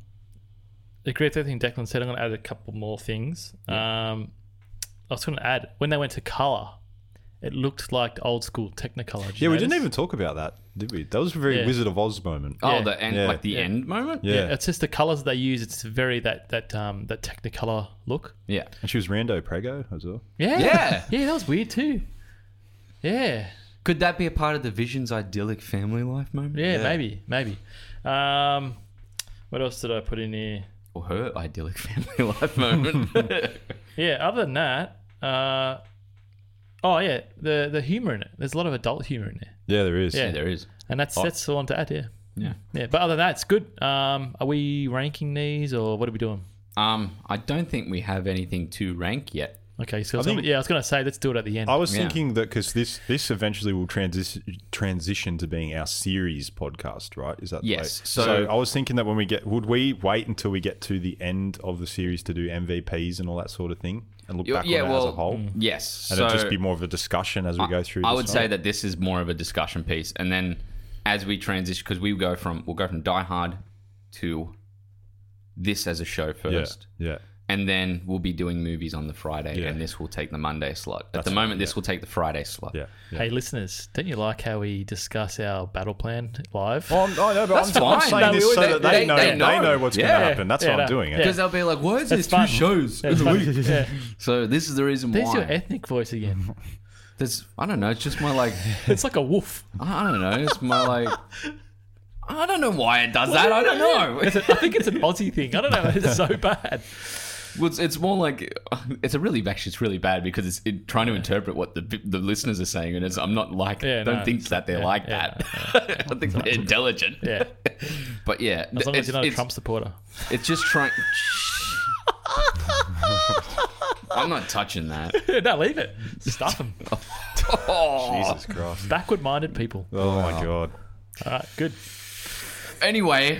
[SPEAKER 2] agree with everything Declan said. I'm going to add a couple more things. Um, I was going to add when they went to color, it looked like old school Technicolor. Did
[SPEAKER 3] Yeah,
[SPEAKER 2] you
[SPEAKER 3] we didn't
[SPEAKER 2] notice?
[SPEAKER 3] even talk about that, did we? That was a very
[SPEAKER 2] Yeah.
[SPEAKER 3] Wizard of Oz moment.
[SPEAKER 1] Oh,
[SPEAKER 2] Yeah.
[SPEAKER 1] the end,
[SPEAKER 3] Yeah.
[SPEAKER 1] like the end moment.
[SPEAKER 3] yeah.
[SPEAKER 2] It's just the colors they use. It's very that that um that Technicolor look.
[SPEAKER 1] yeah,
[SPEAKER 3] and she was Rando Prego as well.
[SPEAKER 2] Yeah.
[SPEAKER 1] Yeah.
[SPEAKER 2] yeah. That was weird too. Yeah.
[SPEAKER 1] Could that be a part of the Vision's idyllic family life moment?
[SPEAKER 2] Yeah. Maybe. Maybe. Um, what else did I put in here?
[SPEAKER 1] Or her idyllic family life moment.
[SPEAKER 2] Yeah. Other than that, uh, oh yeah, the the humor in it. There's a lot of adult humor in there,
[SPEAKER 3] Yeah, there is.
[SPEAKER 2] Yeah.
[SPEAKER 1] yeah, there is.
[SPEAKER 2] and that's that's the one to add. Yeah.
[SPEAKER 1] Yeah.
[SPEAKER 2] Yeah, but other than that, it's good. Um, are we ranking these or what are we doing?
[SPEAKER 1] Um, I don't think we have anything to rank yet.
[SPEAKER 2] Okay, so I
[SPEAKER 3] think-
[SPEAKER 2] yeah, I was gonna say let's do it at the end.
[SPEAKER 3] I was
[SPEAKER 1] Yeah.
[SPEAKER 3] thinking that because this this eventually will transition transition to being our series podcast, right? Is that the
[SPEAKER 1] Yes.
[SPEAKER 3] way-
[SPEAKER 1] So-
[SPEAKER 3] I was thinking that when we get, would we wait until we get to the end of the series to do MVPs and all that sort of thing, and look
[SPEAKER 1] Yeah,
[SPEAKER 3] back
[SPEAKER 1] yeah,
[SPEAKER 3] on it as a
[SPEAKER 1] well,
[SPEAKER 3] whole, and
[SPEAKER 1] Yes.
[SPEAKER 3] it'll
[SPEAKER 1] so-
[SPEAKER 3] just be more of a discussion as we go through.
[SPEAKER 1] I
[SPEAKER 3] this
[SPEAKER 1] would
[SPEAKER 3] one?
[SPEAKER 1] say that this is more of a discussion piece, and then as we transition, because we go from we'll go from Die Hard to this as a show first,
[SPEAKER 3] Yeah. yeah.
[SPEAKER 1] and then we'll be doing movies on the Friday,
[SPEAKER 3] Yeah.
[SPEAKER 1] and this will take the Monday slot. At the
[SPEAKER 3] right,
[SPEAKER 1] moment, this will take the Friday slot.
[SPEAKER 3] Yeah. yeah.
[SPEAKER 2] Hey, listeners, don't you like how we discuss our battle plan live?
[SPEAKER 3] Well, I'm- I know, Oh, but
[SPEAKER 1] That's
[SPEAKER 3] I'm, I'm
[SPEAKER 1] fine.
[SPEAKER 3] saying
[SPEAKER 1] No,
[SPEAKER 3] this
[SPEAKER 1] we-
[SPEAKER 3] so
[SPEAKER 1] they-
[SPEAKER 3] that they,
[SPEAKER 1] they-
[SPEAKER 3] know,
[SPEAKER 1] they
[SPEAKER 3] they
[SPEAKER 1] know.
[SPEAKER 3] know what's
[SPEAKER 1] Yeah.
[SPEAKER 3] going to happen. That's
[SPEAKER 2] Yeah,
[SPEAKER 3] why I'm
[SPEAKER 2] no,
[SPEAKER 3] doing it.
[SPEAKER 2] yeah.
[SPEAKER 1] Because they'll be like, "Why is there
[SPEAKER 2] That's
[SPEAKER 1] two
[SPEAKER 2] fun.
[SPEAKER 1] shows
[SPEAKER 2] Yeah,
[SPEAKER 1] in
[SPEAKER 2] it's
[SPEAKER 1] the
[SPEAKER 2] fun.
[SPEAKER 1] week?"
[SPEAKER 2] Yeah.
[SPEAKER 1] So this is the reason
[SPEAKER 2] There's
[SPEAKER 1] why.
[SPEAKER 2] your ethnic voice again.
[SPEAKER 1] There's- I don't know. It's just my like.
[SPEAKER 2] it's like a wolf.
[SPEAKER 1] I don't know. It's my like. I don't know why it does that. I don't know.
[SPEAKER 2] It's a- I think it's an Aussie thing. I don't know. It's so bad.
[SPEAKER 1] Well, it's, it's more like it's a really actually it's really bad because it's it, trying to interpret what the the listeners are saying, and it's I'm not like
[SPEAKER 2] Yeah,
[SPEAKER 1] don't
[SPEAKER 2] no,
[SPEAKER 1] think that they're
[SPEAKER 2] yeah,
[SPEAKER 1] like
[SPEAKER 2] yeah,
[SPEAKER 1] that. I don't think they're intelligent.
[SPEAKER 2] Yeah.
[SPEAKER 1] But yeah,
[SPEAKER 2] As long
[SPEAKER 1] it's,
[SPEAKER 2] as you're not a
[SPEAKER 1] it's,
[SPEAKER 2] Trump supporter.
[SPEAKER 1] it's just trying. I'm not touching that. Oh.
[SPEAKER 2] no, leave it. Stuff them.
[SPEAKER 3] Jesus Christ.
[SPEAKER 2] Backward minded people.
[SPEAKER 3] Oh, my God.
[SPEAKER 2] All right, good.
[SPEAKER 1] Anyway,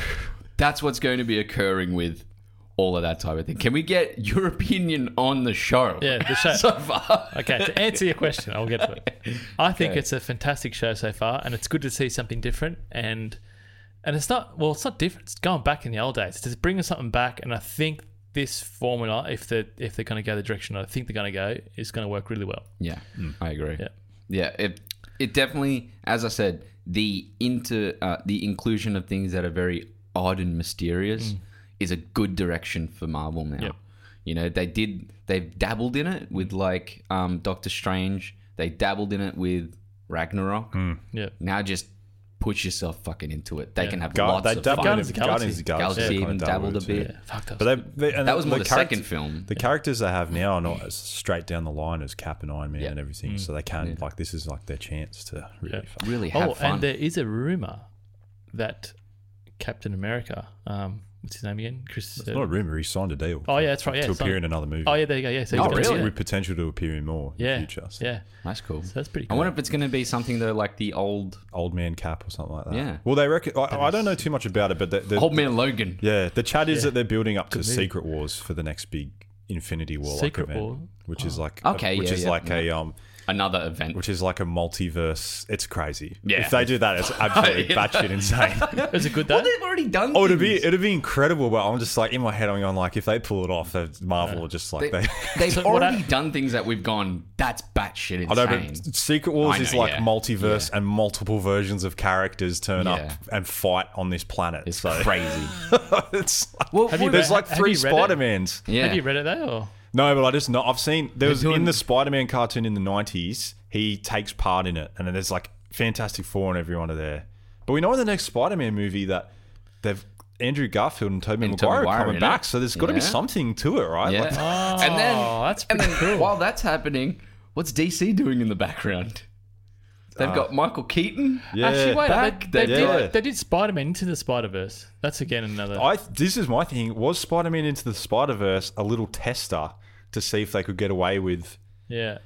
[SPEAKER 1] that's what's going to be occurring with all of that type of thing. Can we get your opinion on the show?
[SPEAKER 2] Yeah, the show.
[SPEAKER 1] so far.
[SPEAKER 2] Okay, to answer your question, I'll get to it. I think it's a fantastic show so far, and it's good to see something different. And and it's not well, it's not different. It's going back in the old days. It's just bringing something back, and I think this formula, if they're if they're going to go the direction I think they're going to go, it's going to work really well.
[SPEAKER 1] Yeah, I agree.
[SPEAKER 2] Mm. Yeah.
[SPEAKER 1] yeah. It it definitely, as I said, the into uh, the inclusion of things that are very odd and mysterious is a good direction for Marvel now.
[SPEAKER 2] Mm. Yep.
[SPEAKER 1] You know, they did they've dabbled in it with like um, Doctor Strange. They dabbled in it with Ragnarok.
[SPEAKER 2] Yeah,
[SPEAKER 1] Now just push yourself fucking into it. They can have
[SPEAKER 3] Gar-
[SPEAKER 1] lots
[SPEAKER 3] they
[SPEAKER 1] of
[SPEAKER 3] dabbled
[SPEAKER 1] fun.
[SPEAKER 3] in
[SPEAKER 2] Guardians of the
[SPEAKER 3] Guardians of the
[SPEAKER 1] Galaxy
[SPEAKER 3] Galaxy
[SPEAKER 1] even
[SPEAKER 3] kinda
[SPEAKER 1] dabbled a
[SPEAKER 3] into it.
[SPEAKER 1] bit.
[SPEAKER 2] yeah. Fuck that.
[SPEAKER 3] But they, they, and
[SPEAKER 1] That was more the,
[SPEAKER 3] character-
[SPEAKER 1] second film.
[SPEAKER 3] The characters they have now are not as straight down the line as Cap and Iron Man
[SPEAKER 1] Yeah.
[SPEAKER 3] and everything, so they can not like this is like their chance to really.
[SPEAKER 2] Yeah.
[SPEAKER 3] fuck-
[SPEAKER 1] really have
[SPEAKER 2] oh,
[SPEAKER 1] fun.
[SPEAKER 2] and there is a rumor that Captain America, um, what's his name again? Chris. uh,
[SPEAKER 3] It's not a rumor. He signed a deal.
[SPEAKER 2] Oh,
[SPEAKER 3] for-
[SPEAKER 2] yeah, that's right, yeah,
[SPEAKER 3] to
[SPEAKER 2] it's
[SPEAKER 3] appear
[SPEAKER 2] not-
[SPEAKER 3] in another movie.
[SPEAKER 2] oh yeah, there you go. Yeah, so he's
[SPEAKER 1] Oh,
[SPEAKER 2] gonna
[SPEAKER 1] really?
[SPEAKER 2] do
[SPEAKER 3] With
[SPEAKER 2] it.
[SPEAKER 3] potential to appear in more
[SPEAKER 2] Yeah,
[SPEAKER 3] in the future. so-
[SPEAKER 2] yeah.
[SPEAKER 1] That's cool.
[SPEAKER 2] So that's pretty.
[SPEAKER 1] I
[SPEAKER 2] Cool.
[SPEAKER 1] wonder if it's going to be something though, like the old
[SPEAKER 3] Old man Cap or something like that.
[SPEAKER 1] Yeah.
[SPEAKER 3] Well, they reckon. I, I don't know too much about it, but the, the,
[SPEAKER 1] Old Man Logan.
[SPEAKER 3] yeah, the chat is that they're building up to Secret Wars for the next big Infinity War
[SPEAKER 2] Secret
[SPEAKER 3] event,
[SPEAKER 2] War? Oh.
[SPEAKER 3] which is like
[SPEAKER 1] Okay,
[SPEAKER 3] which
[SPEAKER 1] yeah,
[SPEAKER 3] is
[SPEAKER 1] yeah,
[SPEAKER 3] like a um,
[SPEAKER 1] Another event.
[SPEAKER 3] which is like a multiverse. It's crazy.
[SPEAKER 1] Yeah.
[SPEAKER 3] If they do that, it's absolutely
[SPEAKER 1] Yeah.
[SPEAKER 3] batshit insane.
[SPEAKER 2] Is it good
[SPEAKER 1] well,
[SPEAKER 2] though?
[SPEAKER 1] they've already done.
[SPEAKER 3] Oh, it'd
[SPEAKER 1] things.
[SPEAKER 3] be itey'd be incredible, but I'm just like in my head, I'm going like, if they pull it off, that Marvel are just like they.
[SPEAKER 1] They've
[SPEAKER 2] So what
[SPEAKER 1] already
[SPEAKER 2] I-
[SPEAKER 1] done things that we've gone. That's batshit insane.
[SPEAKER 3] I know, but Secret Wars
[SPEAKER 1] I know,
[SPEAKER 3] is like
[SPEAKER 1] yeah.
[SPEAKER 3] multiverse and multiple versions of characters turn
[SPEAKER 1] Yeah.
[SPEAKER 3] up and fight on this planet.
[SPEAKER 1] it's
[SPEAKER 3] so
[SPEAKER 1] crazy.
[SPEAKER 3] it's like,
[SPEAKER 1] Well,
[SPEAKER 2] Have you
[SPEAKER 3] there's
[SPEAKER 2] read-
[SPEAKER 3] like
[SPEAKER 2] have
[SPEAKER 3] three
[SPEAKER 2] you read it?
[SPEAKER 3] Spider Mans.
[SPEAKER 1] yeah.
[SPEAKER 2] Have you read it though? Or?
[SPEAKER 3] No, but I just know I've seen there was
[SPEAKER 1] doing-
[SPEAKER 3] in the Spider Man cartoon in the '90s. He takes part in it, and then there's like Fantastic Four and everyone are there. But we know in the next Spider Man movie that they've Andrew Garfield and Tobey
[SPEAKER 1] Tobey
[SPEAKER 3] Maguire
[SPEAKER 1] Maguire
[SPEAKER 3] are coming
[SPEAKER 1] in
[SPEAKER 3] back,
[SPEAKER 1] it.
[SPEAKER 3] so there's got to be
[SPEAKER 1] Yeah.
[SPEAKER 3] something to it, right?
[SPEAKER 1] yeah.
[SPEAKER 3] Like,
[SPEAKER 1] and then
[SPEAKER 2] Oh, that's
[SPEAKER 1] and
[SPEAKER 2] pretty
[SPEAKER 1] then
[SPEAKER 2] cool.
[SPEAKER 1] while that's happening, what's DC doing in the background? They've got Michael Keaton.
[SPEAKER 3] Yeah.
[SPEAKER 2] Actually, wait.
[SPEAKER 1] Back-
[SPEAKER 2] they, they,
[SPEAKER 3] yeah.
[SPEAKER 2] did, they did Spider-Man into the Spider-Verse. That's again another.
[SPEAKER 3] I this is my thing. Was Spider Man into the Spider Verse a little tester to see if they could get away with
[SPEAKER 2] yeah.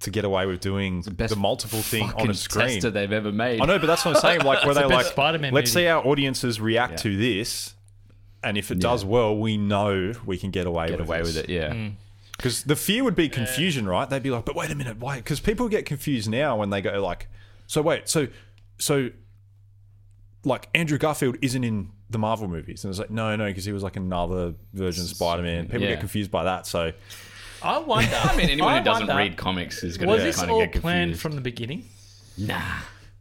[SPEAKER 3] to get away with doing the,
[SPEAKER 1] Best
[SPEAKER 3] multiple thing on
[SPEAKER 1] fucking
[SPEAKER 3] a screen?
[SPEAKER 1] tester they've ever made.
[SPEAKER 3] I know, but that's what I'm saying. Like, were they
[SPEAKER 2] the best
[SPEAKER 3] like,
[SPEAKER 2] Spider-Man
[SPEAKER 3] let's
[SPEAKER 2] movie.
[SPEAKER 3] see how audiences react to this, and if it does well, we know we can get away
[SPEAKER 1] Get
[SPEAKER 3] with
[SPEAKER 1] away with it. Yeah.
[SPEAKER 2] Mm.
[SPEAKER 3] Because the fear would be confusion, right? They'd be like, but wait a minute, why? Because people get confused now when they go like, so wait, so so like Andrew Garfield isn't in the Marvel movies, and it's like, no, no, because he was like another version of Spider-Man. People
[SPEAKER 1] Yeah.
[SPEAKER 3] get confused by that, so
[SPEAKER 2] I wonder.
[SPEAKER 1] I mean, anyone
[SPEAKER 2] I
[SPEAKER 1] who doesn't
[SPEAKER 2] wonder,
[SPEAKER 1] read comics is going
[SPEAKER 2] Was
[SPEAKER 1] to
[SPEAKER 2] this
[SPEAKER 1] kind
[SPEAKER 2] all
[SPEAKER 1] of get confused.
[SPEAKER 2] planned from the beginning?
[SPEAKER 1] nah.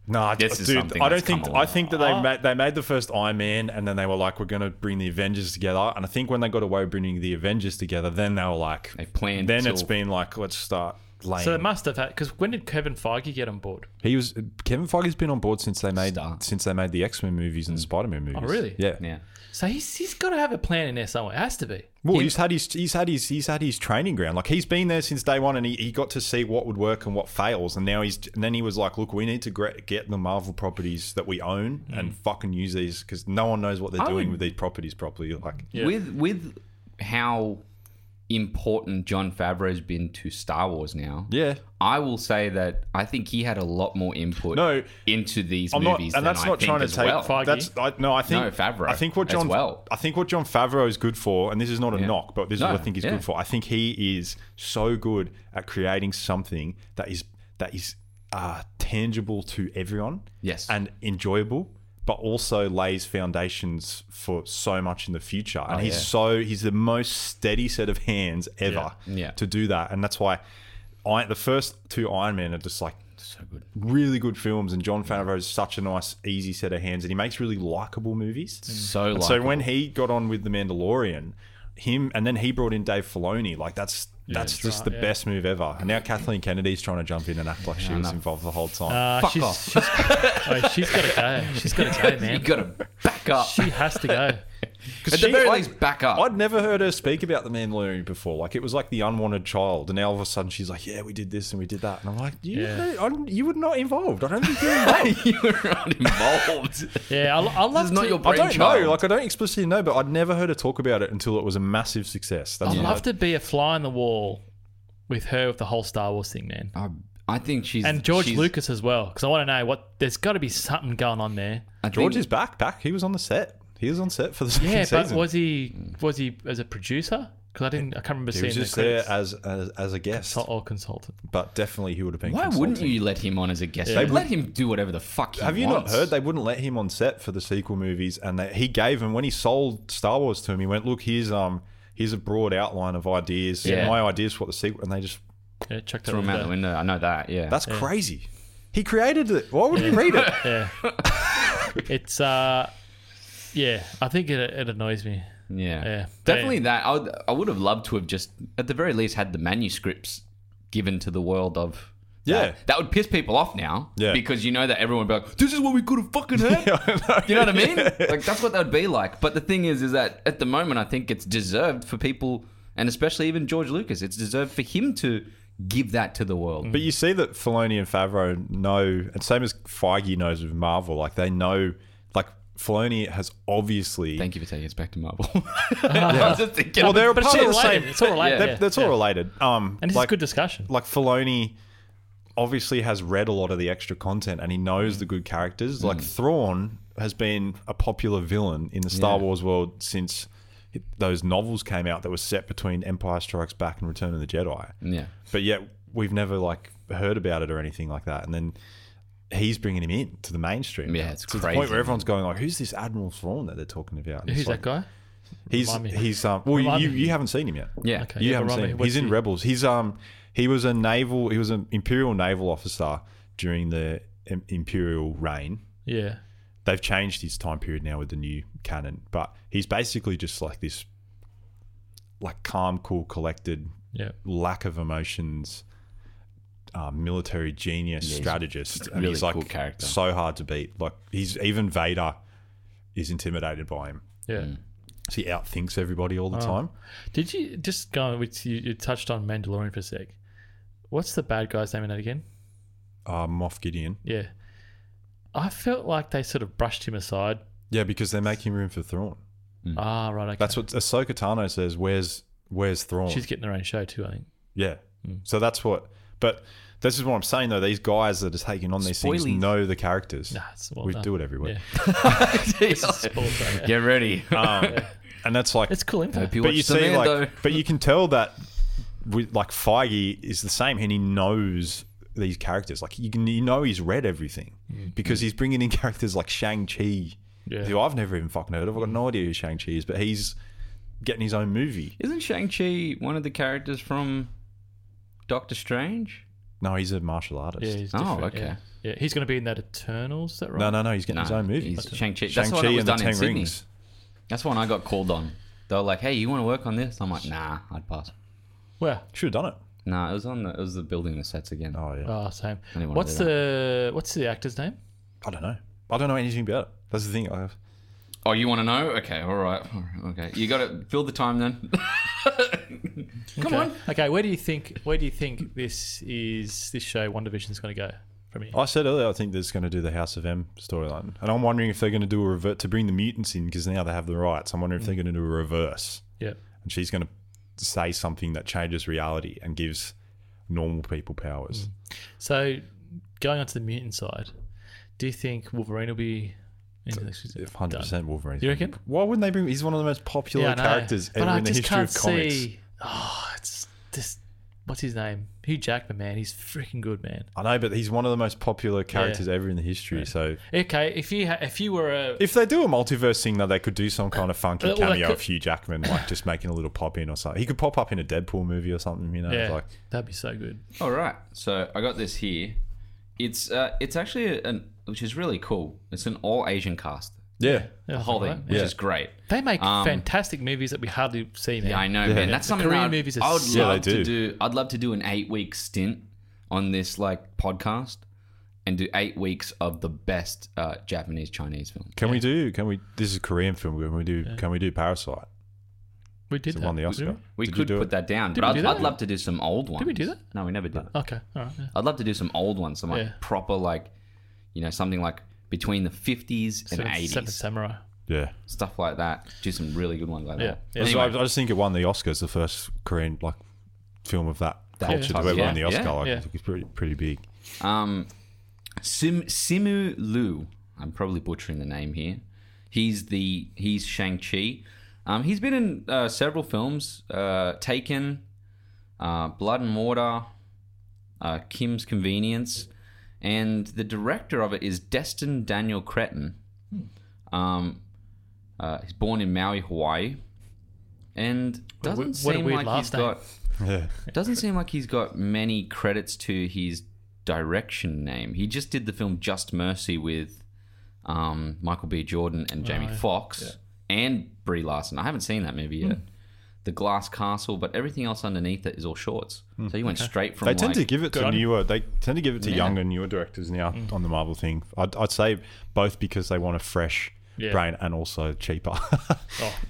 [SPEAKER 3] No, I,
[SPEAKER 1] This is
[SPEAKER 3] dude,
[SPEAKER 1] something
[SPEAKER 3] I
[SPEAKER 1] that's
[SPEAKER 3] don't think.
[SPEAKER 1] come
[SPEAKER 3] I
[SPEAKER 1] along.
[SPEAKER 3] think that they
[SPEAKER 2] Oh.
[SPEAKER 3] made, they made the first Iron Man, and then they were like, "We're going to bring the Avengers together." And I think when they got away with bringing the Avengers together, then they were like,
[SPEAKER 1] They planned
[SPEAKER 3] Then
[SPEAKER 1] till-
[SPEAKER 3] it's been like, let's start laying.
[SPEAKER 2] So they must have had. Because when did Kevin Feige get on board?
[SPEAKER 3] he was Kevin Feige's been on board since they made
[SPEAKER 1] Start. Mm.
[SPEAKER 3] since they made the X Men movies and Spider Man movies.
[SPEAKER 2] Oh, really?
[SPEAKER 3] Yeah.
[SPEAKER 1] Yeah.
[SPEAKER 2] So he's he's got to have a plan in there somewhere. It has to be.
[SPEAKER 3] Well, he's had his he's had his he's had his training ground. Like he's been there since day one, and he, he got to see what would work and what fails. And now he's and then he was like, "Look, we need to gre- get the Marvel properties that we own and fucking use these because no one knows what they're
[SPEAKER 1] Mm. I
[SPEAKER 3] doing
[SPEAKER 1] would-
[SPEAKER 3] with these properties properly." Like,
[SPEAKER 2] Yeah.
[SPEAKER 1] with with how important John Favreau's been to Star Wars now.
[SPEAKER 3] yeah,
[SPEAKER 1] I will say that I think he had a lot more input
[SPEAKER 3] No,
[SPEAKER 1] into these
[SPEAKER 3] I'm not,
[SPEAKER 1] movies
[SPEAKER 3] and
[SPEAKER 1] than
[SPEAKER 3] that's
[SPEAKER 1] I
[SPEAKER 3] not
[SPEAKER 1] think
[SPEAKER 3] trying to
[SPEAKER 1] as
[SPEAKER 3] take.
[SPEAKER 1] well.
[SPEAKER 2] Feige.
[SPEAKER 3] That's I, no, I think
[SPEAKER 1] No, Favreau
[SPEAKER 3] I think what
[SPEAKER 1] as
[SPEAKER 3] John
[SPEAKER 1] well.
[SPEAKER 3] I think what John Favreau is good for, and this is not a knock, but this
[SPEAKER 1] No,
[SPEAKER 3] is what I think he's
[SPEAKER 1] yeah.
[SPEAKER 3] good for. I think he is so good at creating something that is that is uh, tangible to everyone,
[SPEAKER 1] Yes.
[SPEAKER 3] and enjoyable, but also lays foundations for so much in the future. And he's
[SPEAKER 1] Oh, yeah.
[SPEAKER 3] so he's the most steady set of hands ever
[SPEAKER 1] Yeah.
[SPEAKER 3] to do that, and that's why. I, the first two Iron Man are just like
[SPEAKER 1] so good.
[SPEAKER 3] really good films, and John Favreau is such a nice, easy set of hands, and he makes really likable movies.
[SPEAKER 1] So
[SPEAKER 3] And so
[SPEAKER 1] likable.
[SPEAKER 3] when he got on with The Mandalorian, him and then he brought in Dave Filoni, like that's that's just the best move ever. And now Kathleen Kennedy's trying to jump in and act like she was involved the whole time.
[SPEAKER 2] Uh,
[SPEAKER 1] Fuck
[SPEAKER 2] she's,
[SPEAKER 1] off.
[SPEAKER 2] She's, oh, she's got to go. She's got to go,
[SPEAKER 1] You
[SPEAKER 2] man.
[SPEAKER 1] got to back up.
[SPEAKER 2] She has to go.
[SPEAKER 3] 'Cause
[SPEAKER 1] at the very
[SPEAKER 3] I-
[SPEAKER 1] least, back up.
[SPEAKER 3] I'd never heard her speak about the Mandalorian before. Like it was like the unwanted child, and now all of a sudden she's like, "Yeah, we did this and we did that," and I'm like, "You,
[SPEAKER 2] Yeah.
[SPEAKER 3] I'm- you were not involved. I don't think you're involved."
[SPEAKER 1] you were not involved.
[SPEAKER 2] Yeah, I, lo- I love
[SPEAKER 1] is not
[SPEAKER 2] to,
[SPEAKER 1] your
[SPEAKER 3] I don't
[SPEAKER 1] brainchild.
[SPEAKER 3] know. Like, I don't explicitly know, but I'd never heard her talk about it until it was a massive success. That's
[SPEAKER 2] I'd
[SPEAKER 3] why-
[SPEAKER 2] love to be a fly on the wall with her with the whole Star Wars thing, man.
[SPEAKER 1] I, I think she's
[SPEAKER 2] And George
[SPEAKER 1] she's-
[SPEAKER 2] Lucas as well, because I want to know what. There's got to be something going on there.
[SPEAKER 1] I think-
[SPEAKER 3] George is back. Back. He was on the set. He was on set for the second
[SPEAKER 2] Yeah, but
[SPEAKER 3] season.
[SPEAKER 2] was he was he as a producer? Because I didn't, I can't remember
[SPEAKER 3] he
[SPEAKER 2] seeing
[SPEAKER 3] was just
[SPEAKER 2] the
[SPEAKER 3] there
[SPEAKER 2] credits.
[SPEAKER 3] as, as as a guest,
[SPEAKER 2] Consult- or consultant.
[SPEAKER 3] but definitely he would have been.
[SPEAKER 1] Why wouldn't
[SPEAKER 3] consulting.
[SPEAKER 1] you let him on as a guest?
[SPEAKER 2] Yeah.
[SPEAKER 1] They let him do whatever the fuck he
[SPEAKER 3] Have you
[SPEAKER 1] wants.
[SPEAKER 3] not heard they wouldn't let him on set for the sequel movies? And they, he gave him when he sold Star Wars to him. He went, "Look, here's um, here's a broad outline of ideas.
[SPEAKER 1] Yeah.
[SPEAKER 3] My ideas for what the sequel, and they just
[SPEAKER 2] Yeah, chuck that
[SPEAKER 1] Throw him out the
[SPEAKER 2] window.
[SPEAKER 1] window. I know that. Yeah.
[SPEAKER 3] that's crazy. He created it. Why would he read it?
[SPEAKER 2] Yeah, it's uh, yeah. I think it, it annoys me.
[SPEAKER 1] yeah.
[SPEAKER 2] Yeah.
[SPEAKER 1] Definitely that. I would, I would have loved to have just, at the very least, had the manuscripts given to the world of.
[SPEAKER 3] Yeah.
[SPEAKER 1] That, that would piss people off now.
[SPEAKER 3] Yeah.
[SPEAKER 1] Because you know that everyone would be like, this is what we could have fucking had. You know what I mean? Like that's what that would be like. But the thing is, is that at the moment, I think it's deserved for people, and especially even George Lucas, it's deserved for him to give that to the world.
[SPEAKER 3] But you see that Filoni and Favreau know, and same as Feige knows with Marvel, like they know, like Filoni has obviously.
[SPEAKER 1] Thank you for taking us back to Marvel. I was just thinking.
[SPEAKER 3] well, they're a
[SPEAKER 2] But it's
[SPEAKER 3] part
[SPEAKER 2] all
[SPEAKER 3] of the
[SPEAKER 2] related.
[SPEAKER 3] same.
[SPEAKER 2] It's all related.
[SPEAKER 3] That-
[SPEAKER 2] yeah.
[SPEAKER 3] That's all related. Um,
[SPEAKER 2] And this
[SPEAKER 3] like,
[SPEAKER 2] is good discussion.
[SPEAKER 3] like Filoni obviously has read a lot of the extra content and he
[SPEAKER 1] Mm.
[SPEAKER 3] knows the good characters. Like Thrawn has been a popular villain in the Star
[SPEAKER 1] Yeah.
[SPEAKER 3] Wars world since those novels came out that were set between Empire Strikes Back and Return of the Jedi.
[SPEAKER 1] yeah.
[SPEAKER 3] But yet we've never like heard about it or anything like that. And then he's bringing him in to the mainstream.
[SPEAKER 1] Yeah, it's
[SPEAKER 3] to the
[SPEAKER 1] crazy.
[SPEAKER 3] point where everyone's going like, "Who's this Admiral Thrawn that they're talking about?" And
[SPEAKER 2] Who's
[SPEAKER 3] it's
[SPEAKER 2] that guy?
[SPEAKER 3] like, He's
[SPEAKER 2] Remind me.
[SPEAKER 3] he's um. Well,
[SPEAKER 2] Remind
[SPEAKER 3] you
[SPEAKER 2] me.
[SPEAKER 3] you haven't seen him yet.
[SPEAKER 1] Yeah.
[SPEAKER 2] Okay.
[SPEAKER 3] You
[SPEAKER 2] yeah,
[SPEAKER 3] haven't
[SPEAKER 2] but
[SPEAKER 3] seen
[SPEAKER 2] Rami,
[SPEAKER 3] him.
[SPEAKER 2] what's
[SPEAKER 3] He's in
[SPEAKER 2] he-
[SPEAKER 3] Rebels. He's um he was a naval he was an imperial naval officer during the im- imperial reign.
[SPEAKER 2] Yeah.
[SPEAKER 3] They've changed his time period now with the new canon, but he's basically just like this like calm, cool, collected,
[SPEAKER 2] Yeah.
[SPEAKER 3] lack of emotions uh, military genius strategist. And
[SPEAKER 1] really
[SPEAKER 3] he's like
[SPEAKER 1] cool character.
[SPEAKER 3] so hard to beat. Like he's even Vader is intimidated by him.
[SPEAKER 2] Yeah.
[SPEAKER 3] So he outthinks everybody
[SPEAKER 1] Oh.
[SPEAKER 3] all the time.
[SPEAKER 2] Did you just go with you, you touched on Mandalorian for a sec? What's the bad guy's name in that again?
[SPEAKER 3] Uh, Moff Gideon.
[SPEAKER 2] Yeah. I felt like they sort of brushed him aside.
[SPEAKER 3] Yeah, because they're making room for Thrawn.
[SPEAKER 1] Hmm.
[SPEAKER 2] Ah, right. Okay.
[SPEAKER 3] That's what Ahsoka Tano says. Where's Where's Thrawn?
[SPEAKER 2] She's getting her own show too, I think.
[SPEAKER 3] yeah.
[SPEAKER 1] Hmm.
[SPEAKER 3] So that's what. But this is what I'm saying though. These guys that are taking on these
[SPEAKER 1] Spoilies.
[SPEAKER 3] things know the characters.
[SPEAKER 2] Nah, it's well
[SPEAKER 3] we
[SPEAKER 2] done.
[SPEAKER 3] do it everywhere,
[SPEAKER 1] Get ready.
[SPEAKER 3] Um, and that's like.
[SPEAKER 2] It's cool info.
[SPEAKER 1] you
[SPEAKER 3] but
[SPEAKER 1] watch
[SPEAKER 3] you see,
[SPEAKER 1] Commando.
[SPEAKER 3] like, but you can tell that with like Feige is the same, and he knows these characters. Like you can, you know, he's read everything
[SPEAKER 1] Mm-hmm.
[SPEAKER 3] because he's bringing in characters like Shang Chi,
[SPEAKER 2] Yeah.
[SPEAKER 3] who I've never even fucking heard of. I've
[SPEAKER 1] Mm-hmm.
[SPEAKER 3] got no idea who Shang Chi is, but he's getting his own movie.
[SPEAKER 1] Isn't Shang-Chi one of the characters from Doctor Strange?
[SPEAKER 3] No, he's a martial artist.
[SPEAKER 2] Yeah, he's
[SPEAKER 1] Oh,
[SPEAKER 2] different.
[SPEAKER 1] okay.
[SPEAKER 2] Yeah. Yeah, he's going to be in that Eternals. Is that right?
[SPEAKER 3] No, no, no. He's getting his
[SPEAKER 1] Nah,
[SPEAKER 3] own movie.
[SPEAKER 1] he's- Shang-Chi. That's the one that was done in Sydney. That's one I got called on. They were like, "Hey, you want to work on this?" I'm like, "Nah, I'd pass."
[SPEAKER 2] Well,
[SPEAKER 3] Should have done it.
[SPEAKER 1] Nah, it was on the it was the building the sets again.
[SPEAKER 3] Oh yeah.
[SPEAKER 2] oh, same.
[SPEAKER 1] didn't wanna
[SPEAKER 2] What's
[SPEAKER 1] do
[SPEAKER 2] the what's the actor's name?
[SPEAKER 3] I don't know. I don't know anything about it. That's the thing. I have.
[SPEAKER 1] Oh, you want to know? Okay, all right, all right, okay. You got to fill the time then. Come
[SPEAKER 2] okay.
[SPEAKER 1] on.
[SPEAKER 2] Okay, where do you think where do you think this is this show One Division is going to go from
[SPEAKER 1] Oh.
[SPEAKER 2] here?
[SPEAKER 3] I said earlier. I think there's going to do the House of M storyline, and I'm wondering if they're going to do a revert to bring the mutants in because now they have the rights. I'm wondering if
[SPEAKER 2] Mm.
[SPEAKER 3] they're going to do a reverse,
[SPEAKER 2] Yeah.
[SPEAKER 3] and she's going to say something that changes reality and gives normal people
[SPEAKER 2] Mm.
[SPEAKER 3] powers.
[SPEAKER 2] So going on to the mutant side, do you think Wolverine will be into this?
[SPEAKER 3] If 100 percent Wolverine.
[SPEAKER 2] You reckon?
[SPEAKER 3] Why wouldn't they bring? He's one of the most popular
[SPEAKER 2] I know.
[SPEAKER 3] characters
[SPEAKER 2] But
[SPEAKER 3] ever
[SPEAKER 2] I
[SPEAKER 3] in the
[SPEAKER 2] just
[SPEAKER 3] history
[SPEAKER 2] can't
[SPEAKER 3] of comics.
[SPEAKER 2] see- Oh, it's this. What's his name? Hugh Jackman, man. He's freaking good, man.
[SPEAKER 3] I know, but he's one of the most popular characters ever in the history. So
[SPEAKER 2] Okay, if you ha- if you were a
[SPEAKER 3] If they do a multiverse thing, though, they could do some kind of funky
[SPEAKER 2] Well, they
[SPEAKER 3] cameo
[SPEAKER 2] could-
[SPEAKER 3] of Hugh Jackman, like just making a little pop in or something. He could pop up in a Deadpool movie or something, you know?
[SPEAKER 2] yeah,
[SPEAKER 3] Like,
[SPEAKER 2] that'd be so good.
[SPEAKER 1] All right, so I got this here. It's uh, it's actually an which is really cool. It's an all Asian cast,
[SPEAKER 3] yeah.
[SPEAKER 1] the whole thing, which
[SPEAKER 3] Yeah.
[SPEAKER 1] is great.
[SPEAKER 2] They make
[SPEAKER 1] Um,
[SPEAKER 2] fantastic movies that we hardly see, man.
[SPEAKER 1] Yeah, I know, man. That's something
[SPEAKER 2] Korean
[SPEAKER 1] I'd,
[SPEAKER 2] movies are
[SPEAKER 1] I would
[SPEAKER 2] so-
[SPEAKER 3] Yeah,
[SPEAKER 1] love
[SPEAKER 3] they
[SPEAKER 1] to
[SPEAKER 3] do.
[SPEAKER 1] do. I'd love to do an eight week stint on this like podcast and do eight weeks of the best uh, Japanese Chinese film.
[SPEAKER 3] Can we do, can we, this is a Korean film, can we do, can we do Parasite?
[SPEAKER 2] We did
[SPEAKER 3] It
[SPEAKER 2] that.
[SPEAKER 3] won the
[SPEAKER 2] didn't
[SPEAKER 3] Oscar.
[SPEAKER 1] We
[SPEAKER 3] Did you
[SPEAKER 1] could
[SPEAKER 3] do
[SPEAKER 1] put
[SPEAKER 3] it?
[SPEAKER 1] that down,
[SPEAKER 2] Did
[SPEAKER 1] but
[SPEAKER 2] we
[SPEAKER 1] I'd,
[SPEAKER 2] do that?
[SPEAKER 1] I'd love to do some old ones.
[SPEAKER 2] we do that?
[SPEAKER 1] No, we never did.
[SPEAKER 2] we? Okay, all right. Yeah.
[SPEAKER 1] I'd love to do some old ones, some like
[SPEAKER 2] Yeah.
[SPEAKER 1] proper, like you know, something like between the fifties and
[SPEAKER 2] Seven,
[SPEAKER 1] eighties,
[SPEAKER 2] Seven Samurai.
[SPEAKER 3] Yeah.
[SPEAKER 1] stuff like that. Do some really good ones like
[SPEAKER 2] Yeah,
[SPEAKER 1] that.
[SPEAKER 2] yeah.
[SPEAKER 3] So I, I
[SPEAKER 1] Anyway,
[SPEAKER 3] just think it won the Oscars, the first Korean, like, film of that culture
[SPEAKER 1] type,
[SPEAKER 3] to ever
[SPEAKER 1] yeah.
[SPEAKER 3] win the Oscar.
[SPEAKER 1] Yeah,
[SPEAKER 3] like,
[SPEAKER 2] yeah.
[SPEAKER 3] I think it's pretty, pretty big.
[SPEAKER 1] um, Sim Simu Liu. I'm probably butchering the name here. He's the he's Shang Chi. Um, he's been in uh, several films: uh, Taken, uh, Blood and Water, uh, Kim's Convenience, and the director of it is Destin Daniel
[SPEAKER 2] Hmm.
[SPEAKER 1] Cretton. Um, uh, he's born in Maui, Hawaii. and
[SPEAKER 2] a
[SPEAKER 1] doesn't
[SPEAKER 2] we- what a
[SPEAKER 1] seem
[SPEAKER 2] weird
[SPEAKER 1] like he's
[SPEAKER 2] last name.
[SPEAKER 1] got.
[SPEAKER 3] Yeah.
[SPEAKER 1] Doesn't seem like he's got many credits to his direction name. He just did the film Just Mercy with um, Michael B. Jordan and Jamie Foxx and Brie Larson. I haven't seen that movie
[SPEAKER 3] Hmm.
[SPEAKER 1] yet. The Glass Castle, but everything else underneath it is all shorts. So you went straight
[SPEAKER 2] Oh
[SPEAKER 1] from
[SPEAKER 3] Hmm. They tend
[SPEAKER 1] like,
[SPEAKER 3] to give it to
[SPEAKER 2] on you.
[SPEAKER 3] newer. They tend to give it to
[SPEAKER 1] Yeah.
[SPEAKER 3] younger, newer directors now
[SPEAKER 2] Mm.
[SPEAKER 3] on the Marvel thing. I'd, I'd say both because they want a fresh
[SPEAKER 2] Yeah.
[SPEAKER 3] brain and also cheaper.
[SPEAKER 2] Oh,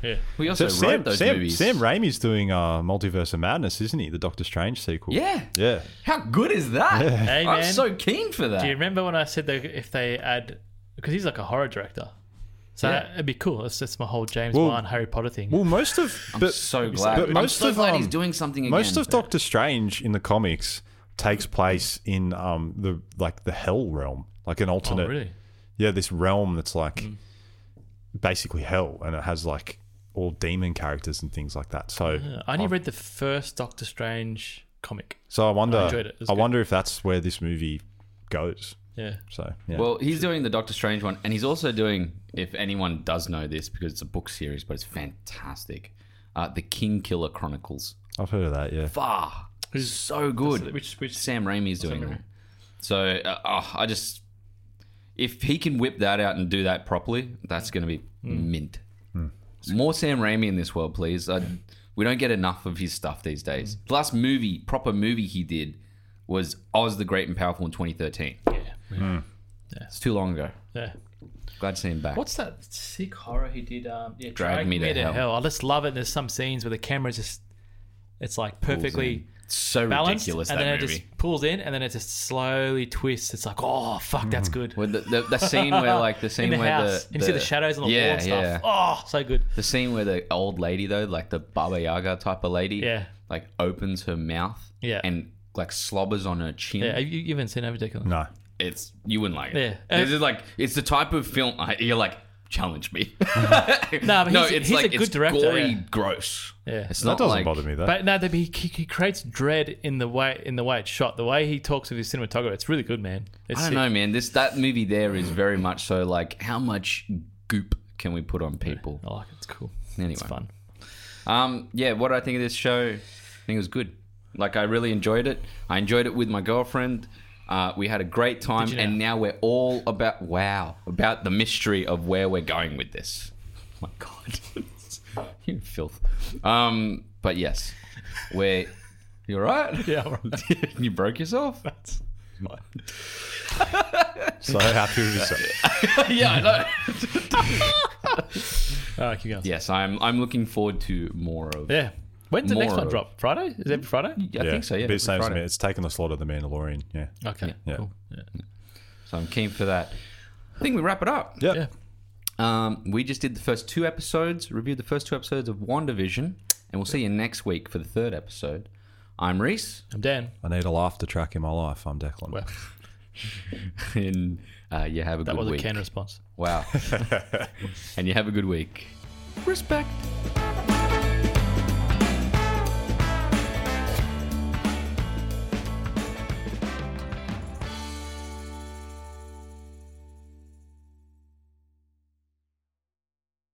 [SPEAKER 2] yeah.
[SPEAKER 1] we also
[SPEAKER 3] So
[SPEAKER 1] wrote
[SPEAKER 3] Sam,
[SPEAKER 1] those
[SPEAKER 3] Sam,
[SPEAKER 1] movies.
[SPEAKER 3] Sam Raimi's doing uh, Multiverse of Madness, isn't he? The Doctor Strange sequel.
[SPEAKER 1] yeah.
[SPEAKER 3] Yeah.
[SPEAKER 1] How good is that?
[SPEAKER 2] Hey,
[SPEAKER 1] I'm
[SPEAKER 2] man.
[SPEAKER 1] so keen for that.
[SPEAKER 2] Do you remember when I said they, if they add because he's like a horror director, so
[SPEAKER 1] Yeah.
[SPEAKER 2] it'd be cool. That's, that's my whole James
[SPEAKER 3] Well-
[SPEAKER 2] Bond Harry Potter thing.
[SPEAKER 3] Well, most of.
[SPEAKER 1] I'm
[SPEAKER 3] but-
[SPEAKER 1] so glad.
[SPEAKER 3] But most
[SPEAKER 1] I'm so
[SPEAKER 3] of
[SPEAKER 1] glad he's
[SPEAKER 3] um,
[SPEAKER 1] doing something again.
[SPEAKER 3] Most of Doctor Strange in the comics takes place in um the like the Hell realm, like an
[SPEAKER 2] oh,
[SPEAKER 3] alternate.
[SPEAKER 2] really? Mm.
[SPEAKER 3] Yeah, this realm that's like basically hell, and it has like all demon characters and things like that. So,
[SPEAKER 2] Yeah. I only read the first Doctor Strange comic.
[SPEAKER 3] so I wonder.
[SPEAKER 2] I
[SPEAKER 3] I,
[SPEAKER 2] enjoyed it. It was good.
[SPEAKER 3] wonder if that's where this movie goes.
[SPEAKER 2] Yeah.
[SPEAKER 3] So, yeah.
[SPEAKER 1] Well, he's doing the Doctor Strange one, and he's also doing, if anyone does know this, because it's a book series, but it's fantastic, uh, the King Killer Chronicles.
[SPEAKER 3] I've heard of that. Yeah.
[SPEAKER 1] Far, so good.
[SPEAKER 2] Which which
[SPEAKER 1] Sam Raimi is doing that. So uh, oh, I just, if he can whip that out and do that properly, that's going to be mint. More Sam Raimi in this world, please. I, we don't get enough of his stuff these days. The last movie, proper movie he did, was Oz the Great and Powerful in 2013.
[SPEAKER 2] yeah.
[SPEAKER 1] It's too long ago.
[SPEAKER 2] yeah.
[SPEAKER 1] Glad to see him back.
[SPEAKER 2] What's that sick horror he did? Um, yeah,
[SPEAKER 1] Drag Me to Hell.
[SPEAKER 2] I just love it. There's some scenes where the camera just it's like perfectly
[SPEAKER 1] so
[SPEAKER 2] balanced,
[SPEAKER 1] ridiculous
[SPEAKER 2] and
[SPEAKER 1] that
[SPEAKER 2] then
[SPEAKER 1] movie.
[SPEAKER 2] it just pulls in, and then it just slowly twists. It's like, oh fuck, that's good.
[SPEAKER 1] With the, the, the scene where like the Hmm. scene
[SPEAKER 2] in the
[SPEAKER 1] where
[SPEAKER 2] house,
[SPEAKER 1] the,
[SPEAKER 2] and you see the shadows on the wall
[SPEAKER 1] yeah,
[SPEAKER 2] and stuff.
[SPEAKER 1] yeah.
[SPEAKER 2] Oh, so good.
[SPEAKER 1] The scene where the old lady though, like the Baba Yaga type of lady,
[SPEAKER 2] Yeah.
[SPEAKER 1] like opens her mouth,
[SPEAKER 2] Yeah.
[SPEAKER 1] and like slobbers on her chin.
[SPEAKER 2] Yeah, you, you haven't seen that ridiculous.
[SPEAKER 3] No.
[SPEAKER 1] It's you wouldn't like it.
[SPEAKER 2] Yeah.
[SPEAKER 1] this is like it's the type of film I, you're like challenge me. no,
[SPEAKER 2] but he's-
[SPEAKER 1] it's
[SPEAKER 2] he's
[SPEAKER 1] like
[SPEAKER 2] a good
[SPEAKER 1] it's
[SPEAKER 2] director,
[SPEAKER 1] gory,
[SPEAKER 2] yeah.
[SPEAKER 1] gross.
[SPEAKER 2] Yeah.
[SPEAKER 1] It's
[SPEAKER 3] That
[SPEAKER 1] not
[SPEAKER 3] doesn't
[SPEAKER 1] like,
[SPEAKER 3] bother me though.
[SPEAKER 2] But no, the, he, he he creates dread in the way in the way it's shot, the way he talks with his cinematographer. It's really good, man. It's
[SPEAKER 1] I don't
[SPEAKER 2] sick.
[SPEAKER 1] know, man. This that movie there is very much so like how much goop can we put on people?
[SPEAKER 2] I like it. It's cool.
[SPEAKER 1] Anyway,
[SPEAKER 2] It's fun.
[SPEAKER 1] Um, yeah, what did I think of this show? I think it was good. Like I really enjoyed it. I enjoyed it with my girlfriend. Uh, we had a great time,
[SPEAKER 2] you know-
[SPEAKER 1] and now we're all about wow about the mystery of where we're going with this. my God, you filth. Um, but yes, we're. You all right?
[SPEAKER 2] Yeah. all right.
[SPEAKER 1] you broke yourself?
[SPEAKER 3] So happy with yourself.
[SPEAKER 1] yeah, I know.
[SPEAKER 2] All right, keep going. Yeah.
[SPEAKER 1] yes, I'm. I'm looking forward to more of.
[SPEAKER 2] When's the next
[SPEAKER 1] More
[SPEAKER 2] one
[SPEAKER 1] of-
[SPEAKER 2] drop? Friday? Is it every Friday?
[SPEAKER 1] I think so. Yeah,
[SPEAKER 3] Be the
[SPEAKER 1] every
[SPEAKER 3] same as
[SPEAKER 1] Friday.
[SPEAKER 3] me. It's taken the slot of the Mandalorian. Yeah.
[SPEAKER 2] Okay.
[SPEAKER 3] Yeah.
[SPEAKER 2] Cool. Yeah.
[SPEAKER 1] So I'm keen for that. I think we wrap it up.
[SPEAKER 3] Yeah.
[SPEAKER 2] Yeah.
[SPEAKER 1] Um, we just did the first two episodes, reviewed the first two episodes of WandaVision, and we'll see you next week for the third episode. I'm Reese,
[SPEAKER 2] I'm Dan.
[SPEAKER 3] I need a laughter track in my life. I'm Declan.
[SPEAKER 2] Well,
[SPEAKER 1] and uh, you have a
[SPEAKER 2] that
[SPEAKER 1] good
[SPEAKER 2] was a
[SPEAKER 1] week.
[SPEAKER 2] canned response.
[SPEAKER 1] Wow. and you have a good week. Respect.